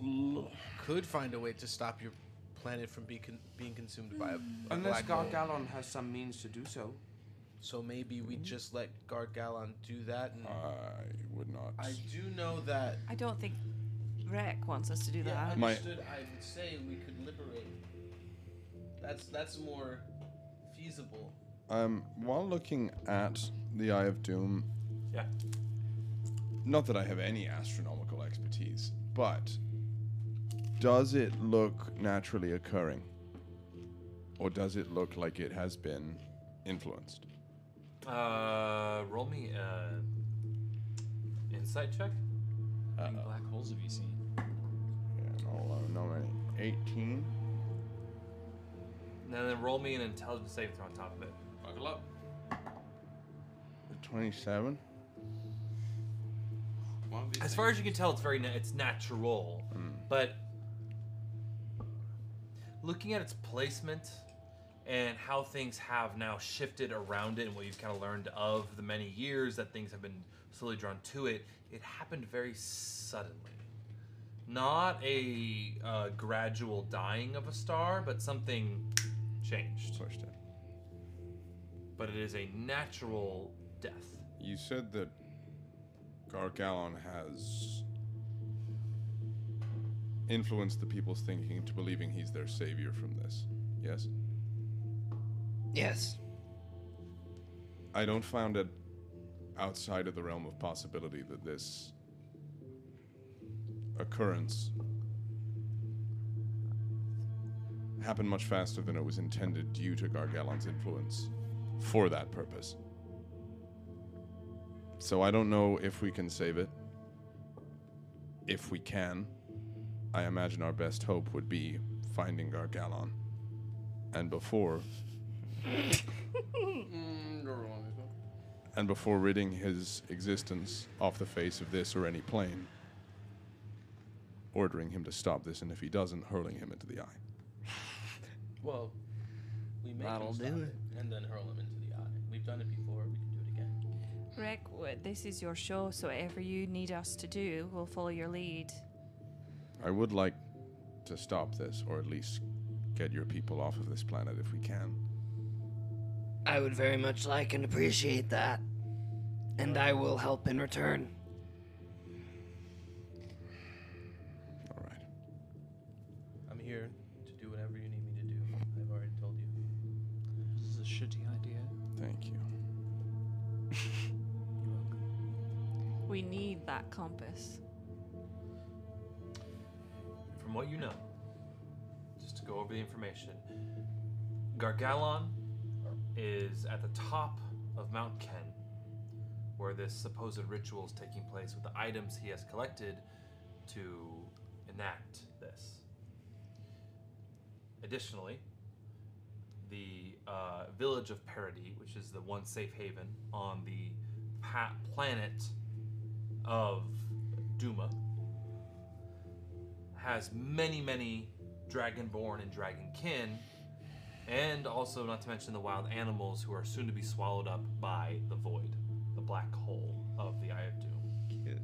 could find a way to stop your planet from be con- being consumed by a, a
Mm. Unless
black hole.
Gargalon has some means to do so.
So maybe we
Mm-hmm.
just let Gargalon do that. And
I would not.
I do know that.
I don't think Rec wants us to do
Yeah,
that.
My-
understood. I would say we could liberate. That's that's more feasible.
Um, while looking at the Eye of Doom,
Yeah.
not that I have any astronomical expertise, but does it look naturally occurring, or does it look like it has been influenced?
Uh, roll me uh, insight check.
How
many black holes have you seen?
Yeah, not a lot, not many. Eighteen.
And then roll me an intelligence saving throw on top of it. Buckle up.
27.
As far as you can tell, it's very na- it's natural,
Hmm.
but looking at its placement and how things have now shifted around it, and what you've kind of learned of the many years that things have been slowly drawn to it, it happened very suddenly. Not a uh, gradual dying of a star, but something changed.
Pushed it.
But it is a natural death.
You said that Gargalon has influenced the people's thinking into believing he's their savior from this. Yes?
Yes.
I don't find it outside of the realm of possibility that this occurrence happened much faster than it was intended due to Gargalon's influence for that purpose. So I don't know if we can save it. If we can, I imagine our best hope would be finding Gargalon. And before and before ridding his existence off the face of this or any plane, ordering him to stop this, and if he doesn't, hurling him into the eye.
Well, we make
That'll
him stop
do
it, and then hurl him into the eye. We've done it before. We can do it again.
Rec, w- this is your show, so whatever you need us to do, we'll follow your lead.
I would like to stop this, or at least get your people off of this planet if we can.
I would very much like and appreciate that. And I will help in return.
I'm here to do whatever you need me to do. I've already told you.
This is a shitty idea.
Thank you.
We need that compass.
from what you know, just to go over the information, Gargalon is at the top of Mount Ken, where this supposed ritual is taking place with the items he has collected to enact this. Additionally, the uh, village of Paradis, which is the one safe haven on the pa- planet of Duma, has many, many dragonborn and dragonkin, and also not to mention the wild animals who are soon to be swallowed up by the void, the black hole of the Eye of Doom.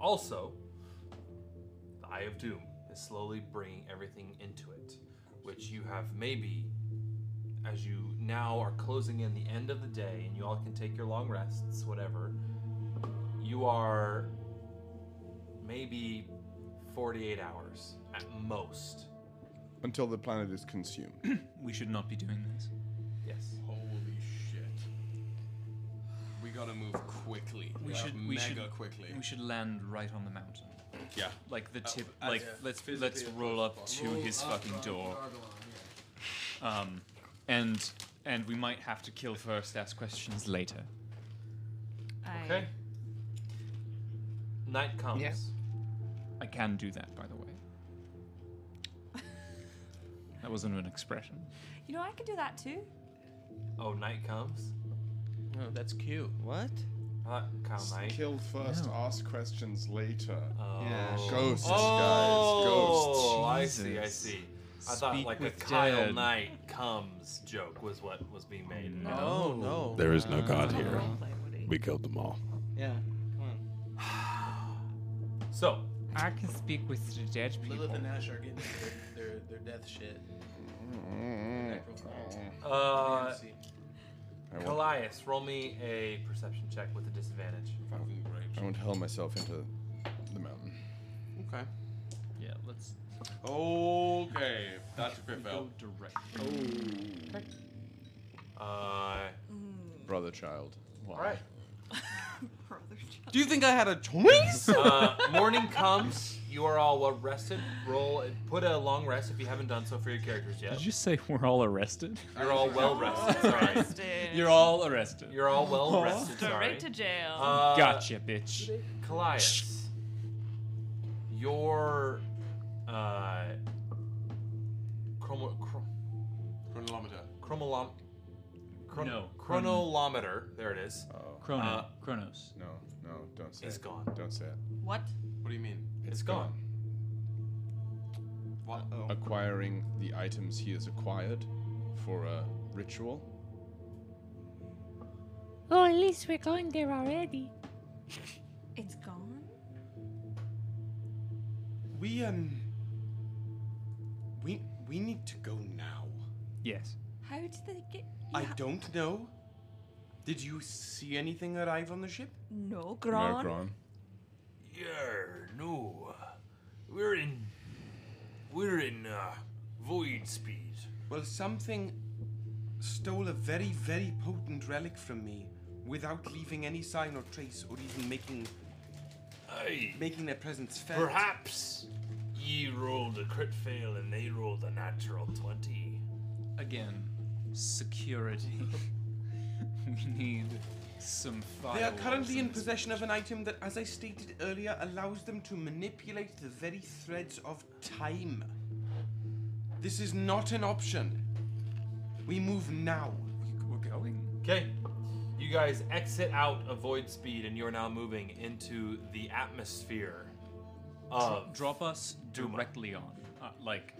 Also, the Eye of Doom is slowly bringing everything into it, which you have maybe, as you now are closing in the end of the day, and you all can take your long rests, whatever. You are maybe 48 hours at most.
Until the planet is consumed.
We should not be doing this.
Yes.
Holy shit. We gotta move quickly.
We
Like,
should.
mega
We should.
quickly.
We should land right on the mountain.
Yeah.
Like the
Uh,
tip.
as
like
yeah.
let's
physically
let's
as
roll up to
possible. Roll
his
up
fucking
on
door. Um, and and we might have to kill first, ask questions later.
Okay. Night comes.
I can do that, by the way. that wasn't an expression.
You know, I could do that too.
Oh, night comes.
Oh, that's cute.
What?
Not Kyle Knight.
Kill first, ask questions later.
Yeah.
Ghosts,
Oh,
guys.
I
Ghosts.
see, I see. I thought
Speak
like a
with
Kyle
dead.
Knight comes joke was what was being made.
No,
Oh.
no.
There is no god here. We killed them all.
Yeah. So
I can speak with the dead people.
Lilith and Ash are getting their, their, their death shit.
Mm.
Uh,
I won't-
Callias, roll me a perception check with a disadvantage.
I won't hurl myself into the mountain.
Okay.
Yeah, let's.
Okay, that's a crit fail.
direct.
Oh.
Uh,
Brother child. Why?
Alright.
Do you think I had a choice?
uh, morning comes. You are all well rested. Roll. Put a long rest if you haven't done so for your characters yet.
Did you say we're all arrested?
You're all well rested. Sorry.
You're all arrested.
You're all well rested.
Straight
Sorry.
to jail.
Uh,
gotcha, bitch.
Callias, your uh, chromo, chro-
Chronolometer.
chromolom, chron-
No.
chronolometer. There it is.
Chrono.
Uh,
Chronos.
No, no, don't say
It's
it.
gone.
Don't say it.
What?
What do you mean?
It's gone.
What? Oh.
Acquiring the items he has acquired for a ritual.
Oh, at least we're going there already.
It's gone.
We um. We we need to go now.
Yes.
How did they get?
I
Yeah.
don't know. Did you see anything arrive on the ship?
No, Gron.
Yeah, no. We're in. We're in uh, void speed.
Well, something stole a very very potent relic from me, without leaving any sign or trace, or even making
Aye.
making their presence felt.
Perhaps ye rolled a crit fail and they rolled a natural 20.
Again, security. we need some fire.
They are currently in possession of an item that, as I stated earlier, allows them to manipulate the very threads of time. This is not an option. We move now.
We're going.
Okay. You guys exit out of void speed and you're now moving into the atmosphere of.
drop us directly on. Uh, like,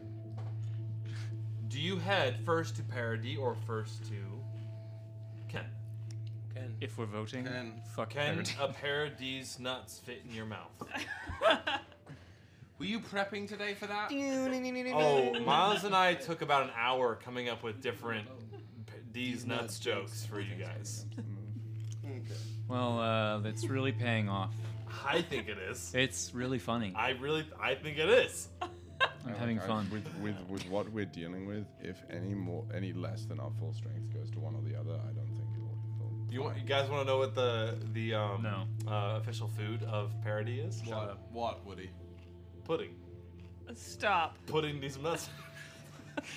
Do you head first to Parody or first to Ken?
Ken.
if we're voting, fuck
Ken,
Parody.
a parody's nuts fit in your mouth.
Were you prepping today for that?
Oh, Miles and I took about an hour coming up with different
Oh.
p- D's nuts
Nuts
jokes for you guys.
Well, uh, that's really paying off.
I think it is.
It's really funny.
I really, I think it is.
I'm having
Guys,
fun.
With, with with what we're dealing with, if any more any less than our full strength goes to one or the other, I don't think it'll. it'll
You want, you guys want to know what the the um
No.
uh, official food of parody is?
What? What, Woody?
Pudding.
Stop.
Pudding these nuts.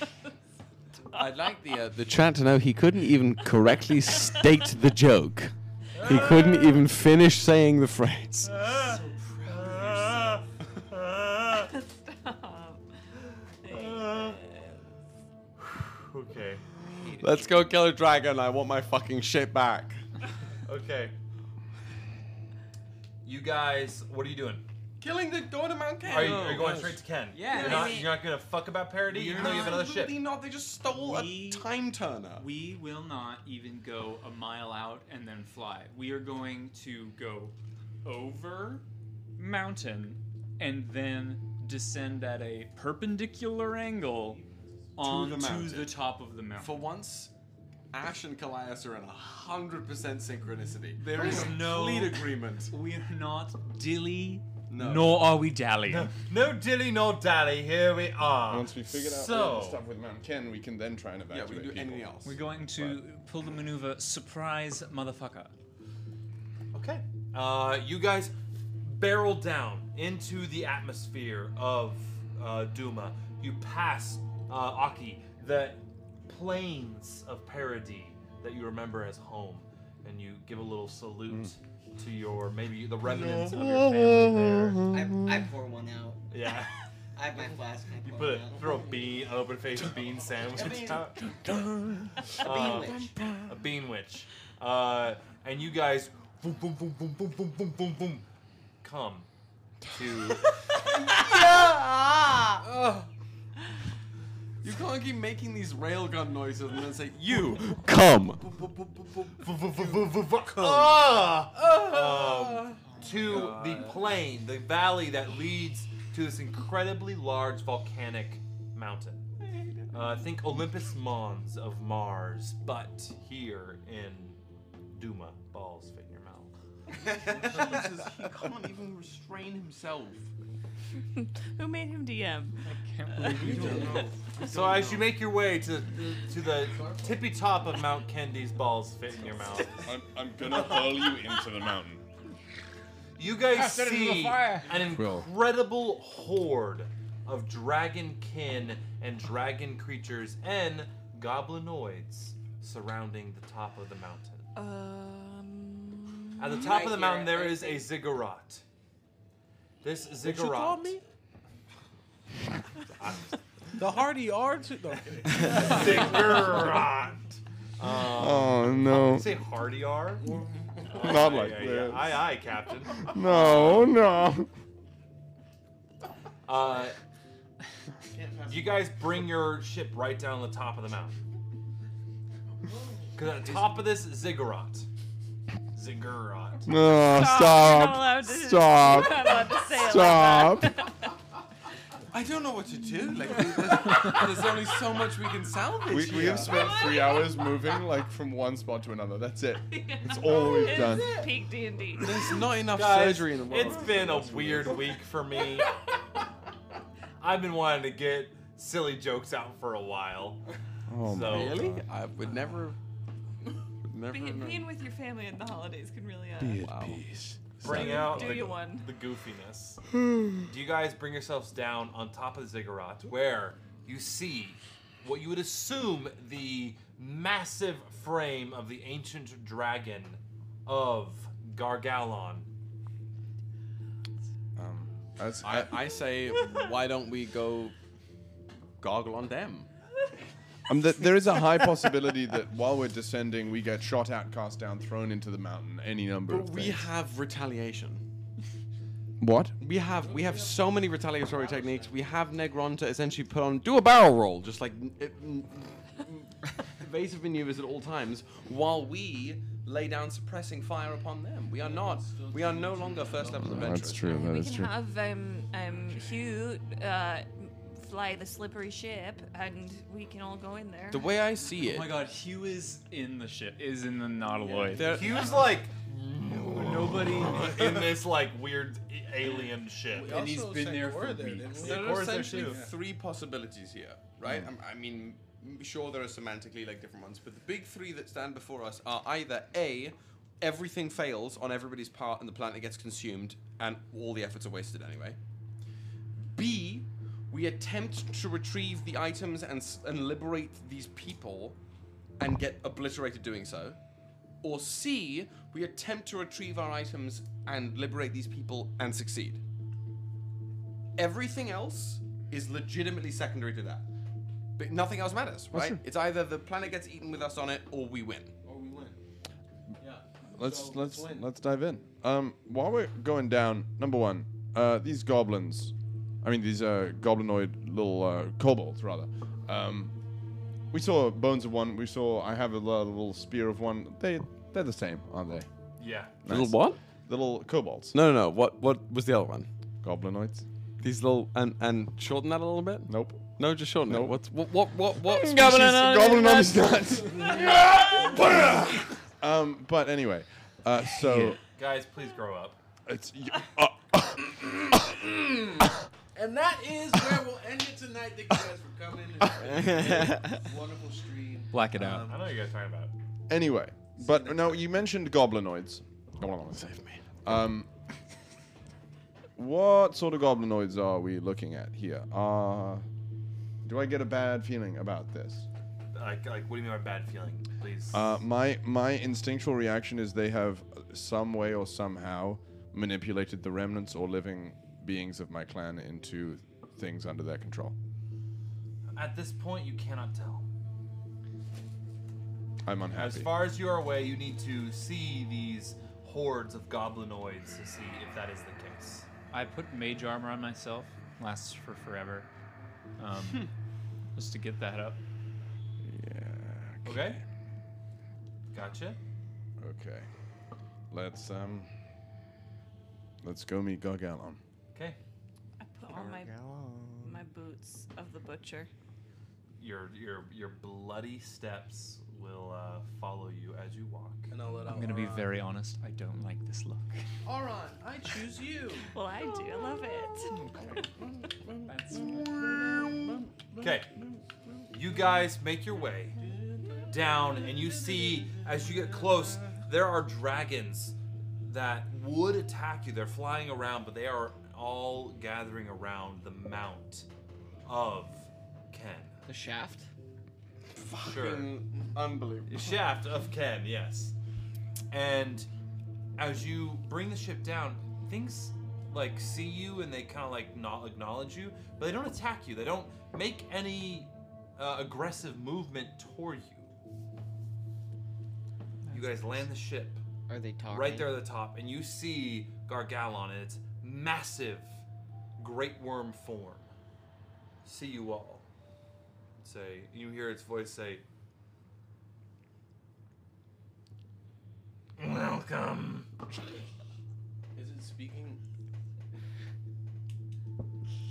I'd like the uh,
The chat to know he couldn't even correctly state the joke. He couldn't even finish saying the phrase.
Stop.
okay.
Let's go kill a dragon. I want my fucking shit back.
Okay. You guys, what are you doing?
Killing the Dawn of Mount Ken.
Are you, are you going
Oh,
straight to Ken?
Yeah.
You're not, you're not gonna fuck about parody, even though you have another ship.
Absolutely not. They just stole
We-
a time turner.
We will not even go a mile out and then fly. We are going to go over mountain and then descend at a perpendicular angle on
the
to
mountain.
the top of the mountain.
For once, Ash and Callias are in hundred percent synchronicity.
There is no-
complete agreement.
we are not dilly,
No.
nor are we dallying.
No dilly, no dally. Here we are.
Once we figure out all
Ah. so,
the stuff with Mount Ken, we can then try and
Yeah,
evacuate
we can do
people.
anything else.
We're going to pull the maneuver surprise motherfucker.
Okay. Uh, you guys barrel down into the atmosphere of uh, Duma. You pass uh, Aki, the plains of Paradis that you remember as home, and you give a little salute to your maybe the remnants of your family there.
I, I pour one out.
Yeah.
I have my flask. and I
You
pour
put a,
one out.
throw a bean, an open faced bean sandwich
I mean-
out.
A bean witch.
A bean witch. Uh, and you guys boom, boom, boom, boom, boom, boom, boom, boom, boom, come to.
yeah! You can't keep making these railgun noises and then say, you
Come.
Ah! Um, to the plain, the valley that leads to this incredibly large volcanic mountain. Uh, think Olympus Mons of Mars, but here in Duma. Balls fit in your mouth.
Jesus, he can't even restrain himself.
Who made him DM? I can't believe
we don't know.
so as you make your way to to the tippy top of Mount Kendi's balls fit in your mouth.
I'm, I'm gonna hurl you into the mountain.
You guys
Cast it into the
see
fire.
an
Quill.
incredible horde of dragon kin and dragon creatures and goblinoids surrounding the top of the mountain. At the top of the mountain, there is a ziggurat. This
What you
ziggurat.
call me? the hardy are too. No, I'm kidding.
Ziggurat. Um,
Oh, no.
Say hardy are?
Not like
yeah, yeah.
this.
Aye, aye, Captain.
No, no.
Uh, you guys bring your ship right down the top of the mountain. Because at the top of this ziggurat. Ziggurat.
No,
Stop.
stop.
You're
Stop.
not allowed to say it like
Stop.
I don't know what to do. Like, there's, there's only so much we can salvage.
We, we
here.
have spent three hours moving like from one spot to another. That's it. That's all we've
It's
done.
Peak D&D.
There's not enough
Guys,
surgery in the world.
It's been a weird week for me. I've been wanting to get silly jokes out for a while.
Oh,
so,
really? I would never.
Would never
Be,
know.
being with your family in the holidays can really uh,
Be at peace.
Bring out
Do
the,
you one?
the goofiness. Do you guys bring yourselves down on top of the ziggurat where you see what you would assume the massive frame of the ancient dragon of Gargalon?
Um, as
I, I say, why don't we go goggle on them?
Um, th- there is a high possibility that while we're descending, we get shot at, cast down, thrown into the mountain, any number
But
of
we
things.
have retaliation.
What?
We have we have so many retaliatory techniques. We have Negron to essentially put on do a barrel roll, just like n- it- n- n- evasive maneuvers at all times, while we lay down suppressing fire upon them. We are not. We are no longer first level adventurers.
That's true. That
We
is
can
true.
have um, um, Hugh uh, fly the slippery ship, and we can all go in there.
The way I see it.
Oh my god, Hugh is in the ship, is in the Nautiloid.
Hugh's like nobody in this like weird alien ship,
We And he's also been sent there for Gora there, weeks. didn't we?
Yeah,
There
Of
are
Gora's there
essentially
too.
three possibilities here, right?
Mm.
I'm- I mean, m- sure, there are semantically like different ones, but the big three that stand before us are either A, everything fails on everybody's part and the planet gets consumed and all the efforts are wasted anyway. B, we attempt to retrieve the items and, s- and liberate these people and get obliterated doing so. Or C, we attempt to retrieve our items and liberate these people and succeed. Everything else is legitimately secondary to that. But nothing else matters, right? It's either the planet gets eaten with us on it or we win.
Or we win. Yeah.
let's
Oh,
let's let's dive in. Um, while we're going down, number one, uh, these goblins, I mean these uh, goblinoid little uh, kobolds rather. Um, we saw bones of one. We saw I have a lo- little spear of one. They they're the same, aren't they?
Yeah.
Little what?
Little kobolds.
No, no, no. What what was the other one?
Goblinoids.
These little and and shorten that a little bit.
Nope.
No, just shorten it. What's what what what what? species-
Goblinoids nuts. um, but anyway, uh, so
Guys, please grow up.
it's. y- Uh,
And that is where we'll end it tonight. Thank you guys for coming. It's been a wonderful stream.
Black it out.
Um, I know you guys are talking about.
Anyway, but no, you mentioned goblinoids. Goblinoids. Save me. Um, what sort of goblinoids are we looking at here? Uh, do I get a bad feeling about this?
Like, like, what do you mean by bad feeling? Please.
Uh, my my instinctual reaction is they have uh, some way or somehow manipulated the remnants or living beings of my clan into things under their control.
At this point, you cannot tell.
I'm
As
unhappy.
far as you are away, you need to see these hordes of goblinoids to see if that is the case.
I put mage armor on myself. Lasts for forever.
Hmm.
Um, just to get that up.
Okay. Gotcha.
Okay. Let's um. Let's go meet Gargalon.
Okay.
I put on my my boots of the butcher.
Your your your bloody steps will uh, follow you as you walk.
And I'll let
I'm gonna be very
Um,
honest. I don't like this look.
Auron, I choose you.
well, I do. I love it.
Okay. You guys make your way down, and you see as you get close, there are dragons that would attack you. They're flying around, but they are all gathering around the mount of Ken.
The shaft?
Sure.
Unbelievable.
Shaft of Ken, yes. And as you bring the ship down, things like see you and they kind of like not acknowledge you, but they don't attack you. They don't make any uh, aggressive movement toward you. You guys land the ship.
Are they talking?
Right there at the top, and you see Gargalon in its massive great worm form. See you all. Say, you hear its voice say, Welcome.
Is it speaking?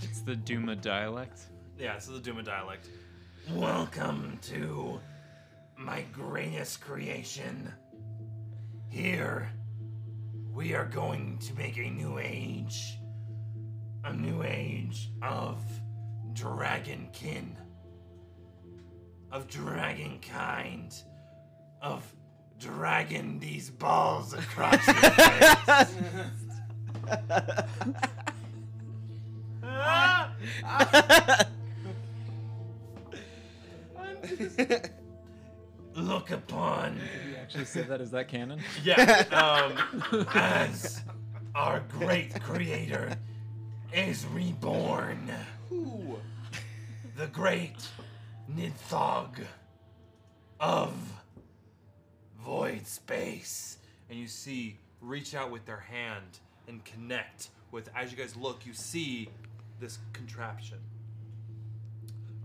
It's the Duma dialect.
Yeah, it's the Duma dialect.
Welcome
to my greatest creation. Here, we are going to make a new age. A new age of dragonkin. Of dragon kind. Of dragging these balls across your face. Look upon.
Did you actually say that? Is that canon?
Yeah. Um, as our great creator is reborn. Who? The great Nidthog of Void Space. And you see, reach out with their hand and connect with, as you guys look, you see this contraption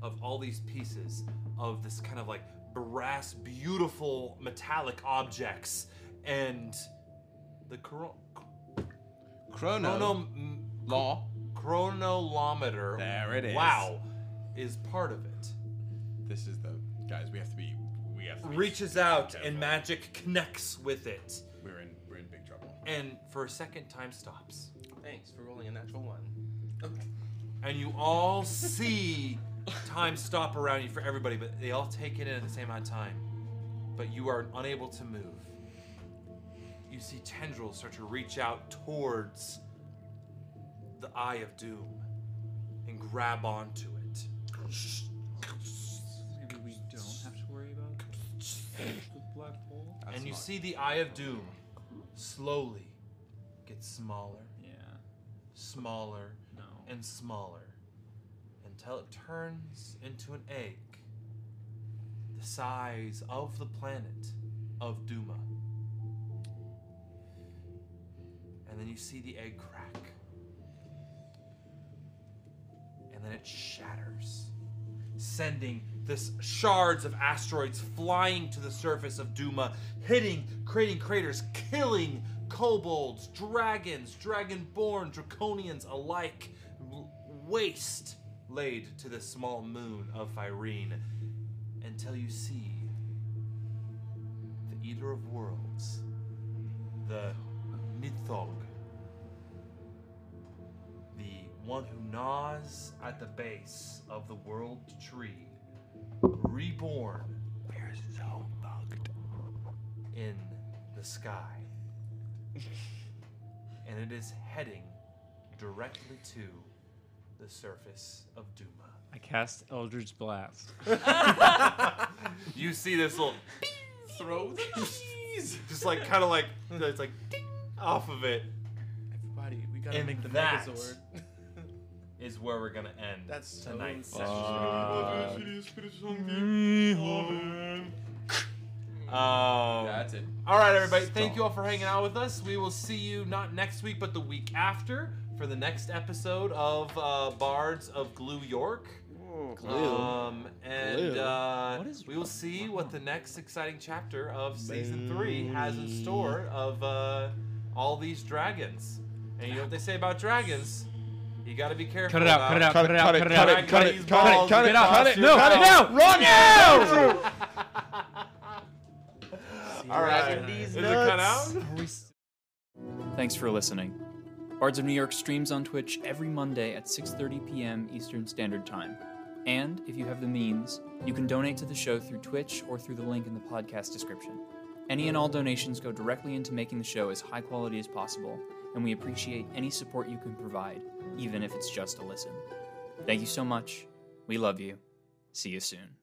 of all these pieces of this kind of like brass, beautiful metallic objects, and the chro-
Chrono.
law chronolometer.
There it is.
Wow, is part of it.
This is the guys. We have to be. We have to be
Reaches out and magic connects with it,
We're in. We're in big trouble.
and for a second time stops.
Thanks for rolling a natural one.
and you all see time stop around you for everybody, but they all take it in at the same amount of time. But you are unable to move. You see tendrils start to reach out towards the Eye of Doom and grab onto it.
Maybe we don't have to worry about the black hole.
and you see the Eye of Doom slowly get smaller.
Yeah.
Smaller. And smaller. Until it turns into an egg the size of the planet of Duma. And then you see the egg crack. And then it shatters, sending this shards of asteroids flying to the surface of Duma, hitting, creating craters, killing kobolds, dragons, dragonborn, draconians alike. W- Waste laid to the small moon of Irene until you see the Eater of Worlds, the Nidthog, the one who gnaws at the base of the world tree, reborn. We're so bugged. In the sky. and it is heading directly to the surface of Duma.
I cast Eldritch Blast.
you see this little throw the keys, just like kind of like it's like ding off of it.
Everybody, we gotta
and
make the
that
Megazord.
is where we're gonna end
That's so
tonight's Uh,
Fuck.
session. Um, That's it. All right, everybody. Thank you all for hanging out with us. We will see you not next week, but the week after for the next episode of uh, Bards of Glue York.
Glue.
Um, and
Glue.
uh, we will see what the next exciting chapter of season three has in store of uh, all these dragons. And you know what they say about dragons? You gotta be careful.
Cut it out, cut it out,
about-
cut it out, cut it out,
Dragons
cut it,
use
cut it,
balls,
cut it,
get
cut
out,
it,
shoot
no,
out.
no, run, no!
All right. Is it cut out?
Thanks for listening. Bards of New York streams on Twitch every Monday at 6:30 p.m. Eastern Standard Time. And if you have the means, you can donate to the show through Twitch or through the link in the podcast description. Any and all donations go directly into making the show as high quality as possible, and we appreciate any support you can provide, even if it's just a listen. Thank you so much. We love you. See you soon.